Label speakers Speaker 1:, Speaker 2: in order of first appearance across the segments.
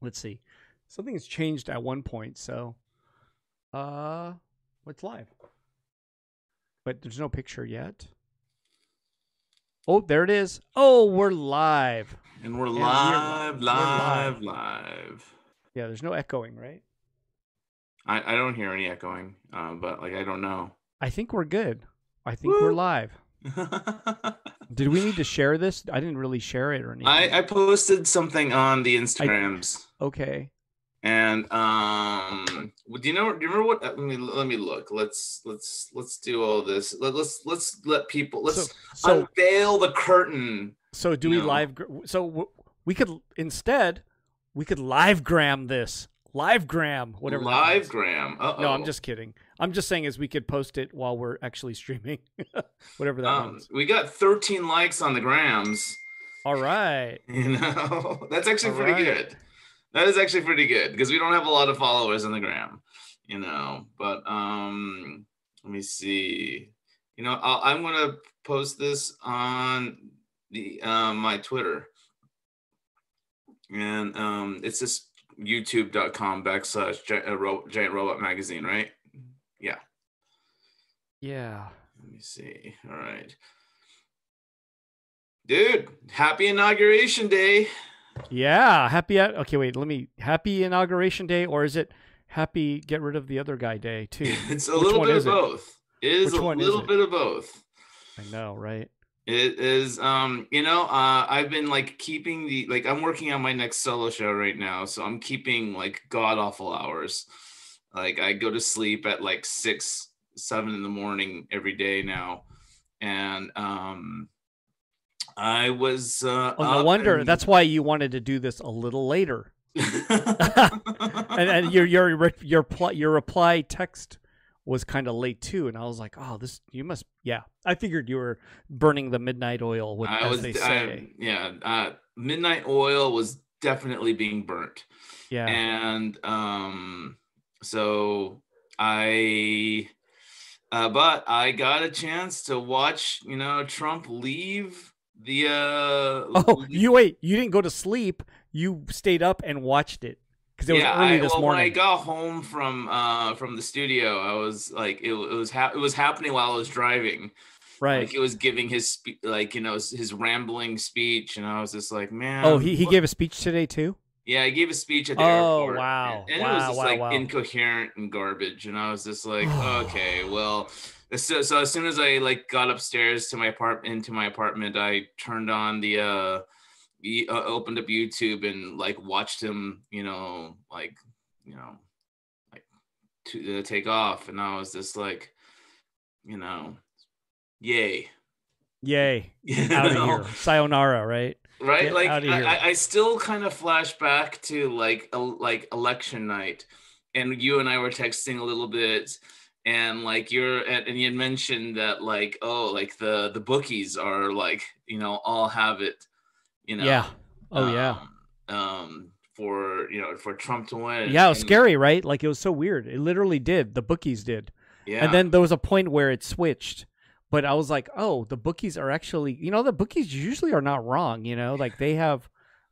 Speaker 1: Let's see. Something has changed at one point, so uh what's live? But there's no picture yet. Oh, there it is. Oh, we're live.
Speaker 2: And we're
Speaker 1: we are
Speaker 2: live,
Speaker 1: live.
Speaker 2: live, live,
Speaker 1: Yeah, there's no echoing, right?
Speaker 2: I, I don't hear any echoing, um, but like I don't know.
Speaker 1: I think we're good. I think we're
Speaker 2: Woo.
Speaker 1: live.
Speaker 2: I,
Speaker 1: Did we need to share this? I didn't really share it or anything.
Speaker 2: I posted something on the Instagrams,
Speaker 1: okay.
Speaker 2: and um, do you know? Do you remember what? Let me let me look. Let's let's let's do all this. Let, let's let's let people let's
Speaker 1: so so,
Speaker 2: unveil the curtain.
Speaker 1: so do we
Speaker 2: no.
Speaker 1: live gr- so w- we could instead we could live gram this. Live gram whatever. that
Speaker 2: live
Speaker 1: is.
Speaker 2: gram. Uh-oh.
Speaker 1: No, I'm just kidding. I'm just saying is we could post it while we're actually streaming. whatever that
Speaker 2: Um,
Speaker 1: means.
Speaker 2: we got 13 likes on the grams.
Speaker 1: All right.
Speaker 2: You know, that's actually pretty
Speaker 1: Alright.
Speaker 2: good. That is actually pretty good because we don't have a lot of followers on the gram, you know. But um, let me see. You know, I'll, I'm gonna post this on the um my Twitter, and um, it's just YouTube.com backslash giant, uh, ro- giant robot magazine, right?
Speaker 1: Yeah.
Speaker 2: Let me see. All right, dude. Happy inauguration day.
Speaker 1: Yeah, happy at, Okay, wait. Let me happy inauguration day or is it happy get rid of the other guy day too?
Speaker 2: It's a
Speaker 1: Which
Speaker 2: little
Speaker 1: one
Speaker 2: bit
Speaker 1: is
Speaker 2: of
Speaker 1: it?
Speaker 2: both. It is
Speaker 1: Which
Speaker 2: a
Speaker 1: one is
Speaker 2: little
Speaker 1: it?
Speaker 2: bit of both.
Speaker 1: I know, right?
Speaker 2: It is um, you know, uh I've been like keeping the like I'm working on my next solo show right now, so I'm keeping like god awful hours. Like I go to sleep at like six, seven in the morning every day now. And um I was uh
Speaker 1: Oh, no
Speaker 2: up
Speaker 1: wonder.
Speaker 2: and-
Speaker 1: That's why you wanted to do this a little later. and and your your re- your pl- your reply text was kind of late too, and I was like, oh, this you must. Yeah, I figured you were burning the midnight oil, with,
Speaker 2: I
Speaker 1: as
Speaker 2: was
Speaker 1: they
Speaker 2: I,
Speaker 1: say.
Speaker 2: yeah, uh midnight oil was definitely being burnt.
Speaker 1: yeah,
Speaker 2: and um so i uh, but i got a chance to watch you know trump leave the uh
Speaker 1: Oh,
Speaker 2: leave-
Speaker 1: you wait. You didn't go to sleep. You stayed up and watched it because it was
Speaker 2: yeah,
Speaker 1: early
Speaker 2: I,
Speaker 1: this
Speaker 2: well, when I
Speaker 1: morning.
Speaker 2: got home from uh from the studio, I was like, it, it was ha- it was happening while I was driving.
Speaker 1: right.
Speaker 2: Like he was giving his spe- like you know his, his rambling speech, and I was just like, man.
Speaker 1: oh, he, he
Speaker 2: what-
Speaker 1: gave a speech today too.
Speaker 2: Yeah, I gave a speech at the
Speaker 1: Oh,
Speaker 2: airport.
Speaker 1: wow.
Speaker 2: And, and it
Speaker 1: Wow,
Speaker 2: was just
Speaker 1: wow,
Speaker 2: like
Speaker 1: wow.
Speaker 2: incoherent and garbage. And I was just like, okay, well, so, so as soon as I like got upstairs to my apartment, into my apartment, I turned on the, uh, y- uh, opened up YouTube and like watched him, you know, like, you know, like to uh, take off. And I was just like, you know, yay.
Speaker 1: Yay!
Speaker 2: You
Speaker 1: Out of
Speaker 2: know?
Speaker 1: here, sayonara. Right.
Speaker 2: right
Speaker 1: Get
Speaker 2: like
Speaker 1: outta
Speaker 2: I,
Speaker 1: here.
Speaker 2: I- I still kind of flash back to like el- like election night and you and i were texting a little bit and like you're and, and you had mentioned that like oh like the the bookies are like you know all have it you know
Speaker 1: Yeah. Oh yeah.
Speaker 2: um, um for you know for trump to win
Speaker 1: Yeah, it was
Speaker 2: And-
Speaker 1: scary, right? Like it was so weird. It literally did. The bookies did.
Speaker 2: yeah
Speaker 1: And then there was a point where it switched. But I was like, oh, the bookies are actually, you know, the bookies usually are not wrong, you know, like they have,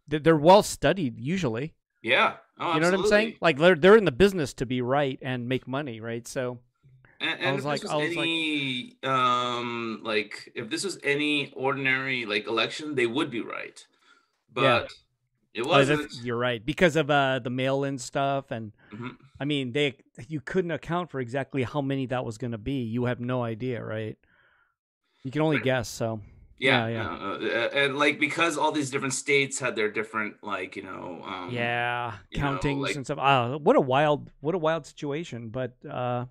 Speaker 1: they're- they're well studied usually.
Speaker 2: yeah oh,
Speaker 1: You know what I'm saying?
Speaker 2: absolutely.
Speaker 1: Like they're they're in the business to be right and make money, right? So
Speaker 2: And,
Speaker 1: I
Speaker 2: and
Speaker 1: was
Speaker 2: if
Speaker 1: like-
Speaker 2: this was
Speaker 1: I was like-
Speaker 2: any, um, like if this was any ordinary like election, they would be right, but
Speaker 1: Yeah.
Speaker 2: it
Speaker 1: oh,
Speaker 2: wasn't.
Speaker 1: that's, you're right because of uh, the mail-in stuff, and
Speaker 2: Mhm.
Speaker 1: I mean, they you couldn't account for exactly how many that was going to be. You have no idea, right? You can only
Speaker 2: Right.
Speaker 1: guess. So
Speaker 2: yeah,
Speaker 1: yeah,
Speaker 2: no, uh, and like because all these different states had their different like you know. Um,
Speaker 1: yeah
Speaker 2: you know,
Speaker 1: countings
Speaker 2: like-
Speaker 1: and stuff oh, what a wild what a wild situation but uh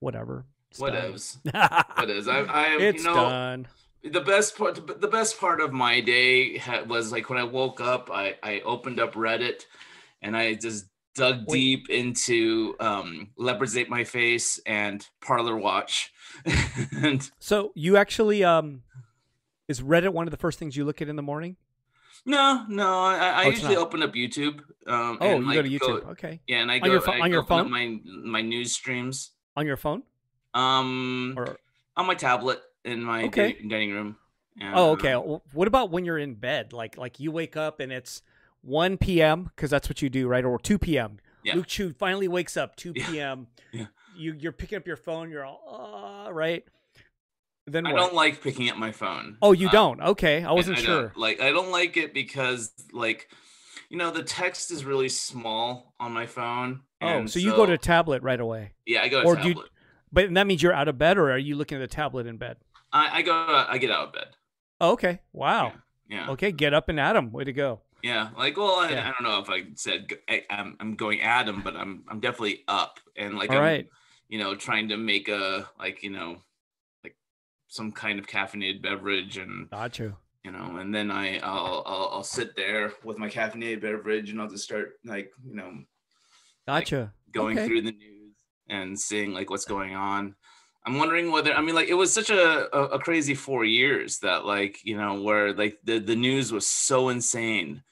Speaker 1: whatever It's done.
Speaker 2: Whatevs. Whatevs. I, I,
Speaker 1: it's
Speaker 2: you know,
Speaker 1: done
Speaker 2: the best part the best part of my day ha- was like when i woke up i i opened up reddit and i just dug
Speaker 1: Wait.
Speaker 2: deep into um leopards ate my face and parlor watch and
Speaker 1: so you actually um is reddit one of the first things you look at in the morning
Speaker 2: no no i, I
Speaker 1: Oh, it's
Speaker 2: usually
Speaker 1: not.
Speaker 2: open up youtube um
Speaker 1: oh
Speaker 2: and,
Speaker 1: you
Speaker 2: like,
Speaker 1: go to youtube okay
Speaker 2: yeah and i go
Speaker 1: On your pho-
Speaker 2: I
Speaker 1: on your
Speaker 2: open up
Speaker 1: phone?
Speaker 2: my my news streams
Speaker 1: on your phone
Speaker 2: um
Speaker 1: or
Speaker 2: on my tablet in my
Speaker 1: Okay.
Speaker 2: dining- dining room And,
Speaker 1: oh okay
Speaker 2: um,
Speaker 1: Well, what about when you're in bed like like you wake up and it's 1 p.m. because that's what you do, right? Or 2 p.m.
Speaker 2: Yeah.
Speaker 1: Luke Chu finally wakes up 2
Speaker 2: Yeah.
Speaker 1: p.m.
Speaker 2: Yeah.
Speaker 1: You you're picking up your phone. You're all uh, right. Then
Speaker 2: I
Speaker 1: what?
Speaker 2: don't like picking up my phone.
Speaker 1: oh, you
Speaker 2: Uh,
Speaker 1: don't. Okay, I
Speaker 2: I-
Speaker 1: wasn't
Speaker 2: I don't-
Speaker 1: sure.
Speaker 2: Like I don't like it because like you know the text is really small on my phone.
Speaker 1: Oh,
Speaker 2: and
Speaker 1: so you go to tablet right away,
Speaker 2: yeah, I go to
Speaker 1: or do you-
Speaker 2: tablet.
Speaker 1: but that means you're out of bed, or are you looking at the tablet in bed?
Speaker 2: I, I go I get out of bed.
Speaker 1: Oh, okay. Wow.
Speaker 2: Yeah.
Speaker 1: Okay, get up and at 'em. Way to go.
Speaker 2: Yeah, like well, I,
Speaker 1: Yeah.
Speaker 2: I don't know if I said g- I, am I'm going at him, but I'm I'm definitely up and like
Speaker 1: All
Speaker 2: I'm
Speaker 1: right.
Speaker 2: you know trying to make a like you know like some kind of caffeinated beverage and
Speaker 1: Got you.
Speaker 2: you know and then I I'll I'll, I'll sit there with my caffeinated beverage and I'll just start like you know
Speaker 1: Gotcha.
Speaker 2: going
Speaker 1: Okay.
Speaker 2: through the news and seeing like what's going on. I'm wondering whether I mean like it was such a, a, a crazy four years that like you know where like the, the news was so insane.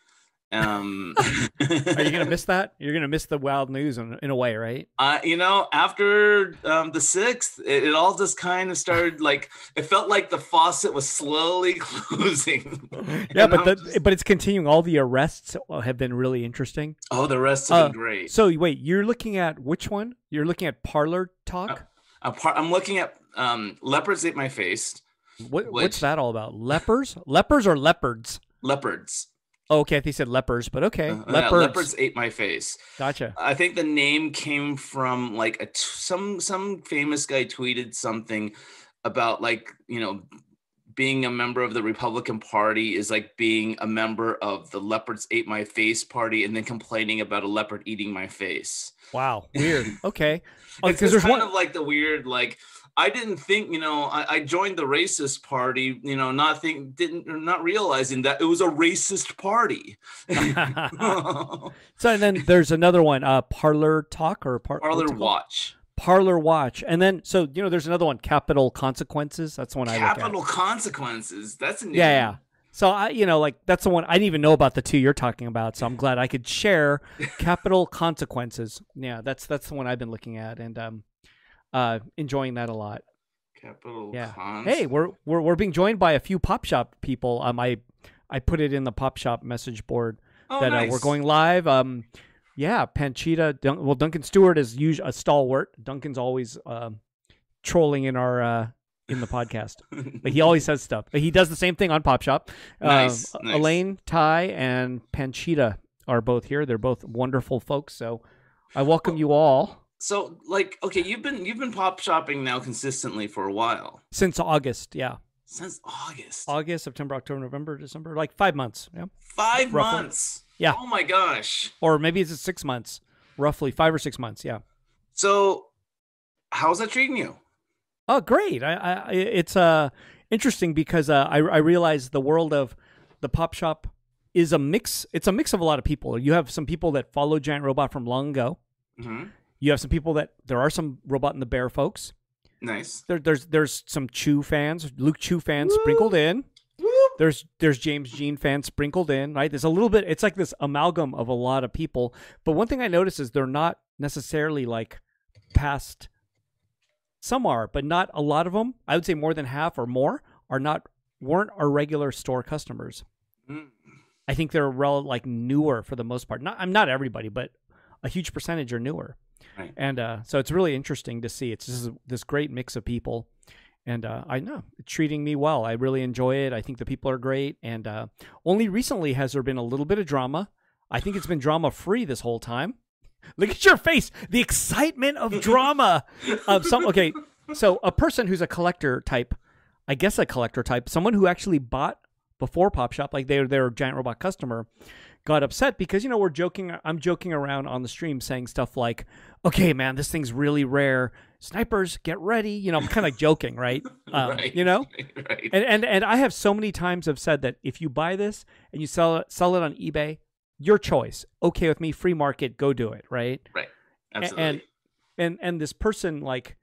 Speaker 2: Um,
Speaker 1: Are you gonna miss that? You're gonna miss the wild news in, in a way, right?
Speaker 2: Uh, you know, after um, the sixth, it, it all just kind of started like it felt like the faucet was slowly closing.
Speaker 1: Yeah,
Speaker 2: And
Speaker 1: but the,
Speaker 2: I'm just-
Speaker 1: but it's continuing. All the arrests uh, have been really interesting.
Speaker 2: oh, the rest have
Speaker 1: Uh,
Speaker 2: been great.
Speaker 1: So wait, you're looking at which one? You're looking at Parlor Talk.
Speaker 2: Uh, Apart, I'm looking at um, leopards ate my face.
Speaker 1: What, what's
Speaker 2: which-
Speaker 1: that all about? Lepers, lepers or leopards?
Speaker 2: Leopards.
Speaker 1: Oh, okay, I think you said lepers, but okay,
Speaker 2: Uh, yeah,
Speaker 1: leopards.
Speaker 2: leopards ate my face.
Speaker 1: Gotcha.
Speaker 2: I think the name came from like a t- some some famous guy tweeted something about like you know being a member of the Republican Party is like being a member of the leopards ate my face party and then complaining about a leopard eating my face.
Speaker 1: Wow, weird. Okay, Oh,
Speaker 2: it's
Speaker 1: 'cause
Speaker 2: it's
Speaker 1: there's
Speaker 2: kind
Speaker 1: one.
Speaker 2: of like the weird like I didn't think you know I, I joined the racist party you know not think didn't not realizing that it was a racist party.
Speaker 1: so and then there's another one, uh, Parlor Talk or par- what's
Speaker 2: Parlor
Speaker 1: it called?
Speaker 2: watch.
Speaker 1: Parlor Watch, and then so you know there's another one, Capital Consequences. That's the one I look at.
Speaker 2: capital consequences. That's a new
Speaker 1: Yeah, yeah. So I, you know, like that's the one I didn't even know about the two you're talking about. So I'm glad I could share capital consequences. Yeah, that's that's the one I've been looking at and um, uh, enjoying that a lot.
Speaker 2: Capital
Speaker 1: Yeah.
Speaker 2: cons.
Speaker 1: Hey, we're we're we're being joined by a few pop shop people. Um, I I put it in the pop shop message board
Speaker 2: oh,
Speaker 1: that uh, we're
Speaker 2: nice.
Speaker 1: going live. Um, yeah, Panchita. Dun- well, Duncan Stewart is usually a stalwart. Duncan's always um, trolling in our uh, in the podcast. Like, he always says stuff. He does the same thing on Pop Shop. Uh,
Speaker 2: Nice, nice.
Speaker 1: Elaine, Ty, and Panchita are both here. They're both wonderful folks. So I welcome you all
Speaker 2: so like okay, you've been you've been pop shopping now consistently for a while
Speaker 1: since August. Yeah,
Speaker 2: since August.
Speaker 1: August, September, October, November, December, like five months. Yeah,
Speaker 2: Five
Speaker 1: roughly.
Speaker 2: months.
Speaker 1: Yeah.
Speaker 2: Oh my gosh.
Speaker 1: or maybe it's six months, roughly five or six months. Yeah.
Speaker 2: So how's that treating you?
Speaker 1: Oh, great! I, I I- it's uh interesting because uh, I I realize the world of the pop shop is a mix. It's a mix of a lot of people. You have some people that follow Giant Robot from long ago.
Speaker 2: hmm
Speaker 1: You have some people that there are some Robot and the Bear folks.
Speaker 2: Nice.
Speaker 1: There, there's there's some Chew fans, Luke Chew fans sprinkled in.
Speaker 2: Whoop.
Speaker 1: There's there's James Jean fans sprinkled in. Right, there's a little bit. It's like this amalgam of a lot of people. But one thing I notice is they're not necessarily like past. Some are, but not a lot of them. I would say more than half or more are not weren't our regular store customers.
Speaker 2: Mm.
Speaker 1: I think they're rel- like newer for the most part. Not I'm not everybody, but a huge percentage are newer.
Speaker 2: Right.
Speaker 1: And uh, so it's really interesting to see. It's just this great mix of people, and uh, I know it's treating me well. I really enjoy it. I think the people are great. And uh, only recently has there been a little bit of drama. I think it's been drama free this whole time. Look at your face. The excitement of drama. of some okay. So a person who's a collector type, I guess a collector type, someone who actually bought before Pop Shop, like they were their giant robot customer, got upset because you know we're joking. I'm joking around on the stream saying stuff like, "Okay, man, this thing's really rare. Snipers, get ready." You know, I'm kind of like joking, right? Um,
Speaker 2: Right.
Speaker 1: You know,
Speaker 2: right.
Speaker 1: and and and I have so many times have said that if you buy this and you sell it sell it on eBay, your choice. Okay with me, free market, go do it, right?
Speaker 2: Absolutely.
Speaker 1: and and and this person like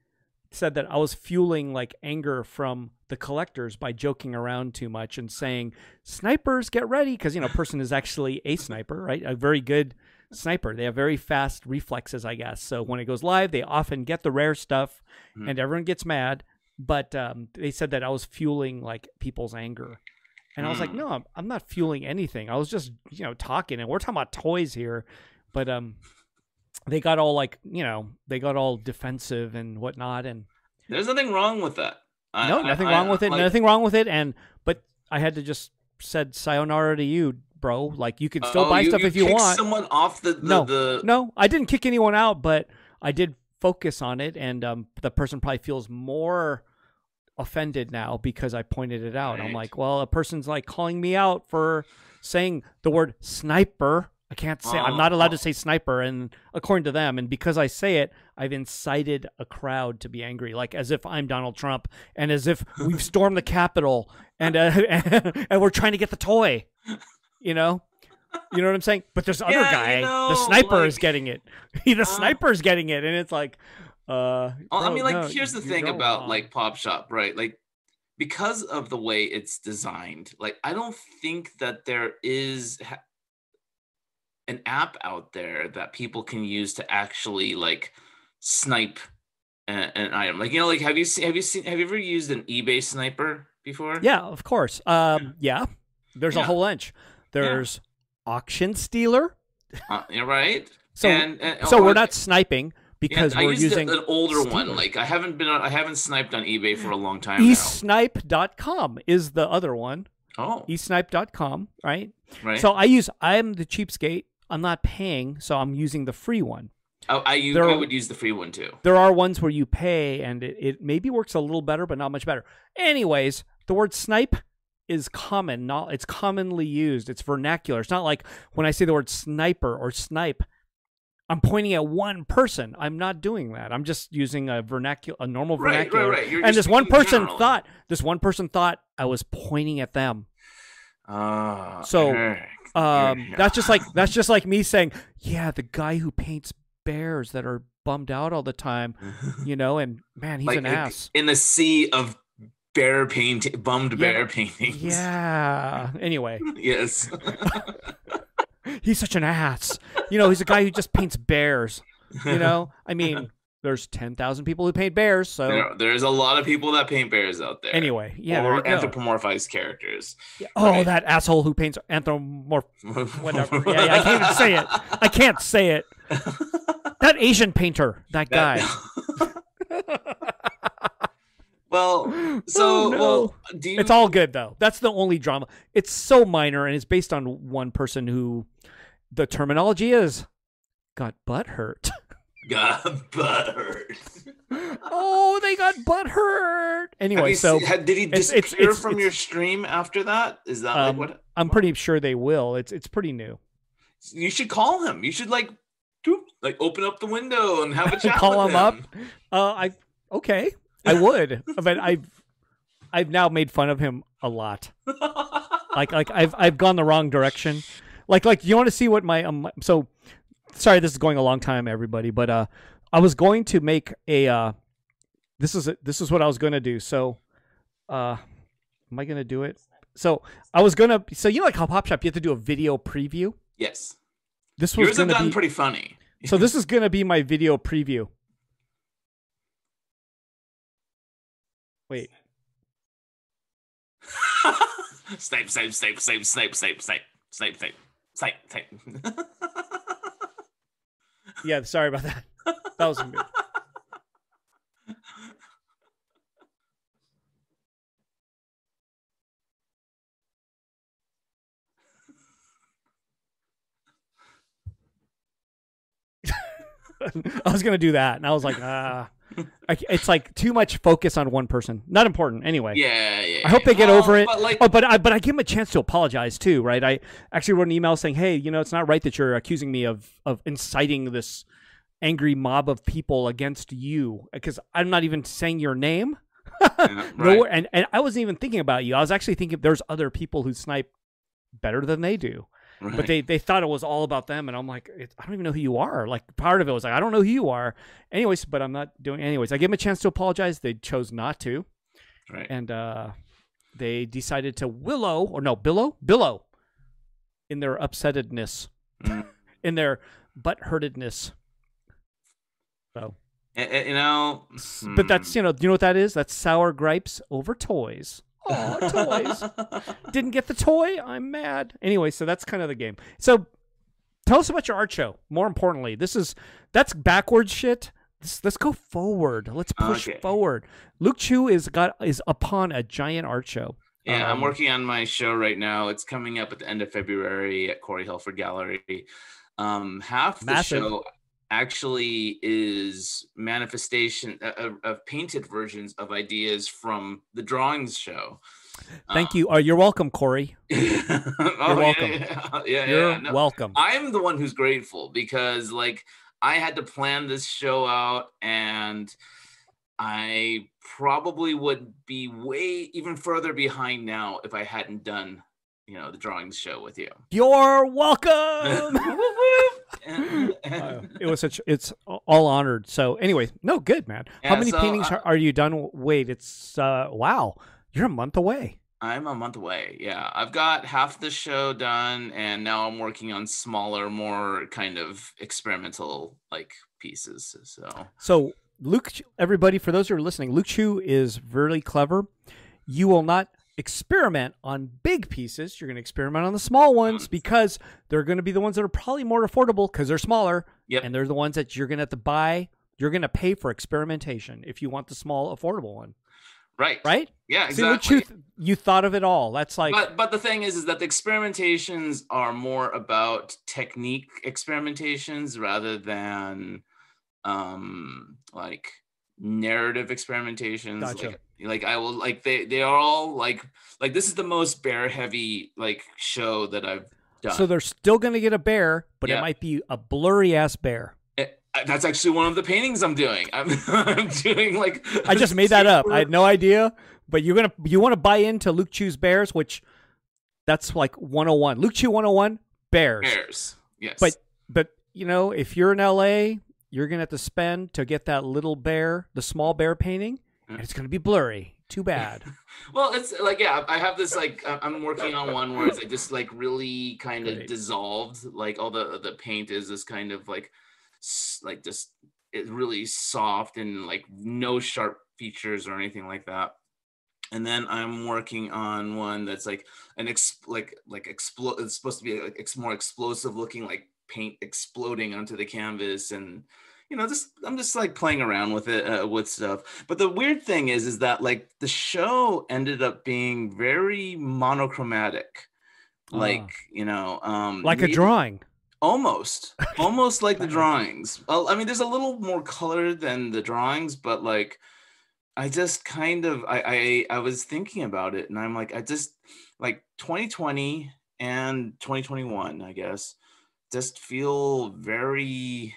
Speaker 1: said that I was fueling like anger from the collectors by joking around too much and saying snipers get ready because you know a person is actually a sniper right a very good sniper they have very fast reflexes I guess so when it goes live they often get the rare stuff
Speaker 2: Mhm.
Speaker 1: and everyone gets mad but um, they said that I was fueling like people's anger And I was like,
Speaker 2: Hmm.
Speaker 1: no, I'm, I'm not fueling anything. I was just, you know, talking and we're talking about toys here. But um they got all like, you know, they got all defensive and whatnot and
Speaker 2: There's nothing wrong with that. I-
Speaker 1: no,
Speaker 2: I-
Speaker 1: nothing
Speaker 2: I-
Speaker 1: wrong with it.
Speaker 2: like-
Speaker 1: nothing wrong with it. And but I had to just said sayonara to you, bro. Like you can still
Speaker 2: Oh,
Speaker 1: buy stuff if you
Speaker 2: kicked
Speaker 1: want.
Speaker 2: Someone off the, the
Speaker 1: No,
Speaker 2: the
Speaker 1: No, I didn't kick anyone out, but I did focus on it, and um, the person probably feels more offended now because I pointed it out. I'm
Speaker 2: Right.
Speaker 1: like, well, a person's like calling me out for saying the word sniper. I can't say I'm not allowed to
Speaker 2: Oh.
Speaker 1: say sniper, and according to them, and because I say it, I've incited a crowd to be angry, like as if I'm Donald Trump, and as if we've stormed the Capitol, and uh, and we're trying to get the toy, you know. You know what I'm saying? But there's other
Speaker 2: Yeah, you
Speaker 1: guy,
Speaker 2: know,
Speaker 1: the sniper
Speaker 2: like- Uh-huh.
Speaker 1: is getting it. the sniper's getting it, and it's like, uh,
Speaker 2: Oh, I
Speaker 1: bro,
Speaker 2: mean, like,
Speaker 1: no,
Speaker 2: here's the
Speaker 1: you
Speaker 2: thing
Speaker 1: know,
Speaker 2: about
Speaker 1: um,
Speaker 2: like Pop Shop, right? Like, because of the way it's designed, like, I don't think that there is ha- an app out there that people can use to actually like snipe a- an item. Like, you know, like, have you seen, have you seen, have you ever used an eBay sniper before?
Speaker 1: yeah, of course, um, yeah. There's a
Speaker 2: Yeah.
Speaker 1: whole bunch. There's auction stealer.
Speaker 2: Uh, yeah, right.
Speaker 1: So,
Speaker 2: And- and-
Speaker 1: so we're
Speaker 2: or-
Speaker 1: not sniping
Speaker 2: yeah,
Speaker 1: because
Speaker 2: I
Speaker 1: we're
Speaker 2: used a-
Speaker 1: using
Speaker 2: an older
Speaker 1: Steeler.
Speaker 2: one. Like, I haven't been on, I haven't sniped on eBay for a long time
Speaker 1: e esnipe.com is the other one. E
Speaker 2: now. Oh,
Speaker 1: Esnipe.com, right?
Speaker 2: right.
Speaker 1: So I use I'm the cheapskate. I'm not paying, so I'm using the free one.
Speaker 2: I, Oh, I, use,
Speaker 1: there
Speaker 2: I
Speaker 1: are-
Speaker 2: would use the free one too.
Speaker 1: there are ones where you pay and it, it maybe works a little better but not much better anyways the word snipe is common not it's commonly used it's vernacular it's not like when i say the word sniper or snipe i'm pointing at one person i'm not doing that i'm just using a vernacular a normal
Speaker 2: Right, right,
Speaker 1: vernacular
Speaker 2: right. You're
Speaker 1: and
Speaker 2: just
Speaker 1: this one
Speaker 2: speaking
Speaker 1: person
Speaker 2: generally.
Speaker 1: thought this one person thought i was pointing at them
Speaker 2: Ah,
Speaker 1: So,
Speaker 2: Eric.
Speaker 1: um
Speaker 2: You're-
Speaker 1: that's just like that's just like me saying yeah the guy who paints bears that are bummed out all the time you know and man he's
Speaker 2: like
Speaker 1: an
Speaker 2: a-
Speaker 1: ass
Speaker 2: in a sea of bear painting, bummed
Speaker 1: Yeah.
Speaker 2: bear paintings.
Speaker 1: Yeah. Anyway,
Speaker 2: yes.
Speaker 1: he's such an ass. You know, he's a guy who just paints bears. You know, I mean, there's ten thousand people who paint bears. So
Speaker 2: There- there's a lot of people that paint bears out there.
Speaker 1: anyway, yeah. There
Speaker 2: or
Speaker 1: you go.
Speaker 2: anthropomorphized characters.
Speaker 1: Oh,
Speaker 2: right.
Speaker 1: that asshole who paints anthropomorph.
Speaker 2: Whatever.
Speaker 1: Whatever. Yeah, yeah, I can't even say it. I can't say it. That Asian painter. That guy.
Speaker 2: well, so
Speaker 1: Oh, no.
Speaker 2: well, do you?
Speaker 1: It's all good though. That's the only drama. It's so minor and it's based on one person who the terminology is got butt hurt.
Speaker 2: got buttered.
Speaker 1: oh, they got butt hurt.
Speaker 2: Have
Speaker 1: Anyway,
Speaker 2: you
Speaker 1: so
Speaker 2: seen- had- did he
Speaker 1: it's-
Speaker 2: disappear
Speaker 1: it's- it's-
Speaker 2: from
Speaker 1: it's-
Speaker 2: your stream after that? Is that
Speaker 1: Um,
Speaker 2: like what?
Speaker 1: I'm pretty sure they will. It's it's pretty new.
Speaker 2: You should call him. You should like, doop, like open up the window and have a chat.
Speaker 1: Call
Speaker 2: with
Speaker 1: him up. Uh, I okay, I would, but I've I've now made fun of him a lot. Like like I've I've gone the wrong direction. Like like you want to see what my um my- so sorry this is going a long time everybody, but uh I was going to make a uh this is this is what I was going to do. So uh am I going to do it? So I was going to so you know like how Pop Shop you have to do a video preview.
Speaker 2: yes,
Speaker 1: This was
Speaker 2: yours have
Speaker 1: going to
Speaker 2: gotten
Speaker 1: be
Speaker 2: pretty funny.
Speaker 1: So this is gonna be my video preview. Wait,
Speaker 2: snipe, snipe, snipe, snipe, snipe, snipe, snipe, snipe, snipe, snipe, snipe.
Speaker 1: yeah, sorry about that. That was me. I was gonna do that, and I was like, ah, I c- it's like too much focus on one person. Not important, anyway.
Speaker 2: yeah, yeah.
Speaker 1: I hope they get
Speaker 2: yeah.
Speaker 1: over it.
Speaker 2: Um, But like,
Speaker 1: Oh, but I but I give him a chance to apologize too, right? I actually wrote an email saying, "Hey, you know, it's not right that you're accusing me of of inciting this angry mob of people against you because I'm not even saying your name.
Speaker 2: yeah, right.
Speaker 1: Oh, No, and and I wasn't even thinking about you. I was actually thinking there's other people who snipe better than they do,
Speaker 2: right.
Speaker 1: but they they thought it was all about them, and I'm like, it, I don't even know who you are. Like part of it was like, I don't know who you are. Anyways, but I'm not doing. Anyways, I gave him a chance to apologize. They chose not to
Speaker 2: right.
Speaker 1: and uh, they decided to willow or no billow billow in their upsettedness
Speaker 2: Mm.
Speaker 1: in their butt hurtedness so
Speaker 2: Eh, eh, you know,
Speaker 1: but that's you know you know what that is that's sour gripes over toys Oh,
Speaker 2: hmm.
Speaker 1: toys. Didn't get the toy. I'm mad. Anyway, so that's kind of the game. So tell us about your art show. More importantly, this is that's backwards shit. Let's, let's go forward. Let's push
Speaker 2: Okay.
Speaker 1: forward. Luke Chu is got is upon a giant art show.
Speaker 2: Yeah,
Speaker 1: Um,
Speaker 2: I'm working on my show right now. It's coming up at the end of February at Corey Hilford Gallery. Um, half the
Speaker 1: Massive.
Speaker 2: show actually is manifestation uh, of, of painted versions of ideas from the drawings show.
Speaker 1: Thank you. Oh, you're welcome, Corey.
Speaker 2: You're
Speaker 1: welcome.
Speaker 2: Yeah, yeah, yeah,
Speaker 1: You're
Speaker 2: no. Uh,
Speaker 1: welcome.
Speaker 2: I'm the one who's grateful because like I had to plan this show out and I probably would be way even further behind now if I hadn't done, you know, the drawings show with you.
Speaker 1: You're welcome.
Speaker 2: And-
Speaker 1: Uh, it was such it's all honored so anyway no good man how
Speaker 2: Yeah,
Speaker 1: many
Speaker 2: so,
Speaker 1: paintings
Speaker 2: uh,
Speaker 1: are, are you done wait it's uh wow you're a month away
Speaker 2: I'm a month away. Yeah. I've got half the show done and now I'm working on smaller, more kind of experimental like pieces. So
Speaker 1: so luke Chu- everybody for those who are listening luke chu is really clever you will not experiment on big pieces you're going to experiment on the small ones
Speaker 2: Ones.
Speaker 1: because they're going to be the ones that are probably more affordable because they're smaller
Speaker 2: Yep.
Speaker 1: and they're the ones that you're going to have to buy you're going to pay for experimentation if you want the small affordable one
Speaker 2: right.
Speaker 1: right
Speaker 2: Yeah,
Speaker 1: see luke
Speaker 2: exactly.
Speaker 1: chu th- you thought of it all that's like
Speaker 2: but but the thing is is that the experimentations are more about technique experimentations rather than um like narrative experimentations
Speaker 1: Gotcha.
Speaker 2: like, like i will like they they are all like like this is the most bear heavy like show that i've done
Speaker 1: So they're still going to get a bear, but it
Speaker 2: uh, Yeah.
Speaker 1: might be a blurry ass bear.
Speaker 2: Uh, that's actually one of the paintings i'm doing i'm, I'm doing like
Speaker 1: I just made that up. I had no idea, but you're going to you want to buy into Luke Chu's bears, which that's like 101. Luke Chu 101 bears.
Speaker 2: bears yes
Speaker 1: But but you know, if you're in LA, you're going to have to spend to get that little bear, the small bear painting, and it's going to be blurry. Too bad.
Speaker 2: Well, it's like yeah, I have this like I- I'm working on one where it's like just like really kind of
Speaker 1: Great.
Speaker 2: dissolved, like all the the paint is this kind of like s- like just it's really soft and like no sharp features or anything like that. And then I'm working on one that's like an ex like like explode. It's supposed to be like it's more explosive looking, like paint exploding onto the canvas and you know just i'm just like playing around with it uh, with stuff but the weird thing is is that like the show ended up being very monochromatic
Speaker 1: Ah.
Speaker 2: like you know um
Speaker 1: like a
Speaker 2: we-
Speaker 1: drawing.
Speaker 2: almost almost like the
Speaker 1: Wow.
Speaker 2: drawings well, i mean there's a little more color than the drawings but like i just kind of I, I i was thinking about it and i'm like i just like 2020 and 2021 i guess just feel very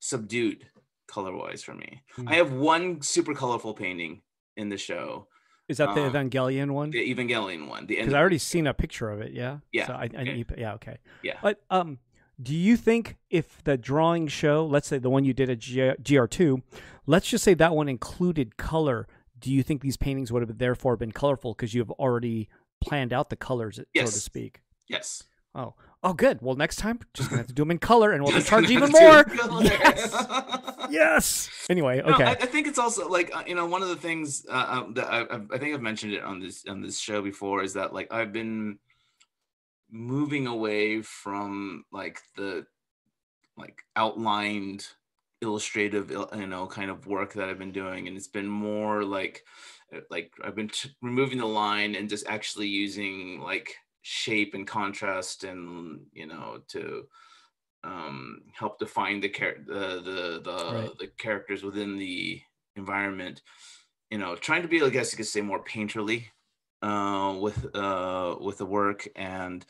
Speaker 2: subdued color wise for me
Speaker 1: Hmm.
Speaker 2: i have one super colorful painting in the show
Speaker 1: Is that the
Speaker 2: um,
Speaker 1: Evangelion one?
Speaker 2: the evangelion one the end
Speaker 1: because I already seen a picture of it. Yeah.
Speaker 2: Yeah,
Speaker 1: So I, I
Speaker 2: okay.
Speaker 1: need- yeah. Okay.
Speaker 2: Yeah.
Speaker 1: But um, do you think if the drawing show, let's say the one you did at G- GR two, let's just say that one included color, do you think these paintings would have therefore been colorful because you have already planned out the colors, so to
Speaker 2: Yes.
Speaker 1: speak?
Speaker 2: yes
Speaker 1: Oh. Oh, good. Well, next time, just gonna have to do them in color, and we'll have to
Speaker 2: Just
Speaker 1: charge even
Speaker 2: another
Speaker 1: more.
Speaker 2: two colors.
Speaker 1: Yes. Yes. Anyway.
Speaker 2: No,
Speaker 1: Okay.
Speaker 2: I, I think it's also like uh, you know one of the things uh, um, that I, I've- I think I've mentioned it on this on this show before is that like I've been moving away from like the like outlined illustrative il- you know kind of work that I've been doing and it's been more like uh, like I've been t- removing the line and just actually using like shape and contrast and you know to um, help define the char- the the the,
Speaker 1: Right.
Speaker 2: the characters within the environment. You know, trying to be, I guess you could say, more painterly uh, with uh, with the work, and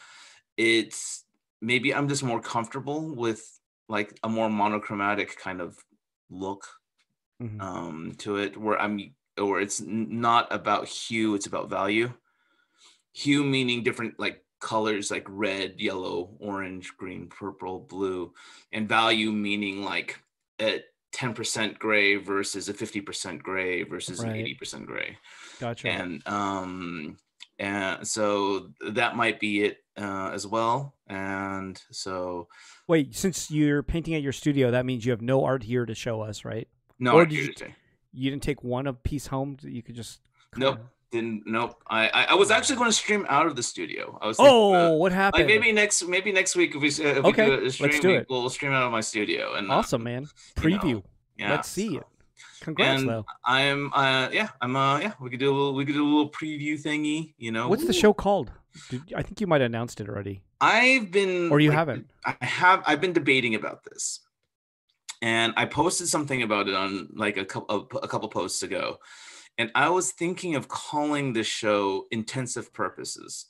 Speaker 2: it's maybe I'm just more comfortable with like a more monochromatic kind of look
Speaker 1: Mhm.
Speaker 2: um, to it, where I'm where it's n- not about hue, it's about value. Hue meaning different like colors like red, yellow, orange, green, purple, blue, and value meaning like a 10% gray versus a 50% gray versus
Speaker 1: Right.
Speaker 2: an 80% gray.
Speaker 1: Gotcha.
Speaker 2: And um and so that might be it uh, as well. And so
Speaker 1: Wait, since you're painting at your studio, that means you have no art here to show us, right?
Speaker 2: no,
Speaker 1: Or
Speaker 2: I'm
Speaker 1: did
Speaker 2: here
Speaker 1: you-
Speaker 2: to say.
Speaker 1: you didn't take one of piece home that you could just
Speaker 2: Nope.
Speaker 1: kinda-
Speaker 2: didn't nope I, I i was actually going to stream out of the studio i was thinking
Speaker 1: Oh,
Speaker 2: about-
Speaker 1: what happened?
Speaker 2: like maybe next maybe next week if we, s- uh, if
Speaker 1: Okay,
Speaker 2: we do a
Speaker 1: let's
Speaker 2: stream
Speaker 1: do
Speaker 2: we-
Speaker 1: it.
Speaker 2: we'll stream out of my studio and uh,
Speaker 1: awesome, man.
Speaker 2: you know,
Speaker 1: Preview.
Speaker 2: yeah,
Speaker 1: Let's see
Speaker 2: so
Speaker 1: it. Congrats,
Speaker 2: and
Speaker 1: though.
Speaker 2: i'm uh yeah i'm uh yeah we could do a little we could do a little preview thingy you know
Speaker 1: What's the
Speaker 2: Ooh.
Speaker 1: show called? Did, I think you might have announced it already,
Speaker 2: I've been
Speaker 1: or you
Speaker 2: like,
Speaker 1: haven't.
Speaker 2: I have I've been debating about this. And I posted something about it on like a couple a couple posts ago. And I was thinking of calling the show Intensive Purposes.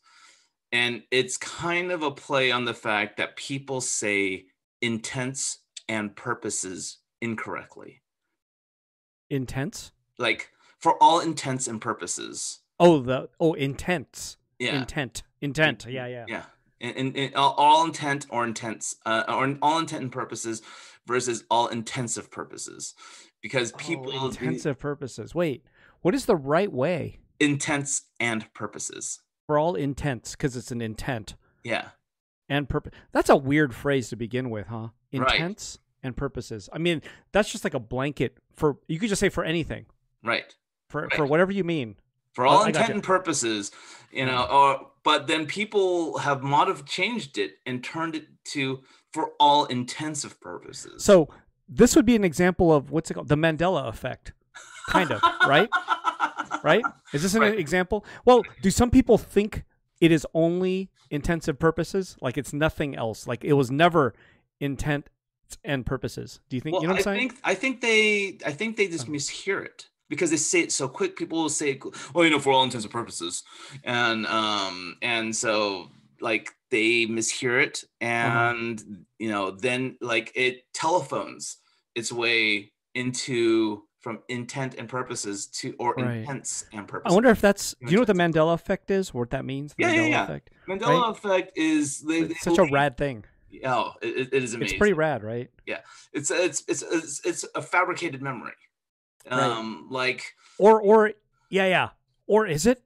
Speaker 2: And it's kind of a play on the fact that people say intents and purposes incorrectly.
Speaker 1: Intense.
Speaker 2: Like for all intents and purposes.
Speaker 1: Oh, the oh, intense.
Speaker 2: Yeah.
Speaker 1: Intent. Intent. Yeah, yeah.
Speaker 2: yeah and, and, and all, all intent or intents uh, or all intent and purposes versus all intensive purposes because people
Speaker 1: oh, intensive purposes. Wait, what is the right way
Speaker 2: intents and purposes
Speaker 1: for all intents? Because it's an intent
Speaker 2: yeah
Speaker 1: and purpose. That's a weird phrase to begin with, huh?
Speaker 2: Right.
Speaker 1: Intents and purposes. I mean, that's just like a blanket for. You could just say for anything,
Speaker 2: right
Speaker 1: for
Speaker 2: Right.
Speaker 1: for whatever you mean.
Speaker 2: for all
Speaker 1: Oh, I
Speaker 2: intent
Speaker 1: gotcha. Mm-hmm.
Speaker 2: and purposes you know or but then people have modif- changed it and turned it to for all intensive purposes
Speaker 1: So this would be an example of what's it called? The Mandela effect, kind of, right? Right? Is this an
Speaker 2: Right.
Speaker 1: example? Well, do some people think it is only intensive purposes? Like it's nothing else. Like it was never intent and purposes. Do you think
Speaker 2: well,
Speaker 1: you know what
Speaker 2: I
Speaker 1: I'm saying? Oh.
Speaker 2: think I think they I think they just mishear it because they say it so quick. People will say, "Well, you know, for all intents and purposes," and um and so like they mishear it,
Speaker 1: Uh-huh.
Speaker 2: and you know, then like it telephones its way into from intent and purposes to or
Speaker 1: Right.
Speaker 2: intents and
Speaker 1: I
Speaker 2: purposes.
Speaker 1: wonder if that's
Speaker 2: You
Speaker 1: do you know what the Mandela effect is? What that means? The
Speaker 2: Yeah, yeah,
Speaker 1: Mandela
Speaker 2: yeah.
Speaker 1: effect.
Speaker 2: Mandela effect is they,
Speaker 1: It's such a rad thing.
Speaker 2: Oh, it, it is amazing.
Speaker 1: It's pretty rad, right?
Speaker 2: It's it's it's it's, it's a fabricated memory.
Speaker 1: Right.
Speaker 2: Um, like
Speaker 1: Or or yeah, yeah. Or is it?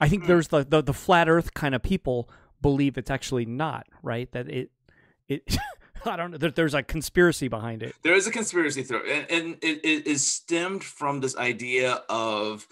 Speaker 1: I think
Speaker 2: Hmm.
Speaker 1: there's the, the the flat earth kind of people believe it's actually not, right? That it it I don't know. There, there's a conspiracy behind it.
Speaker 2: there is a conspiracy theory and, and it, it is stemmed from this idea of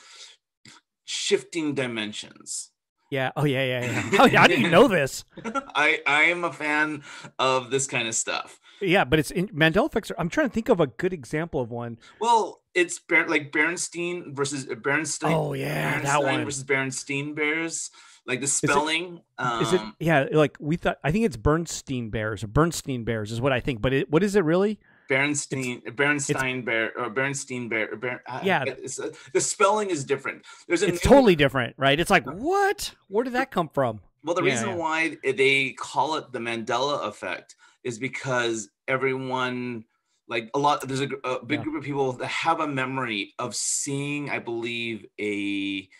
Speaker 2: shifting dimensions
Speaker 1: Yeah. Oh yeah, yeah, yeah. How, how do you know this?
Speaker 2: i i am a fan of this kind of stuff
Speaker 1: Yeah, but it's in, Mandela effects. Are, I'm trying to think of a good example of one.
Speaker 2: well it's Ber- like bernstein versus uh, bernstein
Speaker 1: Oh yeah, that
Speaker 2: Berenstain
Speaker 1: one.
Speaker 2: versus bernstein bears like the spelling um
Speaker 1: Is it? Yeah, like we thought. I think it's Bernstein Bears. or Bernstein Bears is what I think. But it, what is it really?
Speaker 2: Bernstein, Bernstein Bear, or Bernstein Bear. Ber, I- I-
Speaker 1: Yeah.
Speaker 2: it's, uh, the spelling is different. There's a
Speaker 1: It's
Speaker 2: new-
Speaker 1: totally different, right? It's like what? Where did that come from?
Speaker 2: Well, the
Speaker 1: Yeah,
Speaker 2: reason
Speaker 1: yeah.
Speaker 2: why they call it the Mandela effect is because everyone, like a lot, there's a, gr- a big
Speaker 1: Yeah.
Speaker 2: group of people that have a memory of seeing, I believe, a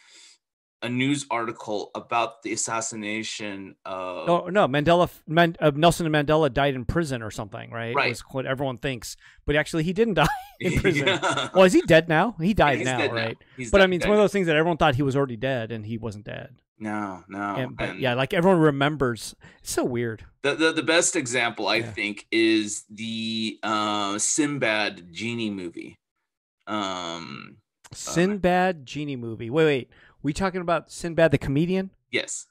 Speaker 2: a news article about the assassination of.
Speaker 1: No, Oh, no. Mandela, Man, uh, Nelson Mandela died in prison or something, right?
Speaker 2: Right.
Speaker 1: Was what everyone thinks, but actually he didn't die. in prison.
Speaker 2: Yeah.
Speaker 1: Well, is he dead now? He
Speaker 2: Yeah,
Speaker 1: died
Speaker 2: he's
Speaker 1: now,
Speaker 2: dead
Speaker 1: right?
Speaker 2: He's
Speaker 1: But I
Speaker 2: dead-
Speaker 1: mean, it's
Speaker 2: dead.
Speaker 1: one of those things that everyone thought he was already dead, and he wasn't dead.
Speaker 2: No, no.
Speaker 1: and, but
Speaker 2: and-
Speaker 1: yeah, like everyone remembers. It's so weird.
Speaker 2: The, the, the best example I
Speaker 1: Yeah.
Speaker 2: think is the uh, Sinbad genie movie. Um,
Speaker 1: Sinbad genie movie. Wait, wait. We talking about Sinbad the comedian?
Speaker 2: yes,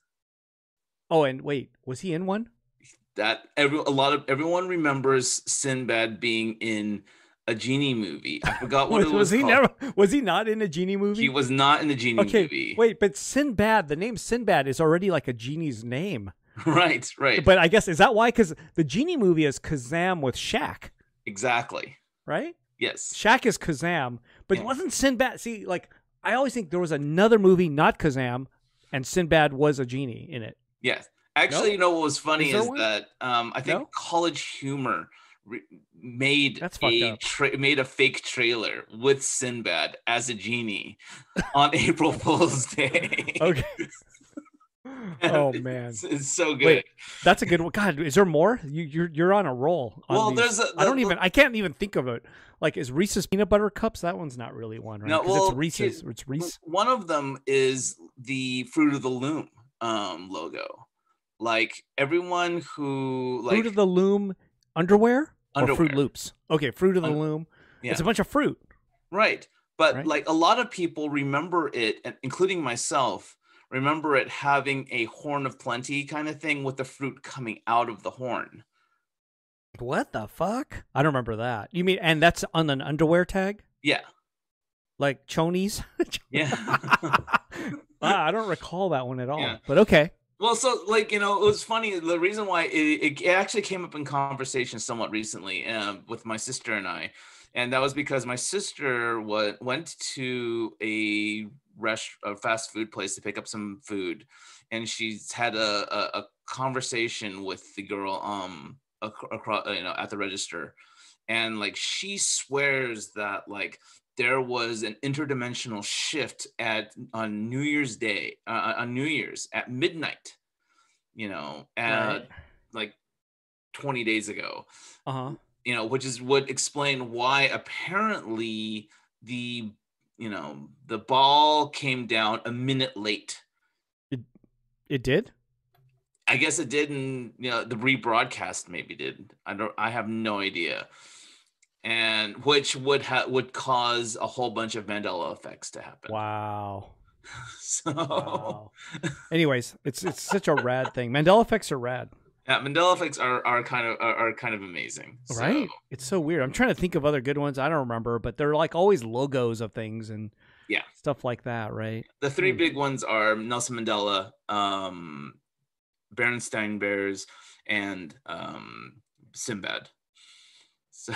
Speaker 1: Oh, and wait, was he in one?
Speaker 2: that every a lot of everyone remembers Sinbad being in a genie movie. I forgot what
Speaker 1: Was, was
Speaker 2: it was.
Speaker 1: he
Speaker 2: called.
Speaker 1: never? Was he not in a genie movie?
Speaker 2: He was not in the genie
Speaker 1: okay,
Speaker 2: movie.
Speaker 1: wait, but Sinbad. The name Sinbad is already like a genie's name.
Speaker 2: Right, right,
Speaker 1: But I guess is that why? Because the genie movie is Kazam with Shaq,
Speaker 2: exactly.
Speaker 1: right?
Speaker 2: Yes,
Speaker 1: Shaq is Kazam, but
Speaker 2: Yeah.
Speaker 1: wasn't Sinbad? See, like I always think there was another movie not Kazam, and Sinbad was a genie in it.
Speaker 2: yes. Actually,
Speaker 1: No?
Speaker 2: you know what was funny
Speaker 1: Is
Speaker 2: is,
Speaker 1: there one?
Speaker 2: that um, I think
Speaker 1: No?
Speaker 2: College Humor re- made
Speaker 1: That's fucked
Speaker 2: a
Speaker 1: up.
Speaker 2: tra- made a fake trailer with Sinbad as a genie on April Fool's Day.
Speaker 1: Okay. oh man,
Speaker 2: It's, it's so good.
Speaker 1: Wait, that's a good one. God, is there more? You, you're you're on a roll. on
Speaker 2: well,
Speaker 1: these.
Speaker 2: there's a,
Speaker 1: I don't
Speaker 2: the-
Speaker 1: even. I can't even think of it. Like, is Reese's peanut butter cups? That one's not really one, right?
Speaker 2: No,
Speaker 1: 'Cause
Speaker 2: well,
Speaker 1: it's Reese's. It's Reese.
Speaker 2: One of them is the Fruit of the Loom um, logo. Like everyone who like
Speaker 1: fruit of the Loom underwear, or
Speaker 2: Underwear.
Speaker 1: Fruit Loops. Okay, Fruit of the
Speaker 2: Un-
Speaker 1: Loom.
Speaker 2: Yeah.
Speaker 1: It's a bunch of fruit.
Speaker 2: right, But
Speaker 1: Right.
Speaker 2: like a lot of people remember it, and including myself, remember it having a horn of plenty kind of thing with the fruit coming out of the horn.
Speaker 1: What the fuck? I don't remember that. You mean, and that's on an underwear tag?
Speaker 2: Yeah.
Speaker 1: Like chonies?
Speaker 2: Yeah.
Speaker 1: Wow, I don't recall that one at all.
Speaker 2: Yeah.
Speaker 1: But okay.
Speaker 2: Well, so like you know, it was funny. The reason why it, it actually came up in conversation somewhat recently uh, with my sister and I, and that was because my sister wa- went to a rest a fast food place to pick up some food, and she's had a a, a conversation with the girl um across you know at the register, and like she swears that like there was an interdimensional shift at on New Year's Day, uh, on New Year's at midnight, you know, uh, like 20 days ago,
Speaker 1: Uh huh.
Speaker 2: you know, which is would explain why apparently the you know the ball came down a minute late.
Speaker 1: It did?
Speaker 2: I guess it didn't. You know, the rebroadcast maybe did. I don't. I have no idea. And which would ha- would cause a whole bunch of Mandela effects to happen.
Speaker 1: Wow.
Speaker 2: So
Speaker 1: Wow. Anyways, it's it's such a rad thing. Mandela effects are rad,
Speaker 2: yeah, Mandela effects are, are kind of are, are kind of amazing. So,
Speaker 1: right? It's so weird. I'm trying to think of other good ones. I don't remember, but they're like always logos of things and
Speaker 2: Yeah.
Speaker 1: stuff like that, right?
Speaker 2: The three
Speaker 1: Hmm.
Speaker 2: big ones are Nelson Mandela, um, Bernstein Bears, and um, Sinbad. So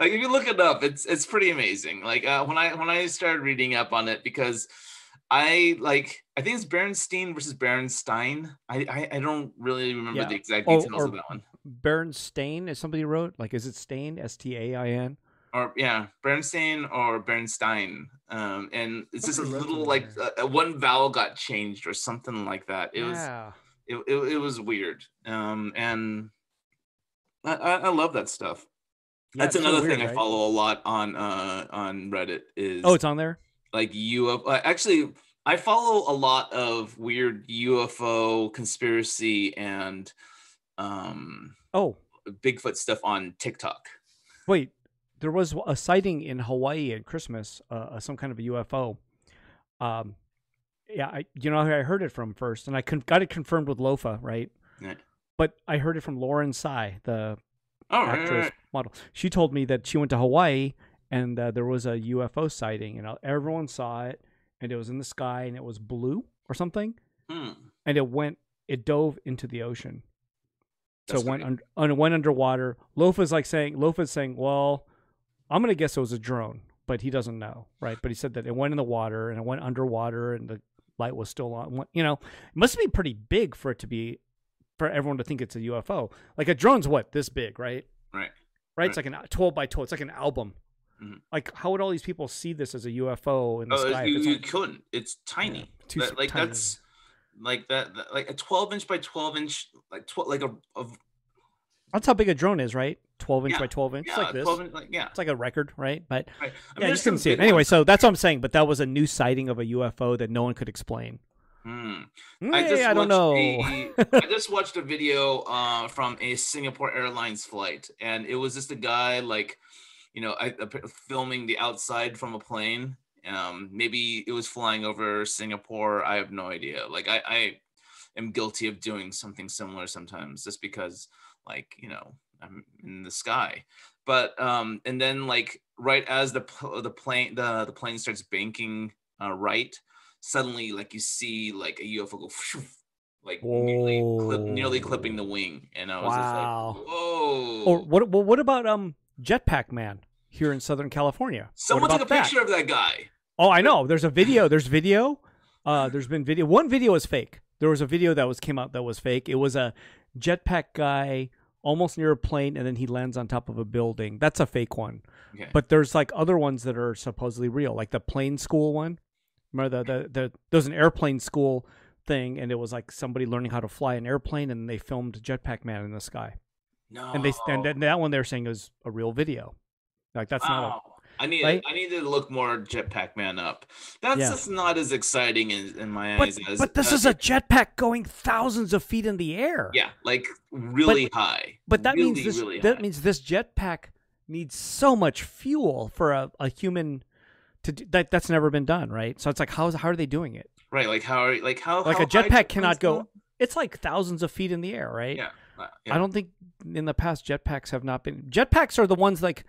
Speaker 2: like if you look it up it's it's pretty amazing like uh, when i when i started reading up on it because i like i think it's Berenstein versus Berenstein. i i, I don't really remember
Speaker 1: Yeah.
Speaker 2: the exact
Speaker 1: Oh,
Speaker 2: details
Speaker 1: or-
Speaker 2: of that one
Speaker 1: Bernstein is somebody wrote. Like, is it Stain? S T A I N.
Speaker 2: or yeah Berenstein or Bernstein um and it's just a
Speaker 1: Somebody wrote
Speaker 2: little like
Speaker 1: something
Speaker 2: uh, one vowel got changed or something like that it was
Speaker 1: Yeah.
Speaker 2: it, it, it was weird um and I, I I love that stuff
Speaker 1: Yeah,
Speaker 2: that's
Speaker 1: it's so
Speaker 2: another
Speaker 1: weird,
Speaker 2: thing i
Speaker 1: right?
Speaker 2: follow a lot on uh on reddit is
Speaker 1: Oh, it's on there.
Speaker 2: like UFO. Uh, actually, I follow a lot of weird UFO conspiracy and um,
Speaker 1: Oh,
Speaker 2: Bigfoot stuff on TikTok.
Speaker 1: Wait, there was a sighting in Hawaii at Christmas, uh, uh, some kind of a UFO. Um, yeah, I, you know, who I heard it from first, and I con- got it confirmed with Lofa, right?
Speaker 2: Right.
Speaker 1: But I heard it from Lauren Sai, the
Speaker 2: Oh, right, right,
Speaker 1: actress
Speaker 2: right.
Speaker 1: model. She told me that she went to Hawaii and uh, there was a UFO sighting, and uh, everyone saw it, and it was in the sky, and it was blue or something,
Speaker 2: Hmm.
Speaker 1: and it went, it dove into the ocean so
Speaker 2: That's
Speaker 1: it went
Speaker 2: great.
Speaker 1: un- un- went underwater. Lofa's like saying Lofa's saying, "Well, I'm gonna guess it was a drone, but he doesn't know, right?" But he said that it went in the water and it went underwater and the light was still on. Went- You know, it must be pretty big for it to be for everyone to think it's a UFO. Like a drone's what this big, right?
Speaker 2: Right.
Speaker 1: Right. It's like an 12 by 12. It's like an album.
Speaker 2: Mhm.
Speaker 1: Like how would all these people see this as a UFO in the
Speaker 2: Oh,
Speaker 1: sky? if
Speaker 2: you,
Speaker 1: it's
Speaker 2: you
Speaker 1: on-
Speaker 2: couldn't. It's tiny.
Speaker 1: Yeah, too
Speaker 2: That-
Speaker 1: s-
Speaker 2: like
Speaker 1: tiny.
Speaker 2: that's like that, that- like a 12 inch by 12 inch like 12 like a, of
Speaker 1: That's how big a drone is, right? 12 inch
Speaker 2: Yeah.
Speaker 1: by 12 inch.
Speaker 2: yeah,
Speaker 1: it's like this.
Speaker 2: 12 inch, like yeah.
Speaker 1: It's like a record, right? But
Speaker 2: Right. I
Speaker 1: yeah, you
Speaker 2: there's
Speaker 1: just couldn't
Speaker 2: some
Speaker 1: see it.
Speaker 2: big ones.
Speaker 1: Anyway, so that's what I'm saying. But that was a new sighting of a UFO that no one could explain.
Speaker 2: Hmm.
Speaker 1: Mm, I don't know.
Speaker 2: watched a- I just watched a video uh, from a Singapore Airlines flight, and it was just a guy like, you know, I, I- filming the outside from a plane. Um, maybe it was flying over Singapore. I have no idea. Like I, I am guilty of doing something similar sometimes, just because, like you know, I'm um, in the sky. But um, and then like right as the pl- the plane the the plane starts banking uh, right, suddenly like you see like a UFO go like nearly, clip, nearly
Speaker 1: Whoa.
Speaker 2: clipping the wing, and I was
Speaker 1: wow.
Speaker 2: just like, whoa.
Speaker 1: or what? Well, what about um Jetpack Man here in Southern California?
Speaker 2: Someone
Speaker 1: what
Speaker 2: took
Speaker 1: about
Speaker 2: a picture
Speaker 1: That?
Speaker 2: of that guy.
Speaker 1: Oh, I know. There's a video. There's video. Uh, there's been video. One video is fake. There was a video that was came out that was fake. It was a jetpack guy almost near a plane, and then he lands on top of a building. That's a fake one.
Speaker 2: Okay.
Speaker 1: But there's like other ones that are supposedly real, like the plane school one. Remember the the, the there was an airplane school thing, and it was like somebody learning how to fly an airplane, and they filmed Jetpack Man in the sky,
Speaker 2: no.
Speaker 1: and they and that, that one they're saying is a real video. Like that's not.
Speaker 2: Wow. I need
Speaker 1: right?
Speaker 2: I need to look more Jetpack Man up. That's
Speaker 1: Yeah.
Speaker 2: just not as exciting in, in my
Speaker 1: A, but
Speaker 2: eyes as
Speaker 1: but this
Speaker 2: uh,
Speaker 1: is a jetpack going thousands of feet in the air.
Speaker 2: yeah, like really high.
Speaker 1: But that
Speaker 2: really,
Speaker 1: means this
Speaker 2: really
Speaker 1: that
Speaker 2: high.
Speaker 1: means this jetpack needs so much fuel for a, a human to do, that that's never been done right so it's like how is how are they doing it
Speaker 2: right like how are like how
Speaker 1: like
Speaker 2: how
Speaker 1: a
Speaker 2: high
Speaker 1: jetpack
Speaker 2: do things
Speaker 1: cannot go
Speaker 2: go?
Speaker 1: it's like thousands of feet in the air right
Speaker 2: yeah, uh,
Speaker 1: i
Speaker 2: yeah.
Speaker 1: don't think in the past jetpacks have not been jetpacks are the ones like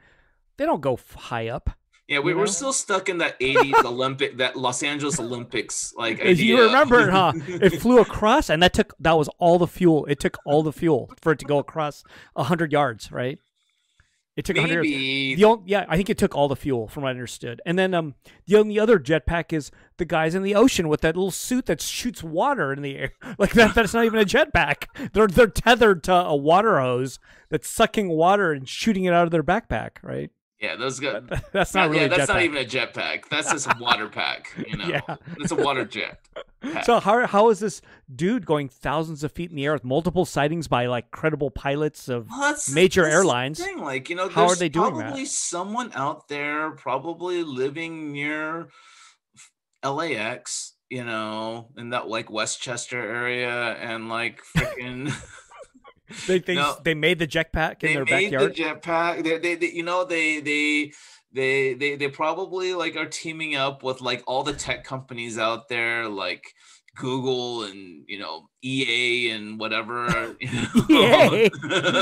Speaker 1: they don't go f- high up
Speaker 2: yeah we,
Speaker 1: you
Speaker 2: we're
Speaker 1: know?
Speaker 2: still stuck in that 80s olympic that los angeles olympics like
Speaker 1: If you
Speaker 2: idea.
Speaker 1: remember, huh? It flew across, and that took that was all the fuel. It took all the fuel for it to go across hundred yards, right? It took hundred. yards.
Speaker 2: maybe
Speaker 1: The only, yeah, I think it took all the fuel, from what I understood. And then um, the only other jetpack is the guys in the ocean with that little suit that shoots water in the air. Like that, that's not even a jetpack. They're they're tethered to a water hose that's sucking water and shooting it out of their backpack, right?
Speaker 2: yeah those got
Speaker 1: That's not really
Speaker 2: yeah, that's
Speaker 1: a jetpack.
Speaker 2: not even a jetpack. That's just a water pack, you know.
Speaker 1: Yeah.
Speaker 2: It's a water jet. pack.
Speaker 1: So how how is this dude going thousands of feet in the air with multiple sightings by like credible pilots of
Speaker 2: Well, that's
Speaker 1: Major
Speaker 2: that's the
Speaker 1: airlines.
Speaker 2: Thing. Like, you know,
Speaker 1: How are
Speaker 2: there's
Speaker 1: they doing that?
Speaker 2: probably someone out there probably living near f- LAX, you know, in that like Westchester area and like freaking
Speaker 1: they they,
Speaker 2: No.
Speaker 1: they made the jetpack in
Speaker 2: they
Speaker 1: their
Speaker 2: made
Speaker 1: backyard?
Speaker 2: the jetpack. They, they, they, you know, they, they, they, they, they probably like are teaming up with like all the tech companies out there, like Google and you know EA and whatever. You know?
Speaker 1: EA? E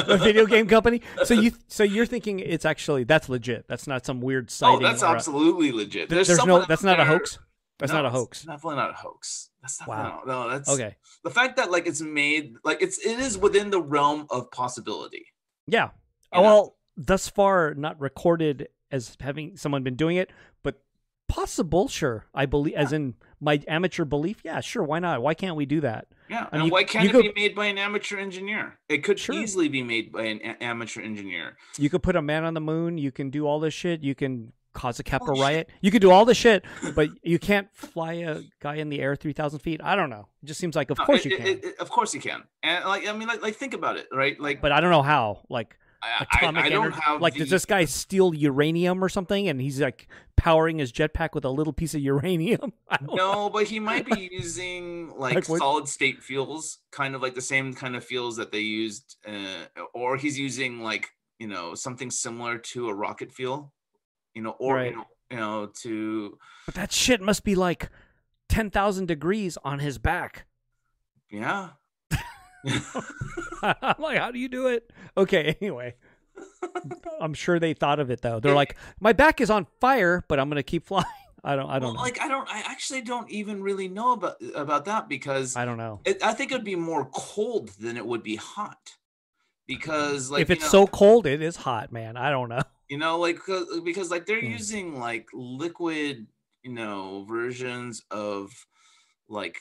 Speaker 1: a video game company. So you so you're thinking it's actually that's legit. That's not some weird
Speaker 2: oh,
Speaker 1: sighting.
Speaker 2: that's
Speaker 1: or a-
Speaker 2: absolutely
Speaker 1: Th-
Speaker 2: legit. There's,
Speaker 1: There's,
Speaker 2: someone
Speaker 1: no. That's
Speaker 2: out
Speaker 1: not a
Speaker 2: there-
Speaker 1: hoax. That's
Speaker 2: No,
Speaker 1: not a
Speaker 2: it's
Speaker 1: hox.
Speaker 2: Definitely not a hoax. That's not
Speaker 1: Wow.
Speaker 2: No, no, that's
Speaker 1: Okay.
Speaker 2: the fact that like it's made like it's it is within the realm of possibility.
Speaker 1: Yeah.
Speaker 2: you know?
Speaker 1: Well, thus far not recorded as having someone been doing it, but possible. Sure, I believe. As in my amateur belief. Yeah. Sure. Why not? Why can't we do that?
Speaker 2: Yeah,
Speaker 1: I
Speaker 2: and
Speaker 1: mean,
Speaker 2: why can't
Speaker 1: you
Speaker 2: it
Speaker 1: could-
Speaker 2: be made by an amateur engineer? It could
Speaker 1: Sure.
Speaker 2: easily be made by an a- amateur engineer.
Speaker 1: You could put a man on the moon. You can do all this shit. You can cause a Kappa
Speaker 2: Holy Oh, shit.
Speaker 1: riot. You could do all this shit, but you can't fly a guy in the air three thousand feet. I don't know. It just seems like, of
Speaker 2: No,
Speaker 1: course
Speaker 2: Uh, it-
Speaker 1: you
Speaker 2: it-
Speaker 1: can,
Speaker 2: it- of course you can. And like I mean, like, like think about it, right? Like,
Speaker 1: but I don't know how. Like
Speaker 2: I, I-
Speaker 1: atomic
Speaker 2: I
Speaker 1: energy.
Speaker 2: don't have
Speaker 1: like,
Speaker 2: the,
Speaker 1: does this guy steal uranium or something? And he's like powering his jetpack with a little piece of uranium. I don't know.
Speaker 2: No, but he might be using like,
Speaker 1: Like what-
Speaker 2: solid state fuels, kind of like the same kind of fuels that they used, uh, or he's using like you know something similar to a rocket fuel, you know, or
Speaker 1: Right.
Speaker 2: you, know, you know to
Speaker 1: But that shit must be like ten thousand degrees on his back.
Speaker 2: yeah.
Speaker 1: I'm like, how do you do it? Okay, anyway. I'm sure they thought of it though. They're like, my back is on fire, but I'm gonna keep flying. I don't. I don't
Speaker 2: Well,
Speaker 1: know.
Speaker 2: like I don't, I actually don't even really know about about that because
Speaker 1: I don't know.
Speaker 2: it, I think it'd be more cold than it would be hot, because like
Speaker 1: if
Speaker 2: you
Speaker 1: it's
Speaker 2: know-
Speaker 1: so cold, it is hot, man. I don't know.
Speaker 2: you know like 'cause- because like they're
Speaker 1: Mm.
Speaker 2: using like liquid you know versions of like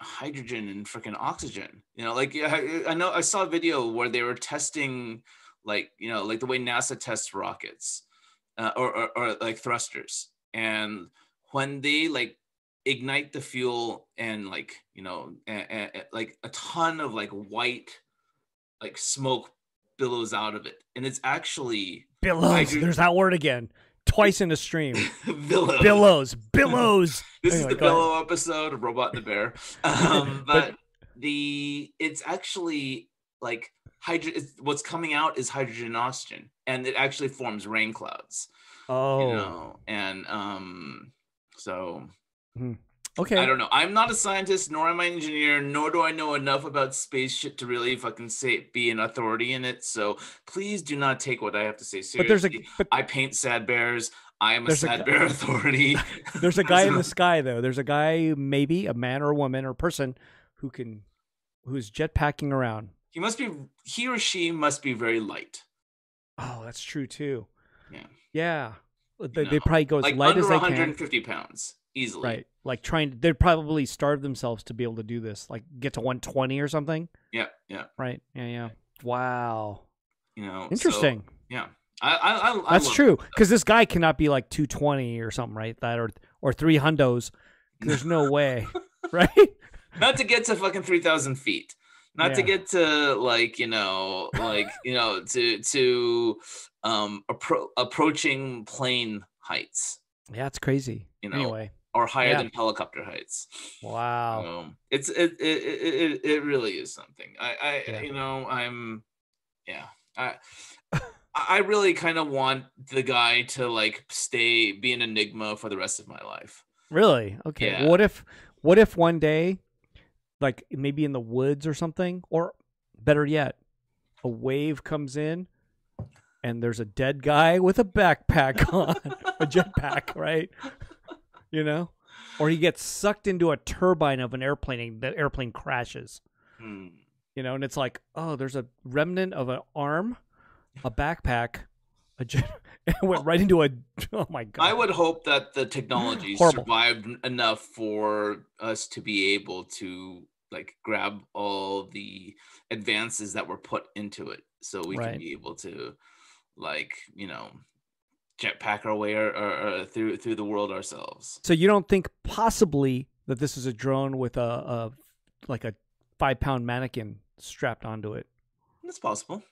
Speaker 2: hydrogen and freaking oxygen you know like yeah, I, I know i saw a video where they were testing like you know like the way nasa tests rockets uh, or, or or like thrusters and when they like ignite the fuel and like you know a, a- a- like a ton of like white like smoke billows out of it and it's actually
Speaker 1: Billows.
Speaker 2: do-
Speaker 1: There's that word again. Twice in a stream.
Speaker 2: Billow.
Speaker 1: Billows. Billows.
Speaker 2: This
Speaker 1: Anyway,
Speaker 2: is the
Speaker 1: go ahead.
Speaker 2: Billow episode of Robot and the Bear. Um, but,
Speaker 1: But-
Speaker 2: the it's actually like hydrogen. What's coming out is hydrogen and oxygen, and it actually forms rain clouds.
Speaker 1: Oh.
Speaker 2: You know, and um, so
Speaker 1: Okay.
Speaker 2: I don't know. I'm not a scientist, nor am I an engineer, nor do I know enough about space shit to really fucking say be an authority in it. So please do not take what I have to say seriously.
Speaker 1: but there's a but
Speaker 2: I paint sad bears. I am a
Speaker 1: There's a gu-
Speaker 2: sad bear authority.
Speaker 1: there's a guy in the sky though. There's a guy, maybe a man or a woman or person, who can who's jetpacking around.
Speaker 2: He must be. He or she must be very light.
Speaker 1: Oh, that's true too.
Speaker 2: Yeah.
Speaker 1: Yeah. They,
Speaker 2: know,
Speaker 1: they probably go as
Speaker 2: Like
Speaker 1: light
Speaker 2: under
Speaker 1: as they can.
Speaker 2: 150 pounds easily.
Speaker 1: Right. Like trying they'd probably starve themselves to be able to do this. Like get to 120 or something.
Speaker 2: Yeah. Yeah.
Speaker 1: Right. Yeah, yeah. Wow.
Speaker 2: You know. so,
Speaker 1: Interesting.
Speaker 2: yeah. I. I. I I
Speaker 1: That's
Speaker 2: love
Speaker 1: true. Because this guy cannot be like 220 or something, right? That or or three hundos. 'Cause There's no way, right?
Speaker 2: it. Not to get to fucking 3,000 feet. Not to
Speaker 1: Yeah.
Speaker 2: get to like you know like you know to to um appro- approaching plane heights
Speaker 1: Yeah, it's crazy.
Speaker 2: You know,
Speaker 1: anyway,
Speaker 2: or higher
Speaker 1: Yeah.
Speaker 2: than helicopter heights.
Speaker 1: wow.
Speaker 2: Um, it's it it, it it it really is something. I I
Speaker 1: Yeah.
Speaker 2: you know I'm yeah I I really kind of want the guy to like stay be an enigma for the rest of my life.
Speaker 1: Really? Okay.
Speaker 2: Yeah.
Speaker 1: What if what if one day like maybe in the woods or something or better yet a wave comes in and there's a dead guy with a backpack on, a jetpack, right? You know? Or he gets sucked into a turbine of an airplane and the airplane crashes.
Speaker 2: Hmm.
Speaker 1: You know, and it's like, "Oh, there's a remnant of an arm, a backpack, a jet and it went right into a oh my god.
Speaker 2: I would hope that the technology
Speaker 1: Horrible.
Speaker 2: survived enough for us to be able to like grab all the advances that were put into it, so we
Speaker 1: Right.
Speaker 2: can be able to like you know jetpack our way or, or, or through through the world ourselves.
Speaker 1: So you don't think possibly that this is a drone with a, a like a five pound mannequin strapped onto it,
Speaker 2: That's possible.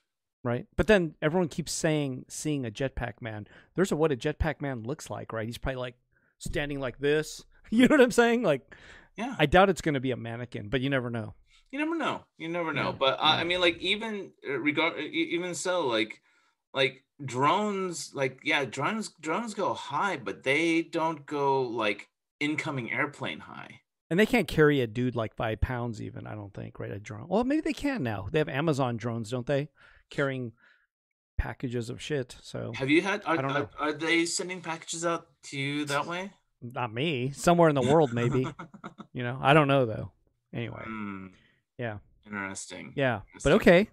Speaker 1: right? But then everyone keeps saying seeing a jetpack man. There's a what a jetpack man looks like, right? He's probably like standing like this. You know what I'm saying? Like
Speaker 2: Yeah.
Speaker 1: I doubt it's going to be a mannequin, but you never know.
Speaker 2: you never know you never know
Speaker 1: Yeah,
Speaker 2: but I
Speaker 1: yeah.
Speaker 2: i mean like even uh, regard e- even so like like drones like yeah drones drones go high but they don't go like incoming airplane high
Speaker 1: And they can't carry a dude like five pounds even. I don't think, right? A drone. Well, maybe they can now. They have Amazon drones, don't they? Carrying packages of shit. So
Speaker 2: have you had are,
Speaker 1: I don't
Speaker 2: are,
Speaker 1: know.
Speaker 2: are they sending packages out to you that way
Speaker 1: not me. Somewhere in the world, maybe. You know, I don't know though. Anyway,
Speaker 2: Hmm,
Speaker 1: Yeah.
Speaker 2: interesting
Speaker 1: yeah, but
Speaker 2: Interesting.
Speaker 1: okay,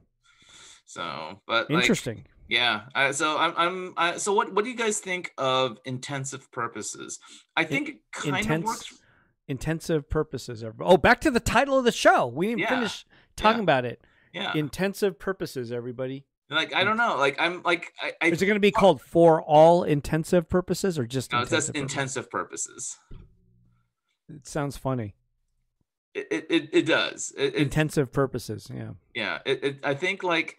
Speaker 2: so but like,
Speaker 1: interesting.
Speaker 2: Yeah. Uh, so I'm. I'm. Uh, so what? What do you guys think of intensive purposes? I think it kind
Speaker 1: intense-
Speaker 2: of works.
Speaker 1: Intensive purposes. Everybody. Oh, back to the title of the show. We didn't
Speaker 2: Yeah,
Speaker 1: finish talking
Speaker 2: yeah. Uh,
Speaker 1: about it.
Speaker 2: Yeah.
Speaker 1: Intensive purposes. Everybody.
Speaker 2: like I don't know. Like I'm. Like I. I
Speaker 1: Is it going to be called for all intensive purposes or just?
Speaker 2: No, it says
Speaker 1: purposes?
Speaker 2: Uh, intensive purposes.
Speaker 1: It sounds funny.
Speaker 2: It it, it, it does. It, it-
Speaker 1: intensive purposes. Yeah.
Speaker 2: yeah. It, it I think like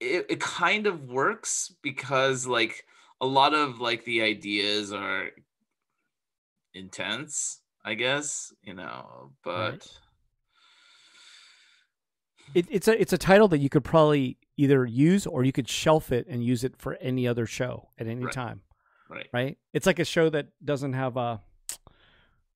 Speaker 2: it, it kind of works because like a lot of like the ideas are intense, I guess, you know, but
Speaker 1: Right. It, it's a it's a title that you could probably either use or you could shelf it and use it for any other show at any
Speaker 2: Right.
Speaker 1: time.
Speaker 2: Right.
Speaker 1: Right. It's like a show that doesn't have a.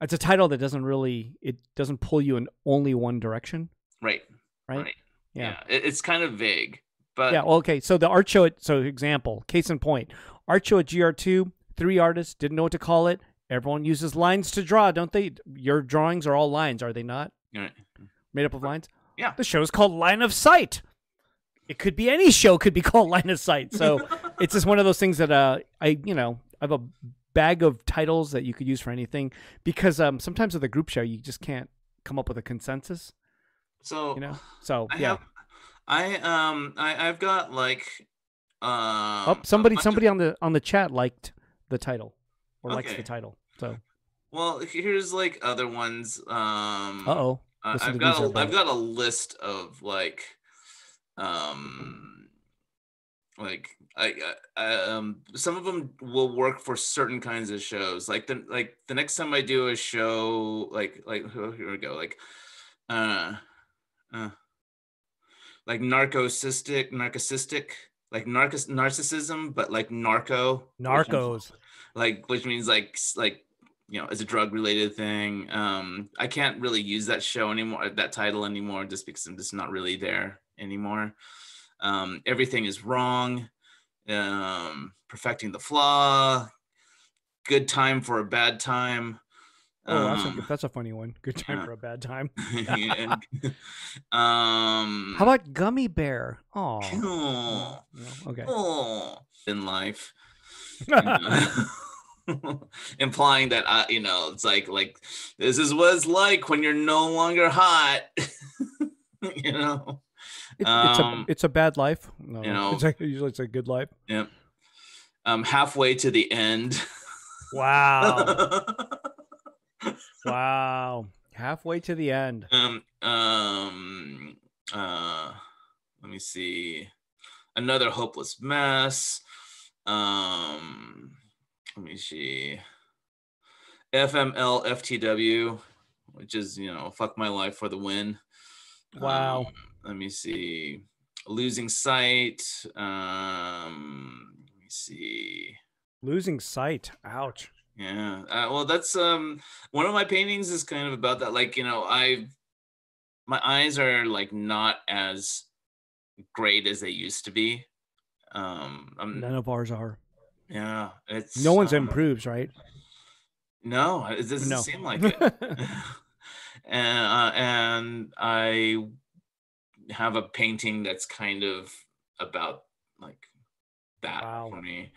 Speaker 1: It's a title that doesn't really it doesn't pull you in only one direction.
Speaker 2: right.
Speaker 1: Right? Yeah.
Speaker 2: Yeah. It, it's kind of vague. But
Speaker 1: yeah. Well, okay. So the art show. At, so example, case in point, art show at GR two. Three artists didn't know what to call it. Everyone uses lines to draw, don't they? Your drawings are all lines, are they not?
Speaker 2: Right.
Speaker 1: Made up of lines.
Speaker 2: Yeah.
Speaker 1: The show is called Line of Sight. It could be any show could be called Line of Sight. So it's just one of those things that uh, I you know I have a bag of titles that you could use for anything because um, sometimes with a group show you just can't come up with a consensus.
Speaker 2: so
Speaker 1: You know. So
Speaker 2: I
Speaker 1: yeah.
Speaker 2: have I um I, I've got like um
Speaker 1: oh,
Speaker 2: a
Speaker 1: somebody
Speaker 2: bunch of-
Speaker 1: somebody on the on the chat liked the title or likes the
Speaker 2: Okay.
Speaker 1: title. So
Speaker 2: well here's like other ones um
Speaker 1: uh oh.
Speaker 2: Uh,
Speaker 1: Listen to
Speaker 2: I've got
Speaker 1: these
Speaker 2: a,
Speaker 1: everybody.
Speaker 2: I've got a list of like, um, like I, I um some of them will work for certain kinds of shows. Like the like the next time I do a show, like like oh, here we go, like, uh, uh, like narcissistic, narcissistic, like narciss narcissism, but like narco, which means-
Speaker 1: Narcos.
Speaker 2: like which means like s- like you know it's a drug related thing um i can't really use that show anymore uh, that title anymore just because i'm just not really there anymore um everything is wrong um perfecting the flaw good time for a bad time
Speaker 1: Oh, that's a,
Speaker 2: um,
Speaker 1: that's a funny one. Good time
Speaker 2: yeah.
Speaker 1: for a bad time.
Speaker 2: yeah. um
Speaker 1: How about Gummy Bear? Oh.
Speaker 2: cool,
Speaker 1: Okay.
Speaker 2: cool in life uh, implying that I, you know, it's like like this is what it's like when you're no longer hot. you know.
Speaker 1: It,
Speaker 2: Um,
Speaker 1: it's a it's a bad life. No,
Speaker 2: you know-
Speaker 1: it's a, usually it's a good life.
Speaker 2: Um halfway to the end.
Speaker 1: Wow, wow, halfway to the end.
Speaker 2: um um uh let me see. Another hopeless mess. Um let me see. FML FTW, which is, you know, fuck my life for the win.
Speaker 1: Wow.
Speaker 2: Um, let me Um, see. losing sight. Um, let me see.
Speaker 1: Losing sight. Ouch.
Speaker 2: Yeah. Uh, well, that's um one of my paintings is kind of about that. Like you know, I my eyes are like not as great as they used to be. Um, I'm,
Speaker 1: None of ours are.
Speaker 2: yeah, it's
Speaker 1: No one's
Speaker 2: um,
Speaker 1: improves, right?
Speaker 2: No, it doesn't
Speaker 1: No.
Speaker 2: seem like it. and uh, and I have a painting that's kind of about like that
Speaker 1: Wow.
Speaker 2: for me.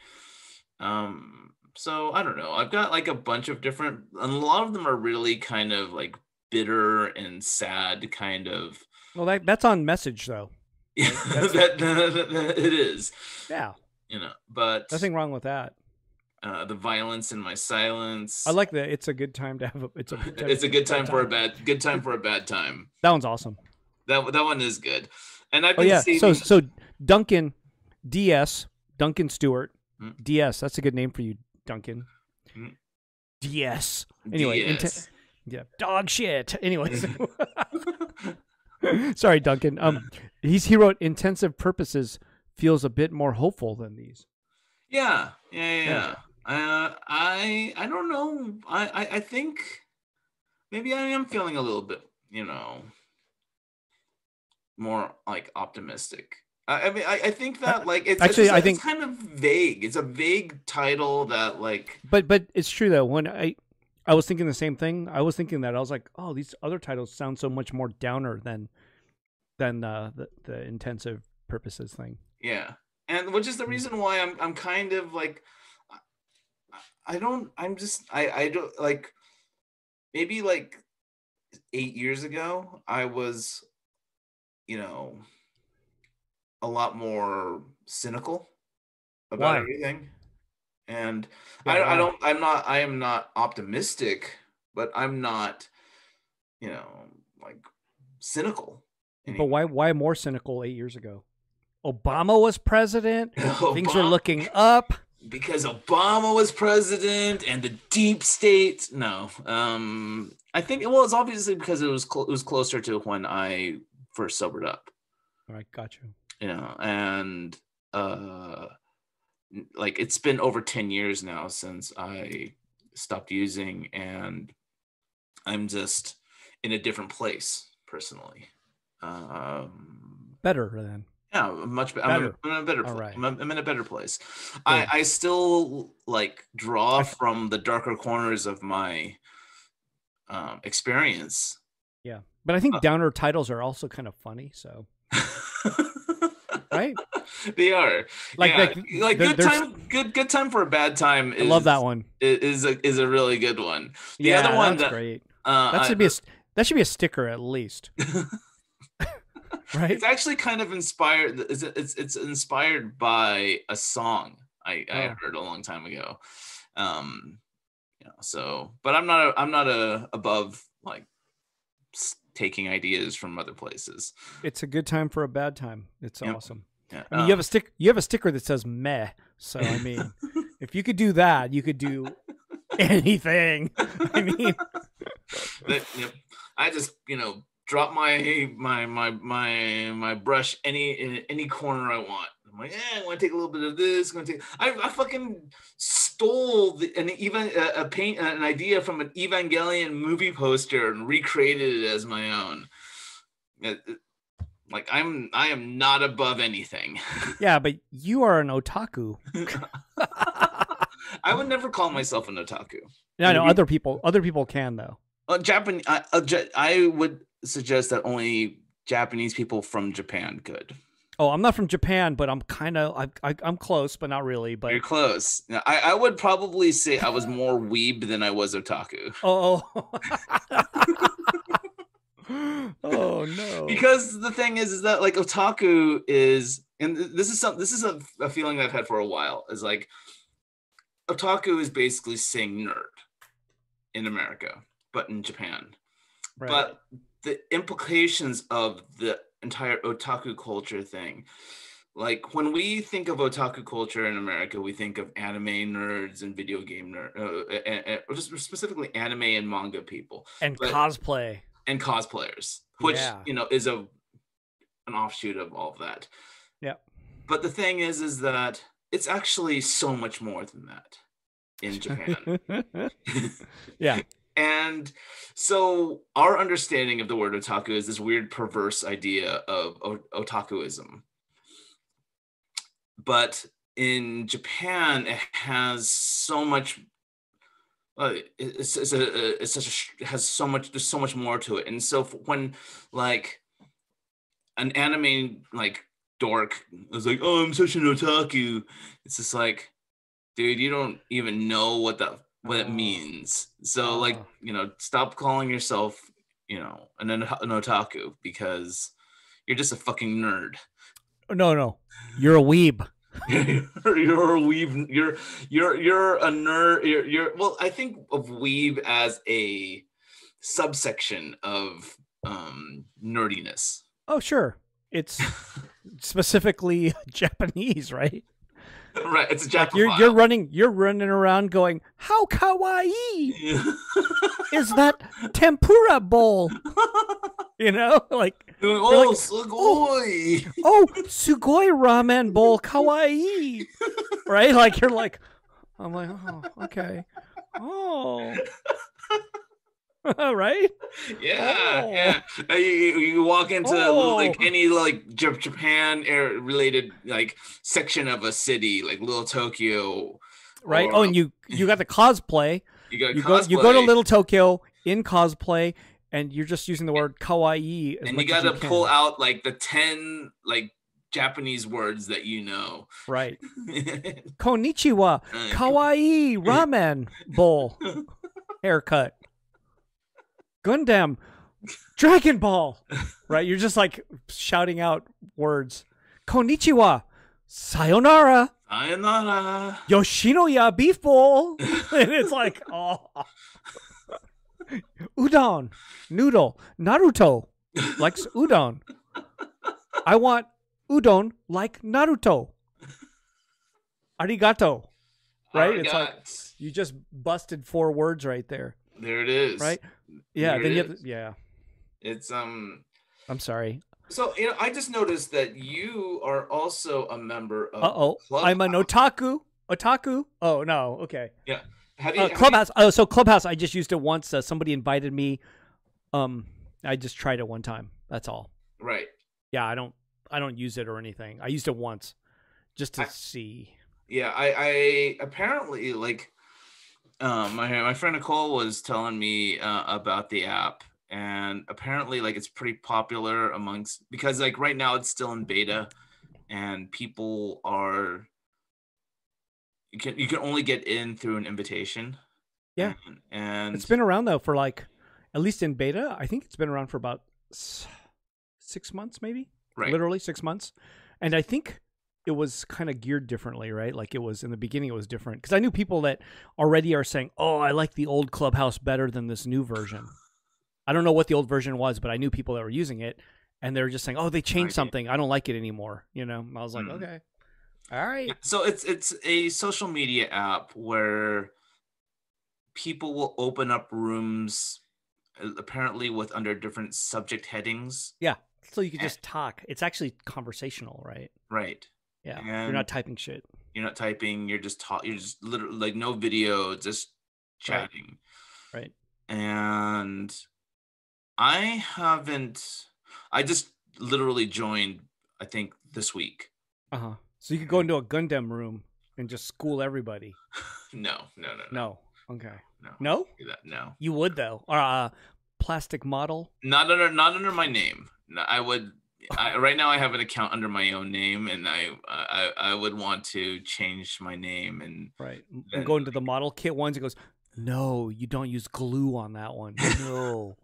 Speaker 2: Um, so I don't know. I've got like a bunch of different, and a lot of them are really kind of like bitter and sad kind of.
Speaker 1: Well, that that's on message though.
Speaker 2: Yeah, that, that, that- that it is.
Speaker 1: Yeah,
Speaker 2: You know, but
Speaker 1: nothing wrong with that.
Speaker 2: uh, the violence in my silence.
Speaker 1: I like that. It's a good time to have a. It's a. Good time
Speaker 2: It's a good time for a
Speaker 1: bad.
Speaker 2: bad. Good time for a bad time.
Speaker 1: That one's awesome.
Speaker 2: That that one is good. And I've
Speaker 1: Oh
Speaker 2: been
Speaker 1: yeah.
Speaker 2: saving.
Speaker 1: So so Duncan, DS Duncan Stewart,
Speaker 2: Hmm.
Speaker 1: DS. That's a good name for you, Duncan.
Speaker 2: Hmm.
Speaker 1: DS. Anyway, inte-
Speaker 2: DS.
Speaker 1: Yeah. Dog shit. Anyways. Sorry, Duncan. Um, he's he wrote intensive purposes feels a bit more hopeful than these.
Speaker 2: yeah, yeah, yeah.
Speaker 1: Yeah.
Speaker 2: Uh, I I don't know. I, I I think maybe I am feeling a little bit, you know, more like optimistic. I, I mean, I, I think that like it's
Speaker 1: Actually,
Speaker 2: it's,
Speaker 1: I think-
Speaker 2: it's kind of vague. It's a vague title that like
Speaker 1: But but it's true though. When I I was thinking the same thing. I was thinking that I was like, oh, these other titles sound so much more downer than than uh, the the intensive purposes thing.
Speaker 2: Yeah, and which is the
Speaker 1: Mm.
Speaker 2: reason why I'm I'm kind of like, I- I don't I'm just I I don't like, maybe like eight years ago I was, you know, a lot more cynical about
Speaker 1: Why?
Speaker 2: everything, and
Speaker 1: Yeah,
Speaker 2: I I
Speaker 1: why?
Speaker 2: don't I'm not I am not optimistic, but I'm not, you know, like cynical.
Speaker 1: But why why more cynical eight years ago? Obama was president. Things were
Speaker 2: Obama-
Speaker 1: looking up.
Speaker 2: because Obama was president and the deep state. No, um, I think well, it's obviously because it was clo it was closer to when I first sobered up,
Speaker 1: All right, got you.
Speaker 2: you know, and uh, n- like it's been over ten years now since I stopped using, and I'm just in a different place personally. Um,
Speaker 1: Better then.
Speaker 2: yeah, much better. I'm,
Speaker 1: Better.
Speaker 2: in a better. Pl-
Speaker 1: All right.
Speaker 2: I'm, I'm in a better place. I, I still like draw
Speaker 1: I-
Speaker 2: from the darker corners of my um, experience.
Speaker 1: But I think
Speaker 2: Uh,
Speaker 1: downer titles are also kind of funny. So right,
Speaker 2: they are
Speaker 1: like
Speaker 2: Yeah,
Speaker 1: like,
Speaker 2: like
Speaker 1: there-
Speaker 2: good
Speaker 1: there's-
Speaker 2: time. Good good time for a bad time.
Speaker 1: I
Speaker 2: Is,
Speaker 1: love that one.
Speaker 2: Is a is a really good one. The
Speaker 1: yeah,
Speaker 2: other one
Speaker 1: that's
Speaker 2: that-
Speaker 1: great.
Speaker 2: Uh,
Speaker 1: That
Speaker 2: I-
Speaker 1: should be a st- that should be a sticker at least. right?
Speaker 2: it's actually kind of inspired. It's it's, it's inspired by a song I, I
Speaker 1: Oh.
Speaker 2: heard a long time ago. Um, you know, so but I'm not a, I'm not a above like s- taking ideas from other places.
Speaker 1: It's a good time for a bad time. It's
Speaker 2: Yep. Uh.
Speaker 1: awesome.
Speaker 2: Yeah. um,
Speaker 1: I mean, you have a stick you have a sticker that says meh. So I mean, if you could do that, you could do anything. I mean,
Speaker 2: that, you know, I just you know drop my my my my my brush any in any corner I want. I'm like, yeah, I want to take a little bit of this. I'm gonna take. I, I fucking stole the, an even a, a paint an idea from an Evangelion movie poster and recreated it as my own. It- it- like I'm I am not above anything.
Speaker 1: yeah, but you are an otaku.
Speaker 2: I would never call myself an otaku.
Speaker 1: No, no,
Speaker 2: Mhm.
Speaker 1: other people other people can though.
Speaker 2: Uh, Japan, I, uh, Ja- I would suggest that only Japanese people from Japan could.
Speaker 1: Oh, I'm not from Japan, but I'm kind of I'm I, I'm close, but not really. But
Speaker 2: You're close. Now, I, I would probably say I was more weeb than I was otaku
Speaker 1: oh, oh. oh no!
Speaker 2: because the thing is, is that like otaku is, and th- this is some, this is a, a feeling I've had for a while. Is like otaku is basically saying nerd in America, but in Japan.
Speaker 1: Right.
Speaker 2: but the implications of the entire otaku culture thing like when we think of otaku culture in america we think of anime nerds and video game nerds uh, and, and, or just specifically anime and manga people
Speaker 1: and
Speaker 2: but-
Speaker 1: cosplay.
Speaker 2: and cosplayers which
Speaker 1: Yeah.
Speaker 2: you know is a an offshoot of all of that.
Speaker 1: Yeah.
Speaker 2: But the thing is, is that it's actually so much more than that in Japan.
Speaker 1: yeah.
Speaker 2: and so our understanding of the word otaku is this weird perverse idea of o- otakuism. But in Japan, it has so much. Uh, it's, it's a it's such a sh- has so much there's so much more to it, and so f- when like an anime like dork is like, oh, I'm such an otaku, it's just like, dude, you don't even know what that what it
Speaker 1: Oh.
Speaker 2: means. So like
Speaker 1: Oh.
Speaker 2: you know, stop calling yourself you know an, an otaku because you're just a fucking nerd.
Speaker 1: Oh, No, no. You're a weeb.
Speaker 2: you're, you're a weeb. You're you're you're a nerd. You're, you're well. I think of weeb as a subsection of um nerdiness.
Speaker 1: Oh, sure. It's specifically Japanese, right?
Speaker 2: right. It's a
Speaker 1: Like
Speaker 2: jack.
Speaker 1: you're you're running you're running around going, "How kawaii is that tempura bowl?" You know, like,
Speaker 2: oh,
Speaker 1: like,
Speaker 2: sugoi.
Speaker 1: "Oh, sugoi ramen bowl kawaii." Right? Like you're like I'm like, "Oh, okay." Oh. right?
Speaker 2: Yeah,
Speaker 1: Oh.
Speaker 2: yeah. Uh, You, you you walk into
Speaker 1: Oh.
Speaker 2: like any like J- Japan air related like section of a city, like Little Tokyo.
Speaker 1: Right?
Speaker 2: Or-
Speaker 1: Oh, and you you got the cosplay.
Speaker 2: You got
Speaker 1: you go you go to
Speaker 2: cosplay.
Speaker 1: Little Tokyo in cosplay, and you're just using the word kawaii. As
Speaker 2: and
Speaker 1: much
Speaker 2: you got to
Speaker 1: as you
Speaker 2: pull
Speaker 1: can.
Speaker 2: out like the 10 like japanese words that you know
Speaker 1: right. Konnichiwa, kawaii ramen bowl haircut, Gundam, Dragon Ball. Right, you're just like shouting out words. Konnichiwa, sayonara,
Speaker 2: Sayonara.
Speaker 1: Yoshinoya beef bowl, and it's like oh. Udon, noodle, Naruto likes udon. I want udon like Naruto. Arigato. Right? It's like-
Speaker 2: Arigat.
Speaker 1: You just busted four words right there.
Speaker 2: there it is
Speaker 1: Right? Yeah.
Speaker 2: There
Speaker 1: Then
Speaker 2: it
Speaker 1: you have to-
Speaker 2: is.
Speaker 1: yeah.
Speaker 2: it's um
Speaker 1: I'm sorry.
Speaker 2: so you know i just noticed that you are also a member of
Speaker 1: Uh oh.
Speaker 2: Clubhouse.
Speaker 1: I'm an otaku. Otaku. Oh no. Okay.
Speaker 2: have you,
Speaker 1: Uh,
Speaker 2: have you-
Speaker 1: Clubhouse. Oh, so Clubhouse. I just used it once. Uh, somebody invited me. Um, I just tried it one time. That's all.
Speaker 2: right
Speaker 1: Yeah. I don't. I don't use it or anything. I used it once, just to
Speaker 2: I-
Speaker 1: see.
Speaker 2: yeah i i apparently like um my, my friend nicole was telling me uh, about the app and apparently like it's pretty popular amongst because like right now it's still in beta and people are you can you can only get in through an invitation
Speaker 1: Yeah.
Speaker 2: and, and
Speaker 1: It's been around though for like, at least in beta. I think it's been around for about s- six months, maybe.
Speaker 2: right
Speaker 1: literally six months. And I think it was kind of geared differently, right? Like it was in the beginning, it was different because I knew people that already are saying, "Oh, I like the old Clubhouse better than this new version." I don't know what the old version was, but I knew people that were using it, and they were just saying, "Oh, they changed
Speaker 2: Right.
Speaker 1: something. I don't like it anymore." You know, And I was like,
Speaker 2: Mhm.
Speaker 1: "Okay, all right."
Speaker 2: Yeah, so it's it's a social media app where people will open up rooms uh, apparently with under different subject headings
Speaker 1: So you could just talk. It's actually conversational, right?
Speaker 2: right
Speaker 1: Yeah, you're
Speaker 2: And-
Speaker 1: not typing shit.
Speaker 2: you're not typing you're just talk you're just literally like no video just
Speaker 1: Right.
Speaker 2: chatting
Speaker 1: Right.
Speaker 2: and i haven't i just literally joined i think this week
Speaker 1: Uh
Speaker 2: Uh-huh.
Speaker 1: huh. So you could go into a Gundam room and just school everybody.
Speaker 2: no no no no
Speaker 1: No. Okay.
Speaker 2: no no,
Speaker 1: No.
Speaker 2: do that, no.
Speaker 1: You would though. Or uh, plastic model.
Speaker 2: not under not under my name No, i would I, right now i have an account under my own name and I, I i would want to change my name and
Speaker 1: Right.
Speaker 2: Then-
Speaker 1: And go into the model kit ones. It goes, no, you don't use glue on that one. No.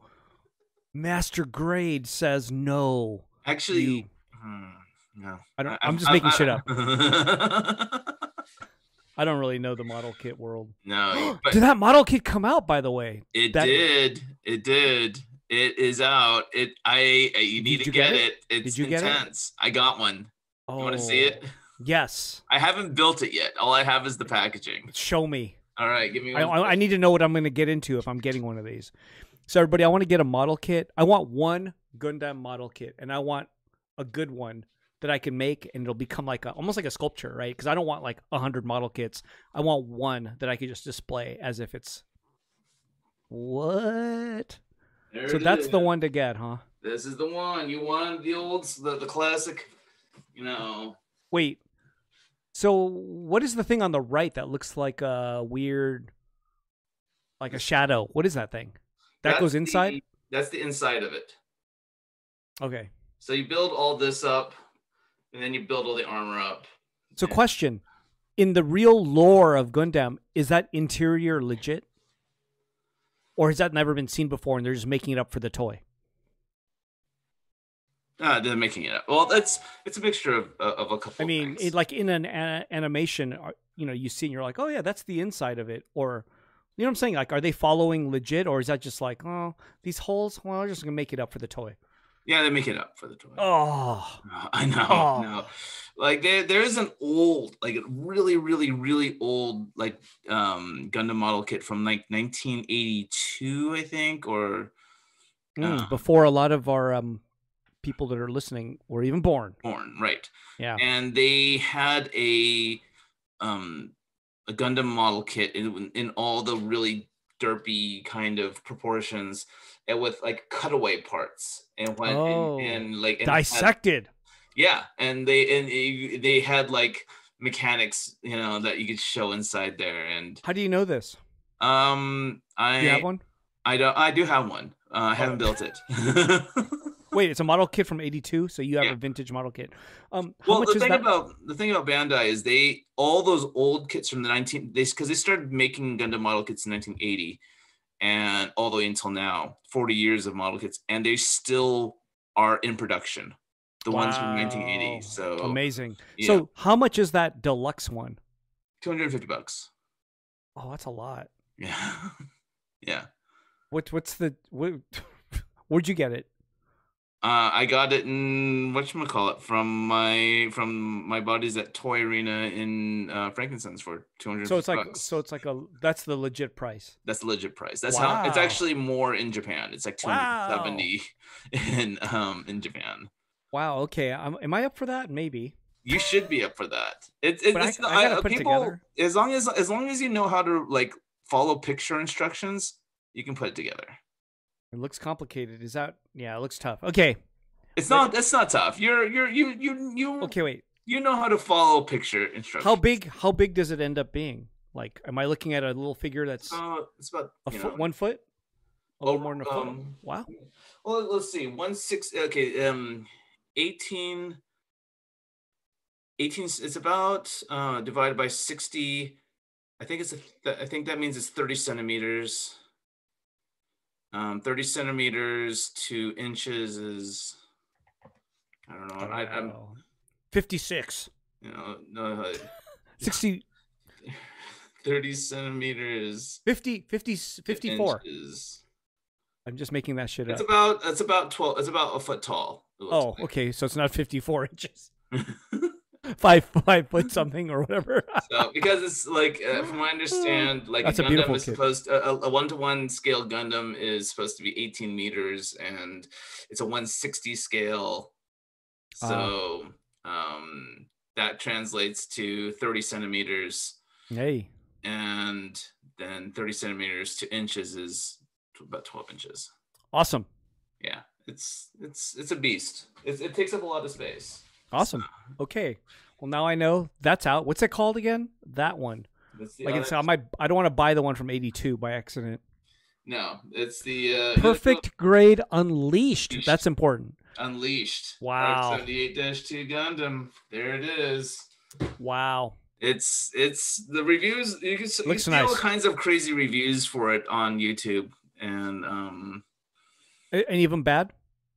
Speaker 1: Master grade says no.
Speaker 2: actually
Speaker 1: You-
Speaker 2: hmm, no
Speaker 1: I don't. I'm just making shit up.
Speaker 2: up
Speaker 1: I don't really know the model kit world.
Speaker 2: no Uh, but
Speaker 1: Did that model kit come out? By the way,
Speaker 2: It
Speaker 1: That-
Speaker 2: did. It did. It is out. It. I. I- You need
Speaker 1: Did
Speaker 2: to
Speaker 1: you get
Speaker 2: get
Speaker 1: it?
Speaker 2: it. It's
Speaker 1: you get it?
Speaker 2: intense. I got one.
Speaker 1: oh,
Speaker 2: You want to see it?
Speaker 1: Yes.
Speaker 2: I haven't built it yet. All I have is the packaging.
Speaker 1: Show me.
Speaker 2: All right, give me.
Speaker 1: I,
Speaker 2: One.
Speaker 1: I I need to know what I'm going to get into if I'm getting one of these. So everybody, I want to get a model kit. I want one Gundam model kit, and I want a good one that I can make, and it'll become like a, almost like a sculpture, right? Because I don't want like a hundred model kits. I want one that I could just display as if it's what.
Speaker 2: There
Speaker 1: so
Speaker 2: it
Speaker 1: that's the
Speaker 2: is.
Speaker 1: one to get, huh?
Speaker 2: This is the one you wanted. The old, the, the classic. You know,
Speaker 1: Wait. So what is the thing on the right that looks like a weird, like a shadow? What is that thing? That
Speaker 2: That's
Speaker 1: goes inside.
Speaker 2: the- that's the inside of it.
Speaker 1: Okay.
Speaker 2: So you build all this up, and then you build all the armor up.
Speaker 1: So
Speaker 2: Yeah.
Speaker 1: question, in the real lore of Gundam, is that interior legit? Or has that never been seen before and they're just making it up for the toy?
Speaker 2: Uh, they're making it up. Well, that's it's a mixture of uh, of a couple.
Speaker 1: I mean,
Speaker 2: things.
Speaker 1: it, like in an a- animation, uh, you know, you see and you're like, "Oh yeah, that's the inside of it." Or you know what I'm saying? Like are they following legit or is that just like, "Oh, these holes, well, I'm just going to make it up for the toy."
Speaker 2: yeah, they make it up for the toy.
Speaker 1: Oh.
Speaker 2: Uh, I know.
Speaker 1: Oh.
Speaker 2: No. Like there there is an old, like a really, really, really old like um Gundam model kit from like 1982, I think, or
Speaker 1: Mm,
Speaker 2: Uh.
Speaker 1: Before a lot of our um people that are listening were even born.
Speaker 2: born, right.
Speaker 1: Yeah.
Speaker 2: And they had a um a Gundam model kit in in all the really derpy kind of proportions and with like cutaway parts and when
Speaker 1: Oh.
Speaker 2: and, and like and had-
Speaker 1: Dissected.
Speaker 2: Yeah, and they and you- they had like mechanics, you know, that you could show inside there. And
Speaker 1: How do you know this?
Speaker 2: um, I
Speaker 1: Do you have one? Oh.
Speaker 2: I don't I do have one. Uh, I haven't built it.
Speaker 1: Wait, it's a model kit from '82, so you have
Speaker 2: Yeah.
Speaker 1: a vintage model kit. Um, how
Speaker 2: well,
Speaker 1: much
Speaker 2: the
Speaker 1: is
Speaker 2: thing
Speaker 1: that?
Speaker 2: about the thing about Bandai is they all those old kits from the 19 they because they started making Gundam model kits in 1980 and all the way until now, 40 years of model kits, and they still are in production. The ones from 1980.
Speaker 1: Wow.
Speaker 2: So
Speaker 1: Amazing.
Speaker 2: yeah,
Speaker 1: So, how much is that deluxe one?
Speaker 2: 250 bucks.
Speaker 1: Oh, that's a lot.
Speaker 2: Yeah. yeah.
Speaker 1: What? What's the? What, where'd you get it?
Speaker 2: Uh, I got it in whatchamacallit from my from my buddies at Toy Arena in uh, Frankincense for two hundred.
Speaker 1: So it's like, so it's like a. That's the legit price.
Speaker 2: that's the legit price. That's how it's
Speaker 1: Wow.
Speaker 2: actually more in Japan. It's like two hundred seventy in um in Japan.
Speaker 1: Wow. Okay. I'm, am I up for that? Maybe.
Speaker 2: You should be up for that. It, it,
Speaker 1: But I-
Speaker 2: it's
Speaker 1: I gotta
Speaker 2: uh,
Speaker 1: put it
Speaker 2: people
Speaker 1: together.
Speaker 2: as long as as long as you know how to like follow picture instructions, you can put it together.
Speaker 1: It looks complicated. Is that? Yeah. It looks tough. Okay.
Speaker 2: It's not that's not tough. You're you're you you you
Speaker 1: Okay. Wait.
Speaker 2: you know how to follow picture instructions.
Speaker 1: How big? How big does it end up being? Like, am I looking at a little figure that's a
Speaker 2: Uh, it's about you
Speaker 1: foot,
Speaker 2: know,
Speaker 1: one foot? A little
Speaker 2: Oh,
Speaker 1: more than a foot.
Speaker 2: um,
Speaker 1: wow.
Speaker 2: Well, let's see. One six. Okay. Um, eighteen. Eighteen. It's about uh divided by sixty. I think it's. A, th- I think that means it's thirty centimeters. Um, thirty centimeters to inches is. I don't know. I, I'm.
Speaker 1: Wow. 56.
Speaker 2: You know. No, uh,
Speaker 1: 60
Speaker 2: thirty centimeters.
Speaker 1: 50 50 54
Speaker 2: Is.
Speaker 1: i'm just making that shit up
Speaker 2: It's about. It's about twelve. It's about a foot tall. it looks
Speaker 1: oh
Speaker 2: like.
Speaker 1: okay so it's not 54 inches five five foot something or whatever
Speaker 2: So because it's like, uh, from what I understand, like
Speaker 1: That's
Speaker 2: a
Speaker 1: a
Speaker 2: Gundam
Speaker 1: beautiful
Speaker 2: is
Speaker 1: kid.
Speaker 2: supposed a, a one-to-one scale Gundam is supposed to be 18 meters, and it's a 160 scale. So
Speaker 1: Ah.
Speaker 2: um, that translates to 30 centimeters,
Speaker 1: hey
Speaker 2: and then 30 centimeters to inches is t- about 12 inches.
Speaker 1: awesome
Speaker 2: Yeah, it's it's it's a beast. It, it takes up a lot of space.
Speaker 1: awesome okay well now i know that's out what's it called again that one
Speaker 2: That's the
Speaker 1: like
Speaker 2: other-
Speaker 1: it's on my i don't want to buy the one from 82 by accident
Speaker 2: no, it's the uh,
Speaker 1: perfect grade unleashed that's important
Speaker 2: Unleashed.
Speaker 1: Wow.
Speaker 2: 78-2 Gundam. There it is.
Speaker 1: wow
Speaker 2: It's it's the reviews. You can s- you
Speaker 1: Looks
Speaker 2: see all
Speaker 1: nice.
Speaker 2: kinds of crazy reviews for it on YouTube. And um,
Speaker 1: A- any of them bad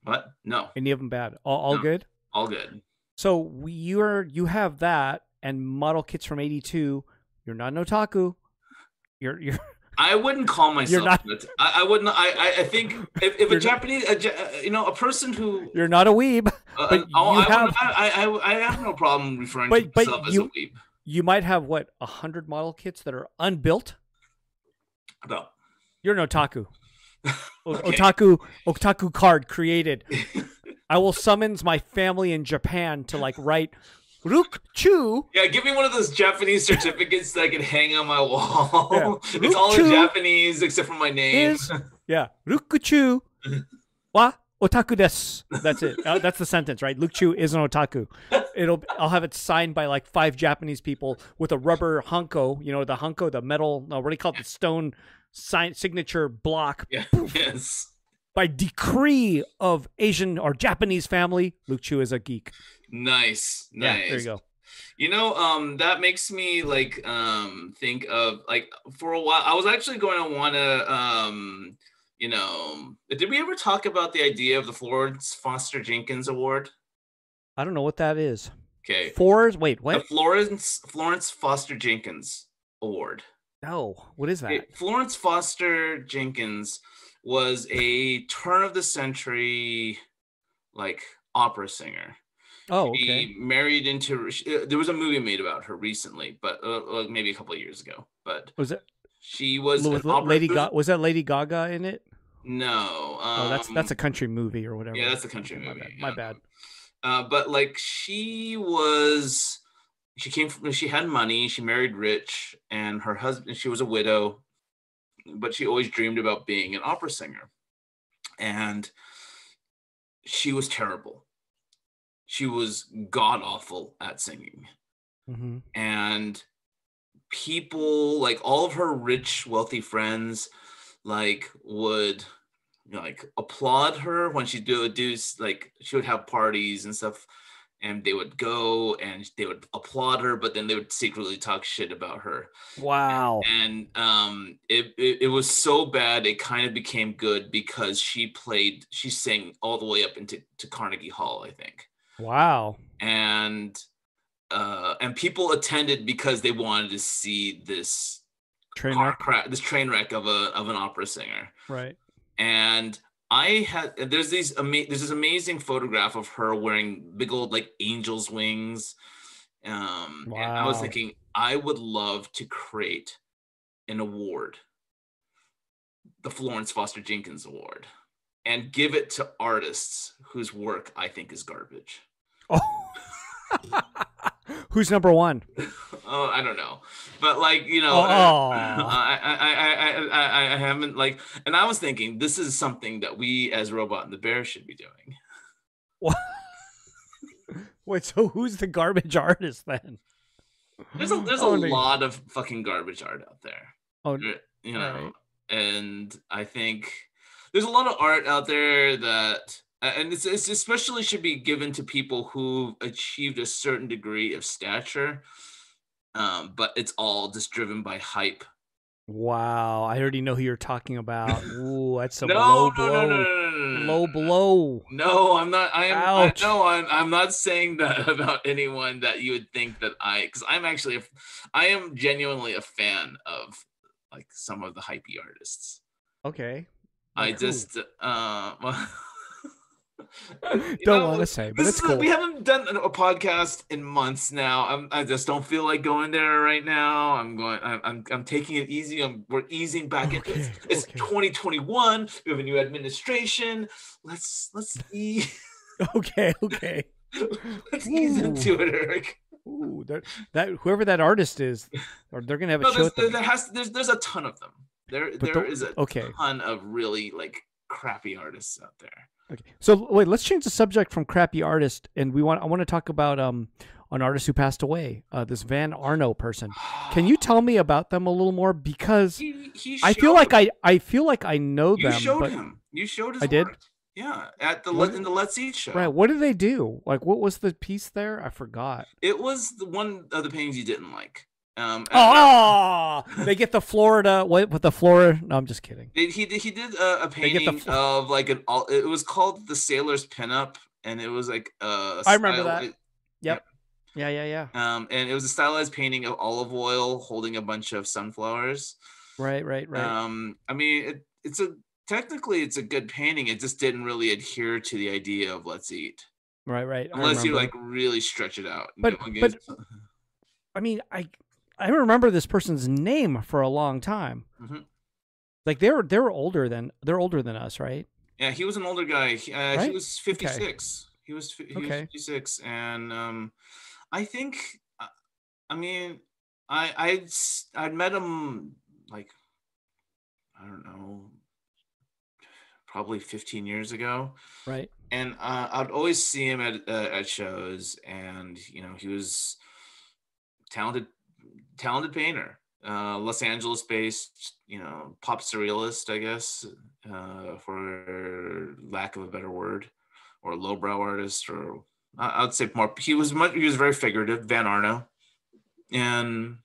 Speaker 2: what? No,
Speaker 1: any of them bad all, all
Speaker 2: No.
Speaker 1: good
Speaker 2: all good.
Speaker 1: So we, you're you have that and model kits from '82. You're not an otaku. You're you're
Speaker 2: I wouldn't call myself.
Speaker 1: not-
Speaker 2: that. I, I wouldn't. I I- I think if, if a
Speaker 1: You're-
Speaker 2: Japanese, a, Ja- uh, you know, a person who.
Speaker 1: you're not a weeb.
Speaker 2: uh,
Speaker 1: but
Speaker 2: uh, oh,
Speaker 1: you
Speaker 2: I,
Speaker 1: have-
Speaker 2: have, I, I I have no problem referring to
Speaker 1: But- but
Speaker 2: myself as a
Speaker 1: you-
Speaker 2: weeb.
Speaker 1: You might have what a hundred model kits that are unbuilt.
Speaker 2: No.
Speaker 1: You're an otaku. O-
Speaker 2: Okay.
Speaker 1: Otaku otaku card created. I will summons my family in Japan to like write Ruk Chu.
Speaker 2: Yeah, give me one of those Japanese certificates that I can hang on my wall.
Speaker 1: Yeah.
Speaker 2: it's all
Speaker 1: Ruchu
Speaker 2: in Japanese except for my name.
Speaker 1: is yeah Ruk Chu wa otaku desu. That's it. Uh, that's the sentence, right? Ruk Chu is an otaku. It'll I'll have it signed by like five Japanese people with a rubber hanko. You know the hanko, the metal. No, what do you call it? The stone sign signature block
Speaker 2: Yeah. Yes.
Speaker 1: by decree of Asian or Japanese family. Luke Chu is a geek.
Speaker 2: Nice. Nice.
Speaker 1: Yeah, there you go.
Speaker 2: You know, um, that makes me like um think of like for a while. I was actually going to want to um, you know, did we ever talk about the idea of the Florence Foster Jenkins Award?
Speaker 1: I don't know what that is.
Speaker 2: Okay,
Speaker 1: Four? Wait,
Speaker 2: the
Speaker 1: what?
Speaker 2: Florence Florence Foster Jenkins Award.
Speaker 1: No, what is that?
Speaker 2: Okay, Florence Foster Jenkins was a turn of the century like opera singer.
Speaker 1: Oh,
Speaker 2: She
Speaker 1: okay.
Speaker 2: married into she- uh, there was a movie made about her recently, but uh, uh, maybe a couple of years ago. But
Speaker 1: Was it
Speaker 2: she was
Speaker 1: was
Speaker 2: an opera-
Speaker 1: Lady
Speaker 2: there was-
Speaker 1: Gaga? Was that Lady Gaga in it?
Speaker 2: No, um,
Speaker 1: Oh, that's that's a country movie or whatever.
Speaker 2: yeah, that's a country
Speaker 1: Okay, my
Speaker 2: movie.
Speaker 1: Bad. My
Speaker 2: yeah.
Speaker 1: bad.
Speaker 2: Uh, but like she was, she came from she had money. She married rich, and her husband she was a widow, but she always dreamed about being an opera singer, and she was terrible. She was god awful at singing.
Speaker 1: hmm
Speaker 2: and people like all of her rich wealthy friends like would you know, like applaud her when she do do like she would have parties and stuff and they would go and they would applaud her but then they would secretly talk shit about her
Speaker 1: Wow.
Speaker 2: and um it, it it was so bad it kind of became good because she played she sang all the way up into to Carnegie Hall I think
Speaker 1: Wow.
Speaker 2: and uh, and people attended because they wanted to see this
Speaker 1: Train
Speaker 2: car
Speaker 1: wreck.
Speaker 2: cra- this train wreck of a of an opera singer.
Speaker 1: Right.
Speaker 2: And I had there's these ama- there's this amazing photograph of her wearing big old like angel's wings. Um, And I was
Speaker 1: Wow.
Speaker 2: thinking I would love to create an award, the Florence Foster Jenkins Award, and give it to artists whose work I think is garbage.
Speaker 1: Oh. Who's number one?
Speaker 2: Oh, I don't know, but like you know,
Speaker 1: Oh.
Speaker 2: I, I, I, I, I, I haven't like, and I was thinking this is something that we as Robot and the Bear should be doing.
Speaker 1: Wait. So who's the garbage artist then?
Speaker 2: There's a there's a
Speaker 1: Oh, no.
Speaker 2: lot of fucking garbage art out there,
Speaker 1: Oh,
Speaker 2: you know,
Speaker 1: Right.
Speaker 2: and I think there's a lot of art out there that, and it's, it's especially should be given to people who've achieved a certain degree of stature, um, but it's all just driven by hype
Speaker 1: wow. I already know who you're talking about. Ooh, that's a
Speaker 2: no,
Speaker 1: low
Speaker 2: no,
Speaker 1: blow.
Speaker 2: no, no, no, no, no,
Speaker 1: Low blow.
Speaker 2: No, I'm not. I am. I,
Speaker 1: Ouch.
Speaker 2: no, I'm. I'm not saying that about anyone that you would think that I, because I'm actually, a, I am genuinely a fan of like some of the hypey artists.
Speaker 1: Okay.
Speaker 2: I
Speaker 1: Like who?
Speaker 2: just, uh, well,
Speaker 1: don't
Speaker 2: you know,
Speaker 1: want to say, but
Speaker 2: This
Speaker 1: it's
Speaker 2: is
Speaker 1: cool.
Speaker 2: we haven't done a podcast in months now. I'm, I just don't feel like going there right now. I'm going. I'm. I'm, I'm taking it easy. I'm. We're easing back into it.
Speaker 1: Okay,
Speaker 2: It's
Speaker 1: okay.
Speaker 2: 2021. We have a new administration. Let's let's ease,
Speaker 1: okay, okay.
Speaker 2: let's ease
Speaker 1: Ooh.
Speaker 2: into it, Eric.
Speaker 1: Ooh, that, that whoever that artist is, or they're gonna have a
Speaker 2: No,
Speaker 1: show.
Speaker 2: there's,
Speaker 1: At
Speaker 2: there,
Speaker 1: the,
Speaker 2: there has there's there's a ton of them. There
Speaker 1: But
Speaker 2: there
Speaker 1: the-
Speaker 2: is a
Speaker 1: okay,
Speaker 2: ton of really like crappy artists out there.
Speaker 1: okay. So wait, let's change the subject from crappy artist, and we want I want to talk about um an artist who passed away, uh, this Van Arno person. Can you tell me about them a little more? Because
Speaker 2: He, he
Speaker 1: I feel
Speaker 2: showed-
Speaker 1: like I I feel like I know
Speaker 2: you
Speaker 1: them.
Speaker 2: showed
Speaker 1: but,
Speaker 2: him. You showed his
Speaker 1: I did?
Speaker 2: work. Yeah, at the
Speaker 1: What
Speaker 2: Let-
Speaker 1: is-
Speaker 2: in the Let's Eat show.
Speaker 1: Right. What did they do? Like, what was the piece there? I forgot.
Speaker 2: It was the one of the paintings you didn't like. Um, and
Speaker 1: Oh, they get the Florida. What? With the Florida? No, I'm just kidding.
Speaker 2: he he did, he did a, a
Speaker 1: They get the
Speaker 2: painting
Speaker 1: fl-
Speaker 2: of like an all. It was called the Sailor's Pinup, and it was like uh,
Speaker 1: I remember that. Yeah, yeah, yeah.
Speaker 2: Um, and it was a stylized painting of olive oil holding a bunch of sunflowers.
Speaker 1: Right, right, right.
Speaker 2: Um, I mean, it, it's a technically it's a good painting. It just didn't really adhere to the idea of Let's Eat,
Speaker 1: right, right. I
Speaker 2: unless you
Speaker 1: remember.
Speaker 2: like really stretch it out. and
Speaker 1: But-
Speaker 2: go and
Speaker 1: but-
Speaker 2: get-
Speaker 1: I mean, I I remember this person's name for a long time.
Speaker 2: Mhm.
Speaker 1: Like they were they were older than they're older than us, right?
Speaker 2: Yeah, he was an older guy. He- Uh, He
Speaker 1: Right?
Speaker 2: was 56. He was fi- he was
Speaker 1: Okay.
Speaker 2: 56, and um, I think I- I mean I I'd s- I'd met him like I don't know probably 15 years ago
Speaker 1: Right.
Speaker 2: and uh, I'd always see him at uh, at shows, and you know he was talented, talented painter, uh, Los Angeles based, you know, pop surrealist, I guess, uh, for lack of a better word, or lowbrow artist, or I- I'd say more. He was much. He was very figurative, Van Arno, and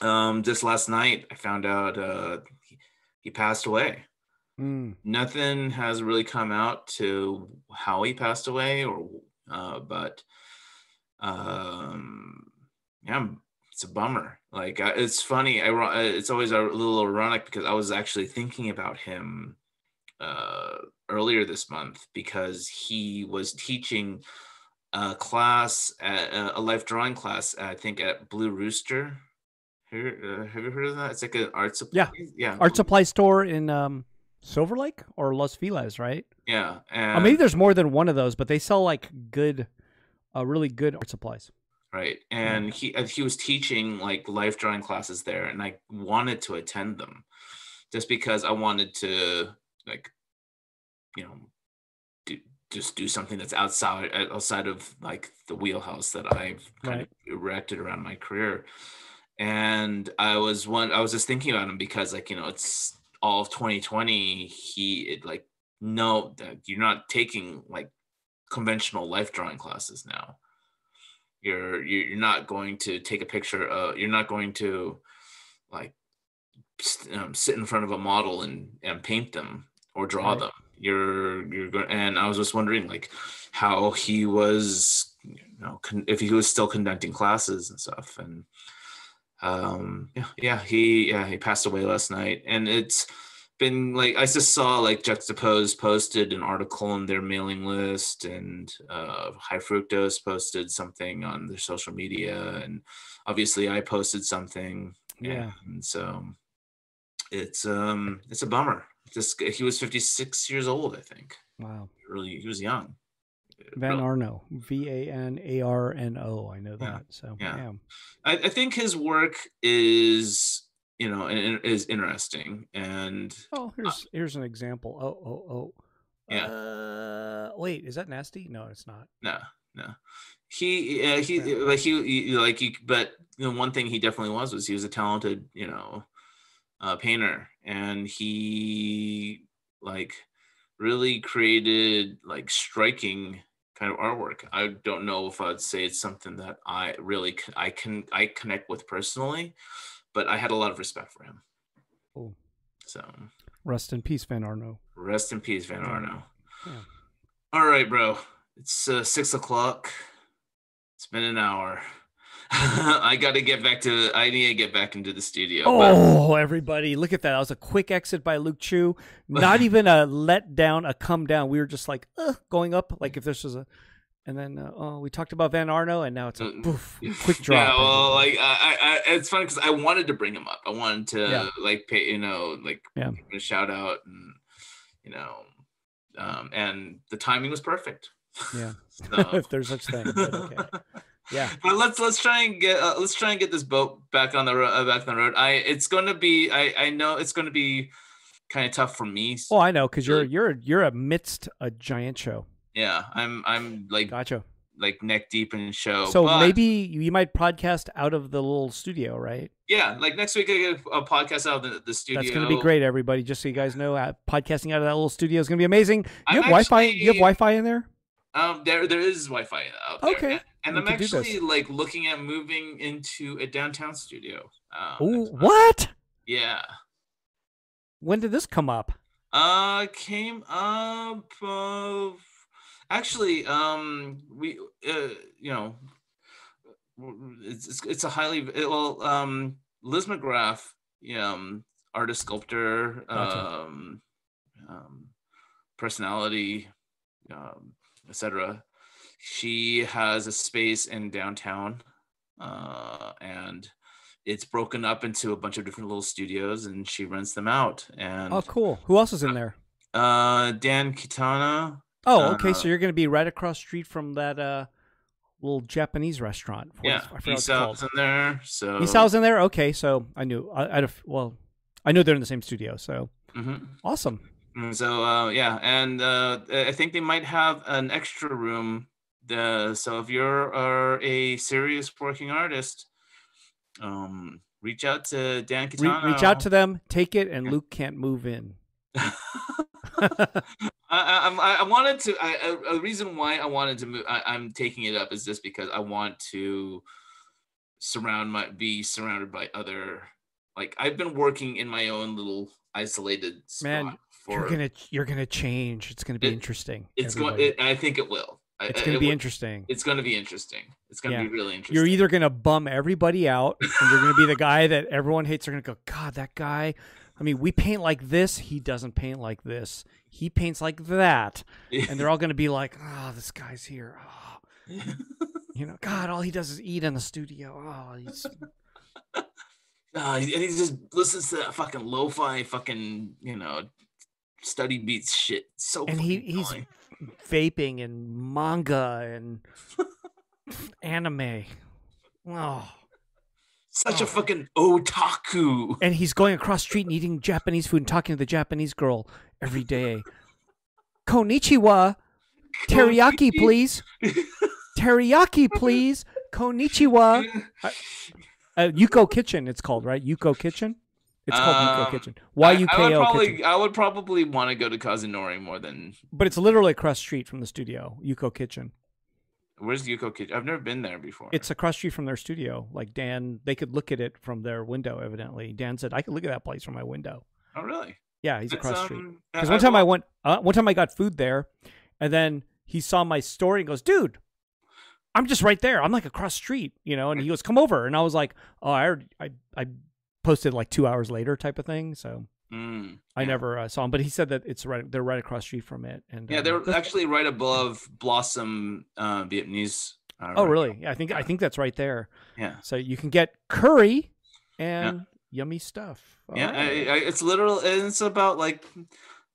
Speaker 2: um, just last night I found out uh, he, he passed away
Speaker 1: Mm.
Speaker 2: nothing has really come out to how he passed away or uh but um yeah I'm- it's a bummer like I, it's funny I, ro- uh, it's always a little ironic because i was actually thinking about him uh earlier this month because he was teaching a class at a- a life drawing class uh, i think at blue rooster here, uh, have you heard of that? It's like an art supply.
Speaker 1: Yeah.
Speaker 2: yeah,
Speaker 1: Art supply store in um, Silver Lake or Los Feliz, right?
Speaker 2: yeah.
Speaker 1: I
Speaker 2: And,
Speaker 1: mean, there's more than one of those, but they sell like good, uh, really good art supplies.
Speaker 2: right and he and he was teaching like life drawing classes there and i wanted to attend them just because i wanted to like you know do, just do something that's outside uh, outside of like the wheelhouse that i've kind of erected around my career and i was one i was just thinking about him because like you know it's all of 2020 he it like no that you're not taking like conventional life drawing classes now you're you- you're not going to take a picture of you're not going to like s- um, sit in front of a model and and paint them or draw
Speaker 1: Right.
Speaker 2: them you're you're going and i was just wondering like how he was you know con- if he was still conducting classes and stuff and um yeah, yeah he yeah he passed away last night and it's been like i just saw like juxtapose posted an article on their mailing list and uh high fructose posted something on their social media and obviously i posted something
Speaker 1: Yeah.
Speaker 2: and so it's um it's a bummer this g- he was 56 years old i think
Speaker 1: Wow.
Speaker 2: really he was young
Speaker 1: Van
Speaker 2: Really-
Speaker 1: Arno, V A N A R N O. I know
Speaker 2: Yeah.
Speaker 1: that. So
Speaker 2: Yeah.
Speaker 1: yeah.
Speaker 2: I, I think his work is you know and- and is interesting and
Speaker 1: Oh, here's here's an example. Oh oh oh.
Speaker 2: Uh, Yeah.
Speaker 1: Uh, wait, is that nasty? No, it's not.
Speaker 2: no no he uh, he
Speaker 1: Yeah.
Speaker 2: like he, he- like he but the one thing he definitely was was he was a talented you know uh, painter and he like really created like striking kind of artwork i don't know if i'd say it's something that i really c- i can i connect with personally but i had a lot of respect for him
Speaker 1: Cool.
Speaker 2: so
Speaker 1: Rest in peace, Van Arno.
Speaker 2: rest in peace van
Speaker 1: Yeah.
Speaker 2: arno
Speaker 1: Yeah.
Speaker 2: all right bro it's uh, six o'clock it's been an hour i gotta get back to i need to get back into the studio but-
Speaker 1: Oh, everybody, look at that. That was a quick exit by Luke Chu. Not even a let down, a come down. We were just like, uh, going up, like if this was a. And then uh, oh, we talked about Van Arno, and now it's a
Speaker 2: Uh,
Speaker 1: poof, quick drop.
Speaker 2: Yeah, well, like I, I, I it's funny because I wanted to bring him up. I wanted to
Speaker 1: Yeah.
Speaker 2: like pay, you know, like
Speaker 1: Yeah.
Speaker 2: give him a shout out, and you know, um, and the timing was perfect.
Speaker 1: Yeah.
Speaker 2: So-
Speaker 1: if there's such thing. But okay. Yeah.
Speaker 2: But let's let's try and get uh, let's try and get this boat back on the road. Uh, back on the road. I it's going to be. I I know it's going to be kind of tough for me.
Speaker 1: Oh, I know, because you're you're you're amidst a giant show.
Speaker 2: Yeah, I'm I'm like
Speaker 1: Gotcha.
Speaker 2: like neck deep in show.
Speaker 1: So
Speaker 2: Oh, but-
Speaker 1: maybe you might podcast out of the little studio, right?
Speaker 2: yeah, like next week I get a podcast out of the, the studio.
Speaker 1: That's going to be great, everybody. Just so you guys know, uh, podcasting out of that little studio is going to be amazing. You
Speaker 2: I'm
Speaker 1: have Wi-Fi. You have
Speaker 2: actually-
Speaker 1: Wi-Fi in there.
Speaker 2: Um, there there is Wi-Fi out there.
Speaker 1: Okay,
Speaker 2: and, and
Speaker 1: we
Speaker 2: I'm
Speaker 1: can do this.
Speaker 2: actually like looking at moving into a downtown studio. Um,
Speaker 1: Ooh,
Speaker 2: next month.
Speaker 1: what?
Speaker 2: Yeah,
Speaker 1: When did this come up?
Speaker 2: uh, came up of actually, um, we uh, you know, it's it's, it's a highly well, um, Liz McGrath, you know, um, artist sculptor,
Speaker 1: Gotcha.
Speaker 2: um, um, personality, um, etc. She has a space in downtown, uh, and it's broken up into a bunch of different little studios, and she rents them out. And
Speaker 1: Oh, cool. Who else is in there?
Speaker 2: Uh, Dan Kitana.
Speaker 1: Oh, okay.
Speaker 2: Uh,
Speaker 1: so you're going to be right across street from that uh, little Japanese restaurant. What
Speaker 2: Yeah,
Speaker 1: is- I forgot what it's
Speaker 2: Esau's
Speaker 1: called.
Speaker 2: in there. So
Speaker 1: Isau's in there. Okay, so I knew. I, I'd have, well, I knew they're in the same studio. So
Speaker 2: Mhm.
Speaker 1: awesome.
Speaker 2: And So uh, yeah, and uh, I think they might have an extra room. The so if you're are a serious working artist, um, reach out to Dan
Speaker 1: Re-
Speaker 2: Kitano.
Speaker 1: reach out to them, take it, and
Speaker 2: Yeah.
Speaker 1: Luke can't move in.
Speaker 2: I, I- I, I wanted to. I, I- a reason why I wanted to move. I, I'm taking it up is just because I want to surround my be surrounded by other. Like I've been working in my own little isolated spot
Speaker 1: Man,
Speaker 2: for.
Speaker 1: You're gonna you're gonna change. It's gonna be
Speaker 2: It-
Speaker 1: interesting.
Speaker 2: it's going.
Speaker 1: everybody.
Speaker 2: It, I think it will. I-
Speaker 1: it's
Speaker 2: I-
Speaker 1: gonna
Speaker 2: it
Speaker 1: be
Speaker 2: will-
Speaker 1: interesting.
Speaker 2: It's going to be interesting. It's going to
Speaker 1: Yeah.
Speaker 2: be really interesting.
Speaker 1: You're either gonna bum everybody out, and you're gonna be the guy that everyone hates. They're gonna go, God, that guy. I mean, we paint like this. He doesn't paint like this. He paints like that, and they're all gonna be like, Oh, this guy's here. Oh, you know, God, all he does is eat in the studio. Oh, he's
Speaker 2: Uh, and he just listens to that fucking lo-fi, fucking you know, study beats shit. It's So
Speaker 1: and he
Speaker 2: fucking
Speaker 1: he's Oh.
Speaker 2: annoying.
Speaker 1: vaping and manga and anime. Oh.
Speaker 2: such
Speaker 1: oh.
Speaker 2: a fucking otaku.
Speaker 1: and he's going across street and eating Japanese food and talking to the Japanese girl every day. Konichiwa, teriyaki, please. Teriyaki, please. Konichiwa. Uh, Yuko Kitchen, it's called, right? Yuko Kitchen? It's called Yuko
Speaker 2: Um,
Speaker 1: Kitchen. Y U
Speaker 2: I-
Speaker 1: K
Speaker 2: I would
Speaker 1: O
Speaker 2: probably,
Speaker 1: Kitchen.
Speaker 2: I would probably want to go to Kazunori more than
Speaker 1: But it's literally across street from the studio, Yuko Kitchen.
Speaker 2: where's Yuko Kitchen. I've never been there before.
Speaker 1: It's across street from their studio. Like Dan, they could look at it from their window, evidently. Dan said, I could look at that place from my window.
Speaker 2: oh really?
Speaker 1: Yeah, he's
Speaker 2: That's,
Speaker 1: across street.
Speaker 2: um,
Speaker 1: Because one time I went, uh, one time I got food there, and then he saw my story and goes, "Dude, I'm just right there. I'm like across street, you know." And he goes, "Come over," and I was like, "Oh, I already, I I posted like two hours later, type of thing." So
Speaker 2: Mm.
Speaker 1: I
Speaker 2: Yeah.
Speaker 1: never uh, saw him, but he said that it's right. They're right across street from it. And
Speaker 2: Yeah,
Speaker 1: um,
Speaker 2: they're
Speaker 1: that's-
Speaker 2: actually right above Blossom uh, Vietnamese. uh,
Speaker 1: Oh,
Speaker 2: restaurant.
Speaker 1: really? Yeah, I think I think that's right there.
Speaker 2: Yeah.
Speaker 1: So you can get curry and yummy stuff. All
Speaker 2: Yeah, I,
Speaker 1: right.
Speaker 2: I, it's literal. and It's about like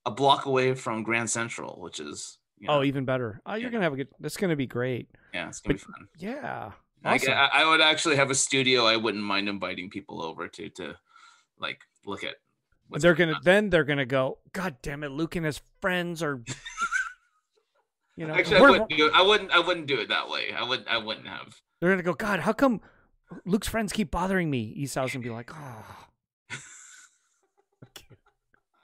Speaker 2: a block away from Grand Central, which is you know,
Speaker 1: Oh, even better. Oh, you're
Speaker 2: Yeah.
Speaker 1: gonna have a good. That's gonna be great.
Speaker 2: yeah, it's gonna be fun.
Speaker 1: Yeah.
Speaker 2: I
Speaker 1: Awesome.
Speaker 2: g- I, I would actually have a studio. I wouldn't mind inviting people over to to like look at. what's
Speaker 1: they're
Speaker 2: going
Speaker 1: gonna then they're gonna go. God damn it, Luke and his friends are. You know,
Speaker 2: on. Actually, I
Speaker 1: we're-
Speaker 2: wouldn't, do, I wouldn't. I wouldn't do it that way. I wouldn't. I wouldn't have.
Speaker 1: they're gonna go. God, how come Luke's friends keep bothering me? Esau's gonna be like, oh,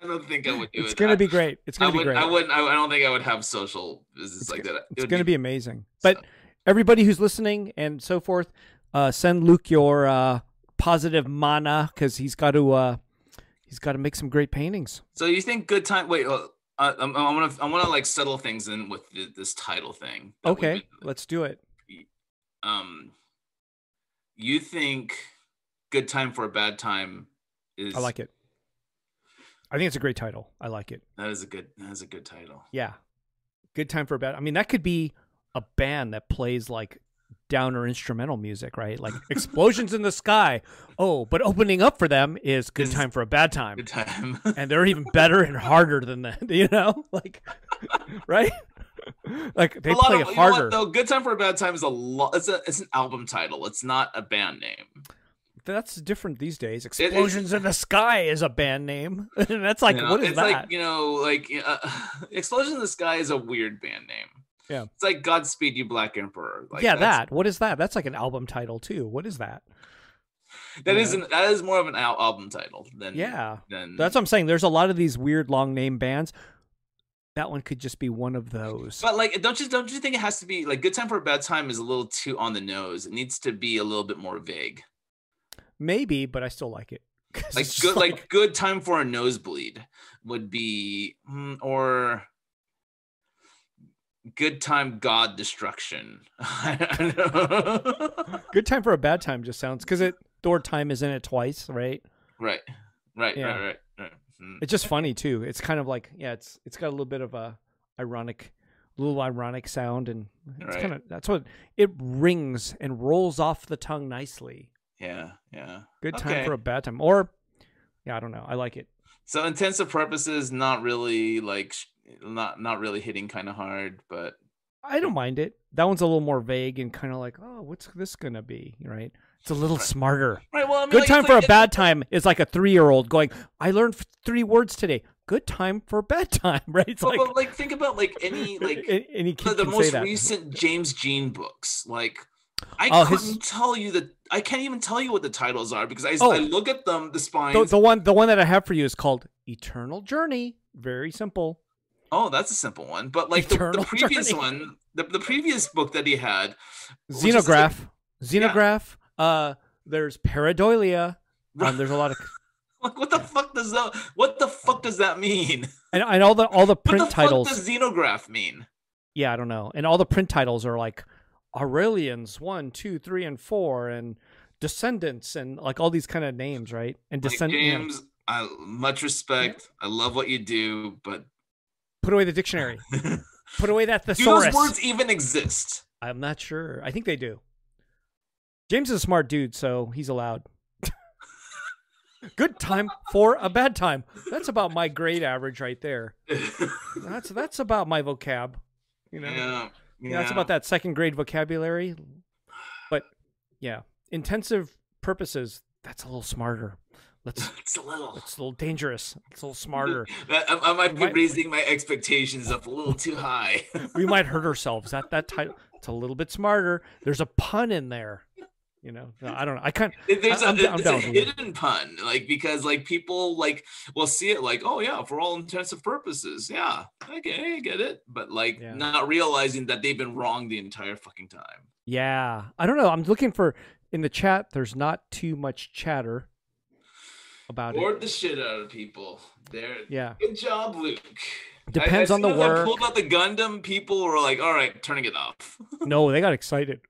Speaker 2: I don't think I would do
Speaker 1: it's
Speaker 2: it.
Speaker 1: gonna
Speaker 2: I-
Speaker 1: be great. It's
Speaker 2: I
Speaker 1: gonna be
Speaker 2: would.
Speaker 1: great.
Speaker 2: I wouldn't. I, I don't think I would have social business like that. It
Speaker 1: it's
Speaker 2: would
Speaker 1: gonna be, amazing.
Speaker 2: so-
Speaker 1: But everybody who's listening and so forth, uh, send Luke your uh, positive mana because he's got to uh, he's got to make some great paintings.
Speaker 2: So you think good time? Wait. Uh, I, I'm, I'm gonna. I want to like settle things in with th- this title thing. that we've
Speaker 1: Okay,
Speaker 2: been-
Speaker 1: let's do it.
Speaker 2: um you think good time for a bad time is
Speaker 1: I like it. I think it's a great title. I like it.
Speaker 2: that is a good that is a good title
Speaker 1: Yeah. Good time for a band. I mean, that could be a band that plays like downer instrumental music, right? Like explosions in the sky. Oh, but opening up for them is good
Speaker 2: Is-
Speaker 1: time for a bad time.
Speaker 2: good time
Speaker 1: And they're even better and harder than that, you know? Like right? Like they
Speaker 2: a lot
Speaker 1: play
Speaker 2: of, you know what,
Speaker 1: harder.
Speaker 2: though good time for a bad time is a lot it's a it's an album title it's not a band name
Speaker 1: That's different these days.
Speaker 2: it-
Speaker 1: Explosions in the Sky is a band name. and that's like
Speaker 2: you know?
Speaker 1: what is
Speaker 2: it's
Speaker 1: that?
Speaker 2: like you know like uh, explosion in the sky is a weird band name
Speaker 1: Yeah.
Speaker 2: it's like godspeed you black emperor like
Speaker 1: yeah,
Speaker 2: that's-
Speaker 1: that. What is that? That's like an album title too. What is that?
Speaker 2: that
Speaker 1: yeah.
Speaker 2: isn't that is more of an al- album title than
Speaker 1: Yeah.
Speaker 2: than
Speaker 1: That's what I'm saying. There's a lot of these weird long name bands. That one could just be one of those.
Speaker 2: But like, don't you don't you think it has to be like good time for a bad time is a little too on the nose. It needs to be a little bit more vague.
Speaker 1: Maybe, but I still like it. 'Cause it's
Speaker 2: Like
Speaker 1: just
Speaker 2: good like, good time for a nosebleed would be mm, or good time god destruction. I don't know.
Speaker 1: good time for a bad time just sounds because it door time is in it twice, right?
Speaker 2: right, right,
Speaker 1: Yeah.
Speaker 2: right, right, right. Mm.
Speaker 1: It's just funny too. It's kind of like yeah, it's it's got a little bit of a ironic, little ironic sound, and it's
Speaker 2: Right.
Speaker 1: kind of that's what it rings and rolls off the tongue nicely.
Speaker 2: Yeah, yeah.
Speaker 1: Good time
Speaker 2: Okay.
Speaker 1: for a bad time, or yeah, I don't know. I like it.
Speaker 2: so intensive purposes not really like sh- not not really hitting kind of hard but
Speaker 1: I don't mind it. That one's a little more vague and kind of like, oh, what's this gonna be, right? It's a little
Speaker 2: Right.
Speaker 1: smarter.
Speaker 2: right well I mean,
Speaker 1: Good
Speaker 2: like,
Speaker 1: time
Speaker 2: it's
Speaker 1: for a
Speaker 2: like-
Speaker 1: bad time is like a three-year-old going, "I learned f- three words today." Good time for bedtime, right? It's
Speaker 2: but,
Speaker 1: like,
Speaker 2: but, like think about like any like
Speaker 1: a- any kid
Speaker 2: the, the
Speaker 1: can say
Speaker 2: most
Speaker 1: that.
Speaker 2: recent James Jean books. Like, I
Speaker 1: Oh, his-
Speaker 2: couldn't tell you the. I can't even tell you what the titles are because I,
Speaker 1: Oh.
Speaker 2: I look at them, the spines.
Speaker 1: The, the one, the one that I have for you is called "Eternal Journey." Very simple.
Speaker 2: oh, that's a simple one. But like the, the
Speaker 1: Eternal
Speaker 2: previous
Speaker 1: Journey.
Speaker 2: one, the, the previous book that he had, which is like-
Speaker 1: Xenograph, Xenograph. Uh, there's Paradoilia. Um, there's a lot of
Speaker 2: like what the fuck does that? What the fuck does that mean?
Speaker 1: and, and all the all the
Speaker 2: What
Speaker 1: print
Speaker 2: the
Speaker 1: titles.
Speaker 2: fuck does xenograph mean?
Speaker 1: yeah, I don't know. And all the print titles are like Aurelians one, two, three, and four, and Descendants, and like all these kind of names, right? And
Speaker 2: Like,
Speaker 1: descend. you know,
Speaker 2: James, I much respect. I love what you do, but
Speaker 1: put away the dictionary.
Speaker 2: do
Speaker 1: Put away that
Speaker 2: those
Speaker 1: thesaurus.
Speaker 2: words even exist?
Speaker 1: I'm not sure. I think they do. James is a smart dude, so he's allowed. Good time for a bad time. That's about my grade average right there. That's that's about my vocab. You know,
Speaker 2: yeah,
Speaker 1: Yeah, that's about that second grade vocabulary. But yeah, intensive purposes. That's a little smarter. Let's.
Speaker 2: It's a little.
Speaker 1: It's a little dangerous. It's a little smarter.
Speaker 2: That- I, I might be
Speaker 1: might-
Speaker 2: raising my expectations up a little too high.
Speaker 1: We might hurt ourselves. That that title. It's a little bit smarter. There's a pun in there. You know, No, I don't know. I kind.
Speaker 2: There's a
Speaker 1: I'm- I'm
Speaker 2: there's
Speaker 1: down
Speaker 2: a
Speaker 1: with it.
Speaker 2: hidden pun, like because like people like will see it like, oh yeah, for all intents and purposes, yeah, okay, I get it, but like
Speaker 1: Yeah.
Speaker 2: not realizing that they've been wrong the entire fucking time.
Speaker 1: Yeah, I don't know. I'm looking for in the chat. There's not too much chatter about it.
Speaker 2: Bored the shit out of people. There.
Speaker 1: Yeah,
Speaker 2: Good job, Luke. I-
Speaker 1: depends
Speaker 2: as
Speaker 1: on the
Speaker 2: soon as I
Speaker 1: work.
Speaker 2: pulled out the Gundam. People were like, all right, turning it off.
Speaker 1: No, they got excited.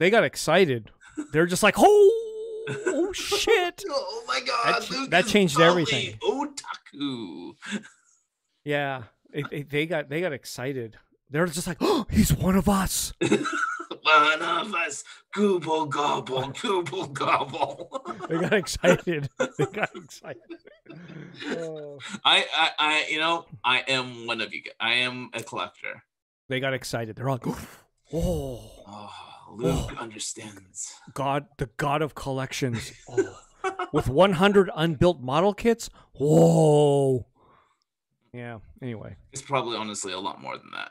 Speaker 1: they got excited. They're just like, oh, oh shit.
Speaker 2: Oh my god,
Speaker 1: ch-
Speaker 2: Luke
Speaker 1: that
Speaker 2: is
Speaker 1: changed
Speaker 2: probably
Speaker 1: everything.
Speaker 2: Otaku.
Speaker 1: Yeah, it, it- they got they got excited. They're just like, oh, he's one of us.
Speaker 2: One of us, Gooble Gobble, Gooble Gobble.
Speaker 1: They got excited. they got excited. Oh.
Speaker 2: I, I, I, you know, I am one of you. guys. I am a collector.
Speaker 1: They got excited. They're all like, oh,
Speaker 2: Oh, Luke understands.
Speaker 1: God, the God of collections. Oh. With 100 unbuilt model kits? Whoa. Yeah, anyway,
Speaker 2: It's probably honestly a lot more than that.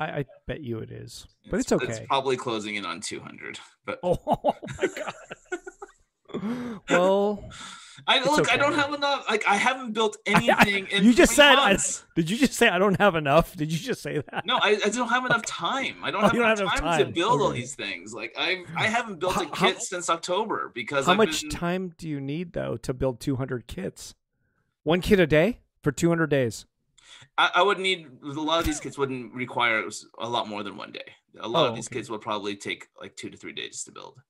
Speaker 1: I, I bet you it is. But it's okay.
Speaker 2: It's probably closing in on 200. But
Speaker 1: Oh, my god. well,
Speaker 2: I
Speaker 1: It's
Speaker 2: look, I
Speaker 1: okay.
Speaker 2: don't have enough. Like I haven't built anything. in
Speaker 1: you just
Speaker 2: three
Speaker 1: said I-
Speaker 2: months.
Speaker 1: did you just say I don't have enough? Did you just say that?
Speaker 2: No, I, I don't have enough time. I don't,
Speaker 1: Oh,
Speaker 2: have,
Speaker 1: you don't
Speaker 2: enough
Speaker 1: have enough
Speaker 2: time, to
Speaker 1: time.
Speaker 2: build all
Speaker 1: Okay.
Speaker 2: these things. Like I, I haven't built a
Speaker 1: How- how-
Speaker 2: kit since October because
Speaker 1: How
Speaker 2: I've
Speaker 1: much
Speaker 2: been-
Speaker 1: time do you need though to build 200 kits? One kit a day for 200 days.
Speaker 2: I, I would need a lot of these kits wouldn't require s- a lot more than one day. A lot
Speaker 1: Oh,
Speaker 2: of these
Speaker 1: okay.
Speaker 2: kits would probably take like two to three days to build.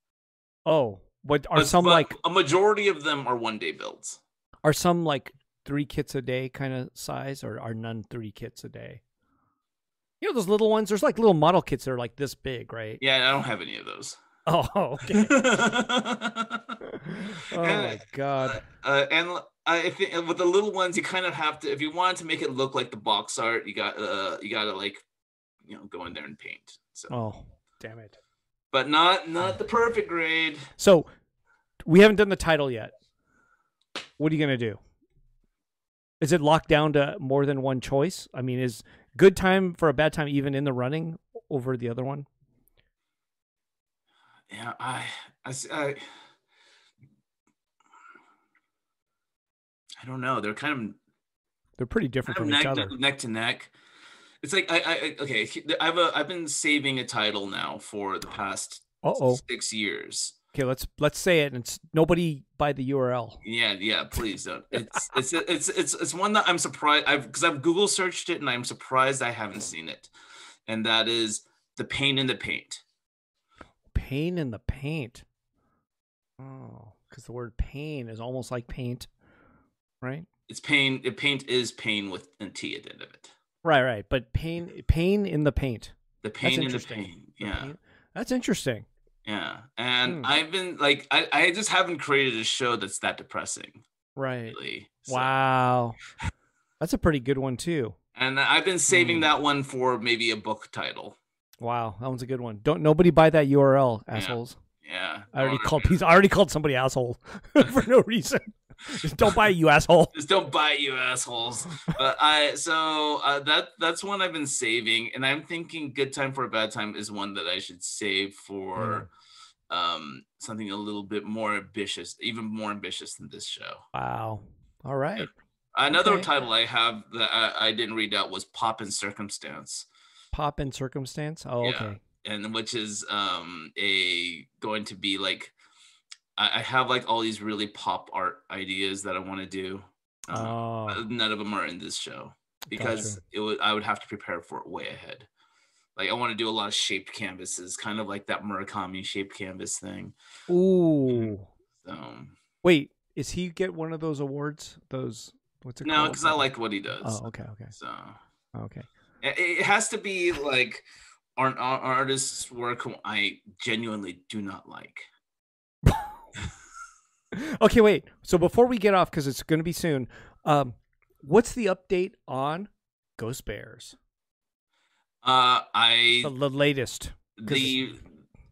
Speaker 1: Oh, but are
Speaker 2: But-
Speaker 1: some
Speaker 2: but
Speaker 1: like
Speaker 2: a majority of them are one day builds?
Speaker 1: are some like 3 kits a day kind of size or are none 3 kits a day? You know those little ones, there's like little model kits that are like this big, right?
Speaker 2: Yeah, and I don't have any of those.
Speaker 1: Oh, okay. Oh my god.
Speaker 2: uh, and l- I think and with the little ones, you kind of have to if you wanted to make it look like the box art, you got uh, you got to like you know go in there and paint. So,
Speaker 1: Oh, damn it.
Speaker 2: but not not the perfect grade.
Speaker 1: So we haven't done the title yet. What are you gonna do? Is it locked down to more than one choice? I mean, is good time for a bad time even in the running over the other one?
Speaker 2: Yeah, I, I, s- I, I don't know. They're kind
Speaker 1: They're pretty
Speaker 2: of,
Speaker 1: different
Speaker 2: kind of
Speaker 1: from each
Speaker 2: neck,
Speaker 1: other.
Speaker 2: neck to neck. It's like I, I, I- okay. he- I've a, I've been saving a title now for the past
Speaker 1: Uh oh.
Speaker 2: six years.
Speaker 1: Okay, let's let's say it. And it's nobody by the URL.
Speaker 2: Yeah, yeah. Please don't. It's it's it's it's it's one that I'm surprised. I've because I've Google searched it and I'm surprised I haven't seen it, and that is the pain in the paint.
Speaker 1: Pain in the paint. Oh, because the word pain is almost like paint, right?
Speaker 2: It's pain. The paint is pain with a T at the end of it.
Speaker 1: Right, right. But pain, pain in the paint.
Speaker 2: The pain in the
Speaker 1: interesting.
Speaker 2: pain.
Speaker 1: The
Speaker 2: Yeah.
Speaker 1: pain- that's interesting.
Speaker 2: Yeah. And
Speaker 1: Hmm.
Speaker 2: I've been like, I, I just haven't created a show that's that depressing.
Speaker 1: Right.
Speaker 2: really. So-
Speaker 1: Wow. That's a pretty good one too.
Speaker 2: And I've been saving
Speaker 1: Hmm.
Speaker 2: that one for maybe a book title.
Speaker 1: Wow, that one's a good one. Don't nobody buy that URL,
Speaker 2: Yeah.
Speaker 1: assholes.
Speaker 2: Yeah.
Speaker 1: I already
Speaker 2: Or-
Speaker 1: called he's I already called somebody asshole for no reason. Just don't buy it, you asshole.
Speaker 2: Just don't bite you assholes. But I so uh, that that's one I've been saving, and I'm thinking "Good Time for a Bad Time" is one that I should save for
Speaker 1: Hmm.
Speaker 2: um, something a little bit more ambitious, even more ambitious than this show.
Speaker 1: Wow. All right.
Speaker 2: Another
Speaker 1: Okay.
Speaker 2: title I have that I, I didn't read out was "Pop and Circumstance,"
Speaker 1: Pop in circumstance. Oh,
Speaker 2: Yeah.
Speaker 1: okay.
Speaker 2: and which is um, a going to be like I, I have like all these really pop art ideas that I want to do. Um, Uh,
Speaker 1: Oh,
Speaker 2: none of them are in this show because it would I would have to prepare for it way ahead. Like I want to do a lot of shaped canvases, kind of like that Murakami shaped canvas thing. mm-hmm.
Speaker 1: Ooh.
Speaker 2: So
Speaker 1: Wait, is he get one of those awards? Those what's it
Speaker 2: no,
Speaker 1: called?
Speaker 2: because I like what he does.
Speaker 1: Oh, okay, okay,
Speaker 2: So
Speaker 1: okay.
Speaker 2: it, it has to be like an an artist's work who I genuinely do not like.
Speaker 1: Okay, wait. So before we get off, because it's going to be soon, um, what's the update on Ghost Bears?
Speaker 2: Uh, I
Speaker 1: The, the latest. 'cause-
Speaker 2: the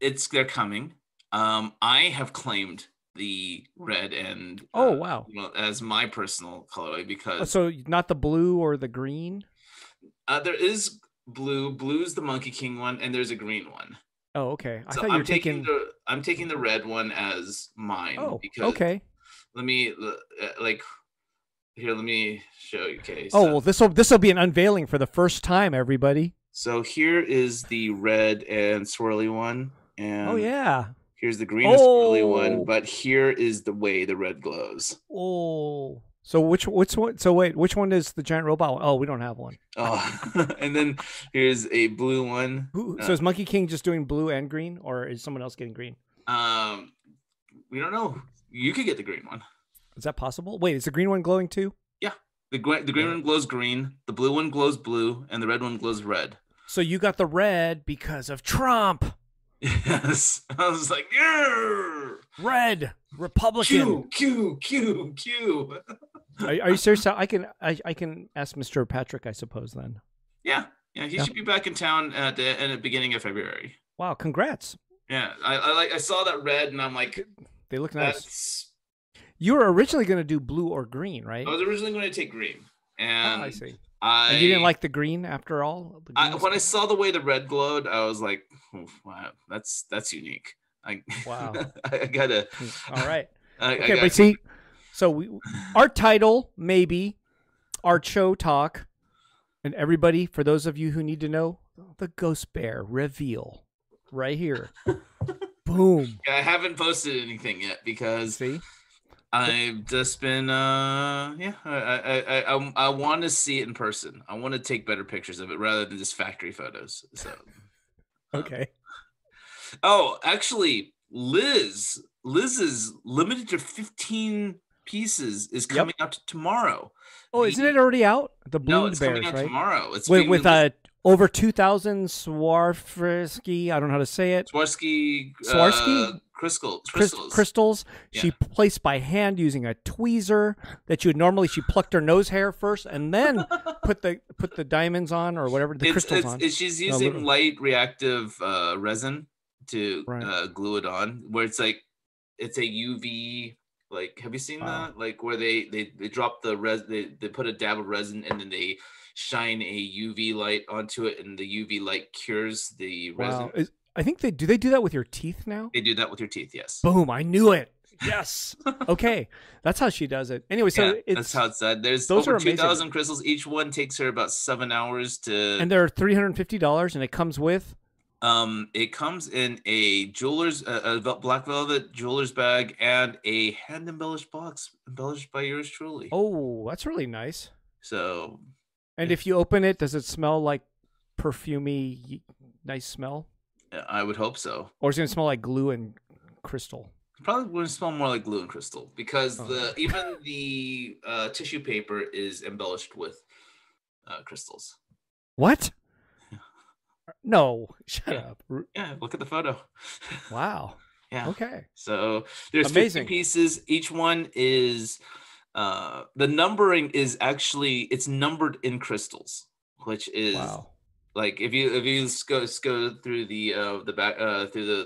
Speaker 2: it's they're coming. Um, I have claimed the red and
Speaker 1: Oh,
Speaker 2: uh,
Speaker 1: wow.
Speaker 2: well, as my personal colorway
Speaker 1: Uh,
Speaker 2: because
Speaker 1: So not the blue or the green.
Speaker 2: Uh, there is blue. Blue's the Monkey King one, and there's a green one.
Speaker 1: Oh, okay. I
Speaker 2: So
Speaker 1: thought you
Speaker 2: I'm
Speaker 1: were taking.
Speaker 2: taking, the I'm taking the red one as mine.
Speaker 1: oh,
Speaker 2: because
Speaker 1: okay.
Speaker 2: Let me l- uh, like here. Let me show you. Okay.
Speaker 1: Oh
Speaker 2: so-
Speaker 1: well, this will this will be an unveiling for the first time, everybody.
Speaker 2: So here is the red and swirly one, and
Speaker 1: oh yeah.
Speaker 2: here's the green and swirly
Speaker 1: Oh.
Speaker 2: one. But here is the way the red glows.
Speaker 1: Oh. So which which one? So wait, which one is the giant robot? One? Oh, we don't have one.
Speaker 2: Oh, and then here's a blue one.
Speaker 1: Who, so is Monkey King just doing blue and green, or is someone else getting green?
Speaker 2: Um, we don't know. You could get the green one.
Speaker 1: Is that possible? Wait, is the green one glowing too?
Speaker 2: The, gre- the green
Speaker 1: Yeah.
Speaker 2: one glows green, the blue one glows blue, and the red one glows red.
Speaker 1: So you got the red because of Trump.
Speaker 2: Yes. I was like, "Grrr!
Speaker 1: Red Republican.
Speaker 2: Q, Q, Q, Q.
Speaker 1: Are, are you serious? I can I, I can ask Mr. Patrick, I suppose. Then.
Speaker 2: Yeah. Yeah. He
Speaker 1: Yeah.
Speaker 2: should be back in town at the, at the beginning of February.
Speaker 1: Wow, congrats.
Speaker 2: Yeah. I, I like I saw that red and I'm like,
Speaker 1: They look nice.
Speaker 2: that's
Speaker 1: You were originally going to do blue or green, right?
Speaker 2: I was originally going to take green.
Speaker 1: Oh,
Speaker 2: Oh, And
Speaker 1: I see.
Speaker 2: I
Speaker 1: And you didn't like the green after all. The
Speaker 2: I,
Speaker 1: green was-
Speaker 2: when I saw the way the red glowed, I was like, "Oof, wow, that's that's unique. I,
Speaker 1: Wow.
Speaker 2: I, I gotta.
Speaker 1: all right.
Speaker 2: I,
Speaker 1: Okay,
Speaker 2: I
Speaker 1: but
Speaker 2: got,
Speaker 1: see, so we our title maybe our show talk, and everybody for those of you who need to know the Ghost Bear reveal right here. Boom.
Speaker 2: I haven't posted anything yet because
Speaker 1: See.
Speaker 2: I've just been, uh, yeah, I, I, I, I, I want to see it in person. I want to take better pictures of it rather than just factory photos. So,
Speaker 1: Okay.
Speaker 2: oh, actually, Liz, Liz's limited to 15 pieces is
Speaker 1: Yep.
Speaker 2: coming out tomorrow.
Speaker 1: Oh, isn't it already out? The Blue
Speaker 2: no, it's
Speaker 1: Bears,
Speaker 2: coming out
Speaker 1: right?
Speaker 2: tomorrow. It's
Speaker 1: With
Speaker 2: being
Speaker 1: with
Speaker 2: released-
Speaker 1: uh, over two thousand Swarovski. I don't know how to say it.
Speaker 2: Swarovski, uh,
Speaker 1: Swarovski?
Speaker 2: crystal,
Speaker 1: crys-
Speaker 2: crystals.
Speaker 1: crystals she placed by hand using a tweezer that you would normally she plucked her nose hair first and then put the put the diamonds on or whatever the
Speaker 2: it's,
Speaker 1: crystals
Speaker 2: it's-
Speaker 1: on
Speaker 2: it's- she's
Speaker 1: No,
Speaker 2: using
Speaker 1: literally.
Speaker 2: light reactive uh, resin to
Speaker 1: Right.
Speaker 2: uh, glue it on, where it's like it's a UV. Like, have you seen
Speaker 1: Wow.
Speaker 2: that? Like where they they they drop the res they, they put a dab of resin and then they shine a UV light onto it, and the UV light cures the
Speaker 1: wow
Speaker 2: resin.
Speaker 1: Is- i think they do they do that with your teeth now
Speaker 2: They do that with your teeth, yes.
Speaker 1: boom i knew it yes okay that's how she does it anyway so
Speaker 2: yeah,
Speaker 1: it's
Speaker 2: that's how it's done. There's
Speaker 1: those are
Speaker 2: over
Speaker 1: amazing.
Speaker 2: 2,000 crystals. Each one takes her about seven hours to
Speaker 1: and they're $350 and it comes with
Speaker 2: Um, it comes in a jeweler's a, a vel- black velvet jeweler's bag and a hand embellished box embellished by yours truly.
Speaker 1: oh that's really nice
Speaker 2: So
Speaker 1: and if you open it does it smell like perfumey nice smell
Speaker 2: uh, I would hope so.
Speaker 1: or is it going to smell like glue and crystal
Speaker 2: Probably would smell more like glue and crystal because
Speaker 1: Oh.
Speaker 2: the even the uh, tissue paper is embellished with uh, crystals.
Speaker 1: What? No, shut up. R-
Speaker 2: Yeah, look at the photo.
Speaker 1: Wow.
Speaker 2: Yeah.
Speaker 1: Okay.
Speaker 2: So there's
Speaker 1: Amazing.
Speaker 2: 15 pieces. Each one is Uh, the numbering is actually it's numbered in crystals, which is
Speaker 1: Wow.
Speaker 2: like if you if you just go just go through the uh the back uh through the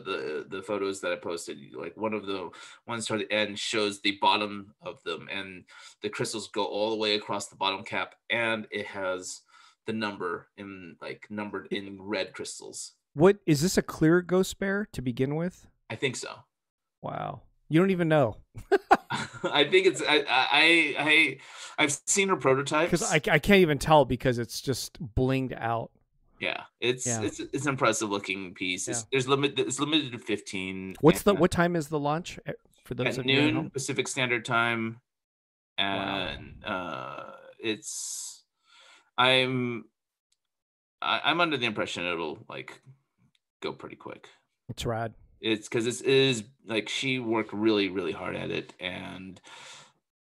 Speaker 2: the the photos that I posted, like one of the ones toward the end shows the bottom of them, and the crystals go all the way across the bottom cap, and it has the number in like numbered in red crystals.
Speaker 1: What is this a clear ghost bear to begin with?
Speaker 2: I think so.
Speaker 1: Wow. You don't even know
Speaker 2: I think it's I I I I've seen her prototypes.
Speaker 1: because I, I can't even tell because it's just blinged out.
Speaker 2: yeah, it's
Speaker 1: Yeah.
Speaker 2: it's it's an impressive looking piece. It's, There's limit it's limited to fifteen.
Speaker 1: What's the
Speaker 2: and-
Speaker 1: what time is the launch eh, for those
Speaker 2: at
Speaker 1: of you? at
Speaker 2: noon
Speaker 1: home?
Speaker 2: Pacific Standard Time,
Speaker 1: Wow.
Speaker 2: and uh, it's I'm I, I'm under the impression it'll like go pretty quick.
Speaker 1: It's rad.
Speaker 2: It's because this is like she worked really really hard at it, and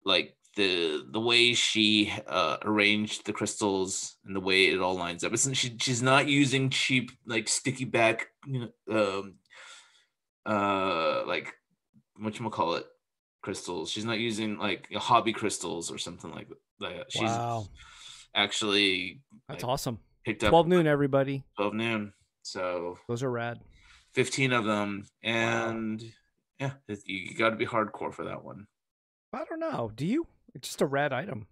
Speaker 2: like the the way she uh, arranged the crystals and the way it all lines up. It's she she's not using cheap like sticky back you know um uh like what you call it crystals. She's not using like hobby crystals or something like that. She's
Speaker 1: Wow.
Speaker 2: actually
Speaker 1: That's
Speaker 2: like,
Speaker 1: awesome.
Speaker 2: picked up
Speaker 1: Twelve noon, everybody.
Speaker 2: 12 noon. So
Speaker 1: Those are rad.
Speaker 2: 15 of them and yeah, it- you got to be hardcore for that one.
Speaker 1: I don't know. Do you? It's just a rad item.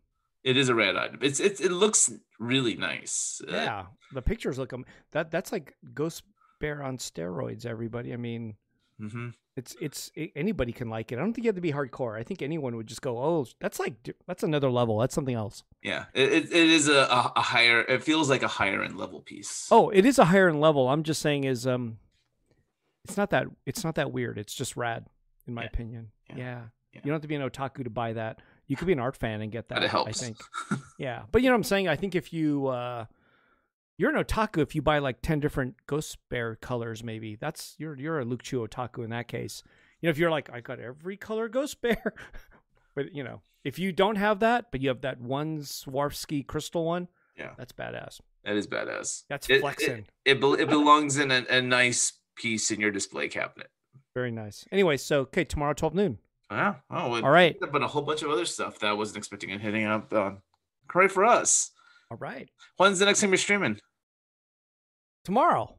Speaker 2: It is a red item. It's it, it looks really nice. Uh,
Speaker 1: Yeah, the pictures look am- that that's like Ghost Bear on steroids. Everybody, I mean,
Speaker 2: mhm.
Speaker 1: it's it's a- anybody can like it. I don't think you have to be hardcore. I think anyone would just go, oh, that's like d- that's another level. That's something else.
Speaker 2: Yeah. It, it, it is a, a, a higher. It feels like a higher end level piece.
Speaker 1: Oh, it is a higher end level. I'm just saying is um, it's not that it's not that weird. It's just rad, in my
Speaker 2: Yeah.
Speaker 1: opinion. Yeah.
Speaker 2: Yeah. Yeah.
Speaker 1: you don't have to be an otaku to buy that. You could be an art fan and get that.
Speaker 2: but it helps.
Speaker 1: I think. Yeah, but you know what I'm saying. I think if you uh, you're an otaku, if you buy like ten different Ghost Bear colors, maybe that's you're you're a Luchu otaku in that case. You know, if you're like I got every color Ghost Bear, but you know, if you don't have that, but you have that one Swarovski crystal one,
Speaker 2: Yeah.
Speaker 1: that's badass.
Speaker 2: That is badass.
Speaker 1: That's
Speaker 2: It- it-
Speaker 1: flexing.
Speaker 2: It bel it belongs in a, a nice piece in your display cabinet.
Speaker 1: Very nice. Anyway, so okay, tomorrow twelve noon.
Speaker 2: Yeah. Oh, it,
Speaker 1: All right,
Speaker 2: but a whole bunch of other stuff that I wasn't expecting and hitting up on. Hooray for us.
Speaker 1: all right,
Speaker 2: When's the next time you're streaming?
Speaker 1: tomorrow,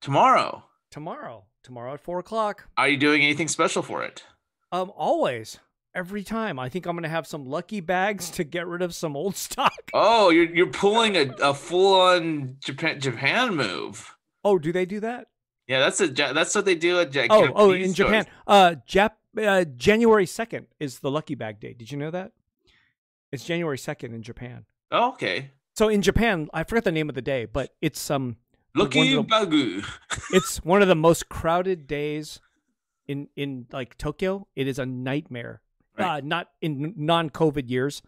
Speaker 2: Tomorrow.
Speaker 1: tomorrow, tomorrow at four o'clock.
Speaker 2: Are you doing anything special for it?
Speaker 1: Um, always, every time. I think I'm gonna have some lucky bags to get rid of some old stock.
Speaker 2: Oh, you're you're pulling a, a full on Japan Japan move.
Speaker 1: Oh, do they do that?
Speaker 2: Yeah, that's a Ja- that's what they do at Ja-
Speaker 1: Oh, oh,
Speaker 2: Japanese
Speaker 1: in
Speaker 2: stores.
Speaker 1: Japan. Uh, Jap. Uh, January second is the lucky bag day. Did you know that? It's January second in Japan.
Speaker 2: Oh, okay.
Speaker 1: So in Japan, I forgot the name of the day, but it's um, The
Speaker 2: Lucky
Speaker 1: one
Speaker 2: Bagu.
Speaker 1: it's one of the most crowded days in in like Tokyo. It is a nightmare.
Speaker 2: Right.
Speaker 1: Uh, not in non-COVID years.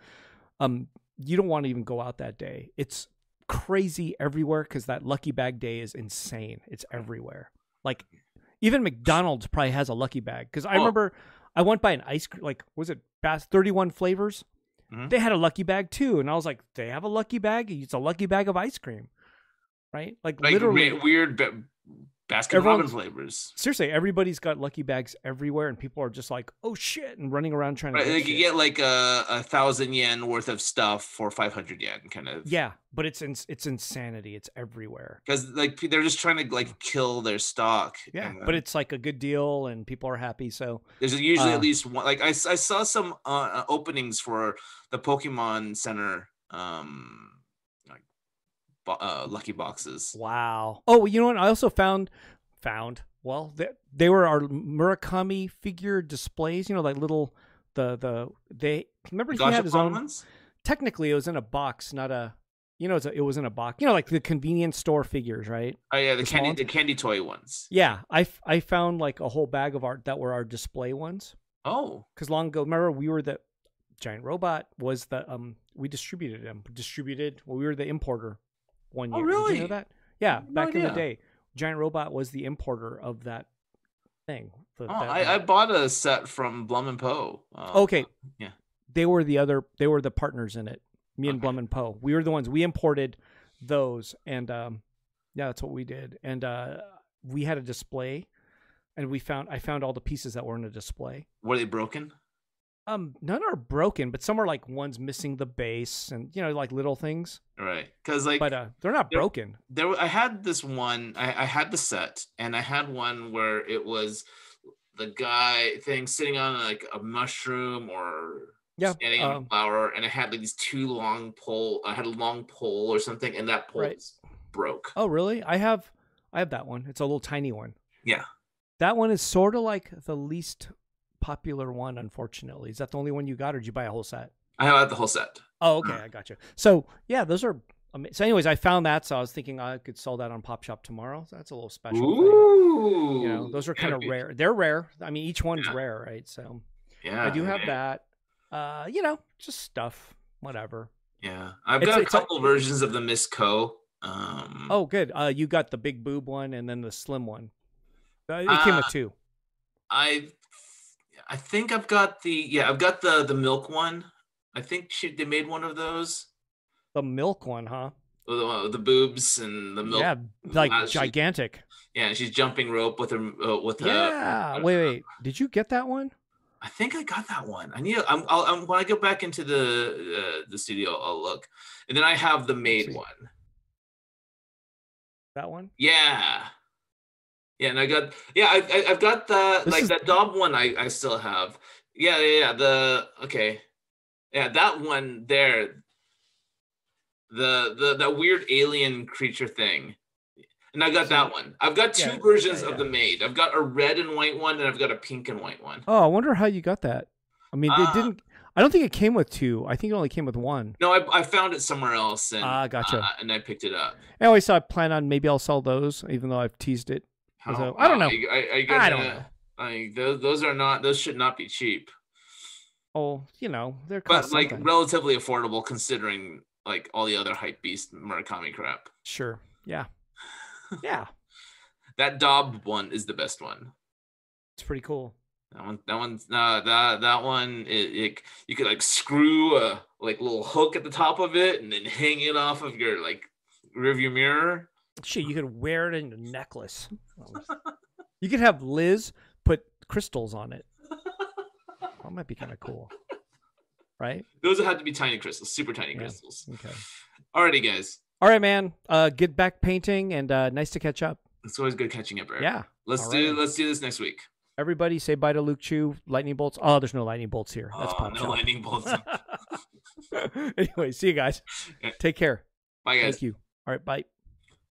Speaker 1: Um, you don't want to even go out that day. It's crazy everywhere because that lucky bag day is insane. It's everywhere. Like even McDonald's probably has a lucky bag because I
Speaker 2: Oh.
Speaker 1: remember I went by an ice cream like was it Bass Thirty One Flavors.
Speaker 2: Mhm.
Speaker 1: They had a lucky bag too, and I was like, "They have a lucky bag. It's a lucky bag of ice cream, right? Like,
Speaker 2: Like
Speaker 1: literally,
Speaker 2: re- weird ba- basket robin
Speaker 1: Everyone's-
Speaker 2: flavors.
Speaker 1: seriously, everybody's got lucky bags everywhere, and people are just like, "Oh shit!" and running around trying to.
Speaker 2: Right,
Speaker 1: get
Speaker 2: like you
Speaker 1: shit.
Speaker 2: get like a, a thousand yen worth of stuff for five hundred yen, kind of.
Speaker 1: yeah, but it's ins it's insanity. It's everywhere.
Speaker 2: because like they're just trying to like kill their stock.
Speaker 1: Yeah,
Speaker 2: and
Speaker 1: but
Speaker 2: then
Speaker 1: it's like a good deal, and people are happy. So
Speaker 2: there's usually
Speaker 1: uh,
Speaker 2: at least one. Like I, s- I saw some uh, uh, openings for the Pokemon Center, um, like bo- uh, lucky boxes.
Speaker 1: wow. Oh, you know what? I also found found well they, they were our Murakami figure displays. You know, like little the the they remember he had his
Speaker 2: Gashapon
Speaker 1: own.
Speaker 2: ones?
Speaker 1: Technically, it was in a box, not a. You know, it's a, it was in a box. You know, like the convenience store figures, right?
Speaker 2: Oh yeah, the
Speaker 1: the small
Speaker 2: candy,
Speaker 1: ones?
Speaker 2: the candy toy ones.
Speaker 1: Yeah, I, f- I found like a whole bag of art that were our display ones.
Speaker 2: Oh,
Speaker 1: Because long ago, remember we were the giant robot was the um we distributed them distributed. Well, we were the importer one
Speaker 2: Oh,
Speaker 1: year. Did you
Speaker 2: really?
Speaker 1: know that? Yeah,
Speaker 2: No
Speaker 1: back in the
Speaker 2: idea.
Speaker 1: day, giant robot was the importer of that thing. the-
Speaker 2: oh
Speaker 1: that-
Speaker 2: I, I
Speaker 1: that-
Speaker 2: bought a set from Blum and Poe. um,
Speaker 1: okay.
Speaker 2: yeah.
Speaker 1: They were the other. They were the partners in it. Me and
Speaker 2: Okay.
Speaker 1: Blum and Poe. We were the ones we imported those, and um, yeah, that's what we did. And uh, we had a display, and we found I found all the pieces that were in a display.
Speaker 2: Were they broken?
Speaker 1: um, none are broken, but some are like one's missing the base, and you know, like little things.
Speaker 2: right? Because like
Speaker 1: But uh, they're not
Speaker 2: They're-
Speaker 1: broken.
Speaker 2: there i had this one I, I had the set and i had one where it was the guy thing sitting on like a mushroom or
Speaker 1: Yeah,
Speaker 2: standing on a
Speaker 1: um,
Speaker 2: flower and i had like these two long pole i had a long pole or something and that pole
Speaker 1: Right.
Speaker 2: was broke
Speaker 1: Oh, really? I have, I have that one. It's a little tiny one.
Speaker 2: Yeah.
Speaker 1: That one is sort of like the least popular one, unfortunately. Is that the only one you got, or did you buy a whole set?
Speaker 2: i had the whole set
Speaker 1: Oh, okay, I got you. So yeah, those are. ama- So, anyways, I found that, so I was thinking I could sell that on Pop Shop tomorrow. So that's a little special. thing.
Speaker 2: Ooh,
Speaker 1: You know, those are
Speaker 2: yeah,
Speaker 1: kind of
Speaker 2: dude.
Speaker 1: rare. They're rare. I mean, each one's
Speaker 2: Yeah.
Speaker 1: rare, right? So
Speaker 2: yeah
Speaker 1: I do have
Speaker 2: yeah,
Speaker 1: that. Uh, you know, just stuff, whatever.
Speaker 2: yeah i've
Speaker 1: It's-
Speaker 2: got a
Speaker 1: it's a-
Speaker 2: couple versions of the miss co um
Speaker 1: Oh, good. Uh, you got the big boob one and then the slim one. Uh, it came
Speaker 2: Ah.
Speaker 1: with two.
Speaker 2: I I think I've got the yeah, I've got the the milk one. I think she, they made one of those.
Speaker 1: The milk one, huh?
Speaker 2: with The, with the boobs and the milk.
Speaker 1: Yeah,
Speaker 2: Yeah,
Speaker 1: like
Speaker 2: Uh, she-
Speaker 1: gigantic.
Speaker 2: and she's jumping rope with her uh, with her.
Speaker 1: yeah. Wait, wait. Did you get that one?
Speaker 2: I think I got that one. I need. to- I'm, I'll, I'm when I go back into the uh, the studio, I'll look. And then I have the
Speaker 1: see.
Speaker 2: made one.
Speaker 1: That one?
Speaker 2: Yeah. Yeah, and I got yeah, I, I I've got the
Speaker 1: This
Speaker 2: like
Speaker 1: is-
Speaker 2: that Dob one. I I still have. Yeah, yeah, yeah. The okay, yeah, that one there. The the that weird alien creature thing, and I got that one. I've got two
Speaker 1: Yeah,
Speaker 2: versions
Speaker 1: yeah,
Speaker 2: of the maid. I've got a red and white one, and I've got a pink and white one.
Speaker 1: Oh, I wonder how you got that. I mean,
Speaker 2: Uh,
Speaker 1: it didn't. I don't think it came with two. I think it only came with one.
Speaker 2: No, I I found it somewhere else, and
Speaker 1: Ah, gotcha.
Speaker 2: uh, and I picked it up.
Speaker 1: I always thought I plan on maybe I'll sell those, even though I've teased it. So, I don't know.
Speaker 2: Are you, are, are you
Speaker 1: I don't
Speaker 2: gonna-
Speaker 1: know.
Speaker 2: Like those, those are not. Those should not be cheap.
Speaker 1: Oh, you know, they're
Speaker 2: but like
Speaker 1: something.
Speaker 2: relatively affordable considering like all the other hype beast Murakami crap.
Speaker 1: sure, yeah, yeah,
Speaker 2: That Dob one is the best one.
Speaker 1: it's pretty cool.
Speaker 2: That one, that one's uh, that that one. It, it you could like screw a like little hook at the top of it and then hang it off of your like rearview mirror.
Speaker 1: Shit, you could wear it in a necklace. you could have Liz put crystals on it. That might be kind of cool, right?
Speaker 2: Those have to be tiny crystals, super tiny
Speaker 1: Yeah.
Speaker 2: crystals.
Speaker 1: Okay.
Speaker 2: Alrighty, guys,
Speaker 1: All right, man. Uh, get back painting, and uh, nice to catch up.
Speaker 2: it's always good catching up, Eric.
Speaker 1: Yeah.
Speaker 2: let's
Speaker 1: all
Speaker 2: do
Speaker 1: right.
Speaker 2: let's do this next week.
Speaker 1: Everybody say bye to Luke Chu. Lightning bolts. Oh, there's no lightning bolts here. That's
Speaker 2: oh,
Speaker 1: pop
Speaker 2: no lightning bolts.
Speaker 1: shop. anyway, see you guys. Take care.
Speaker 2: Bye, guys.
Speaker 1: Thank you. All right, bye.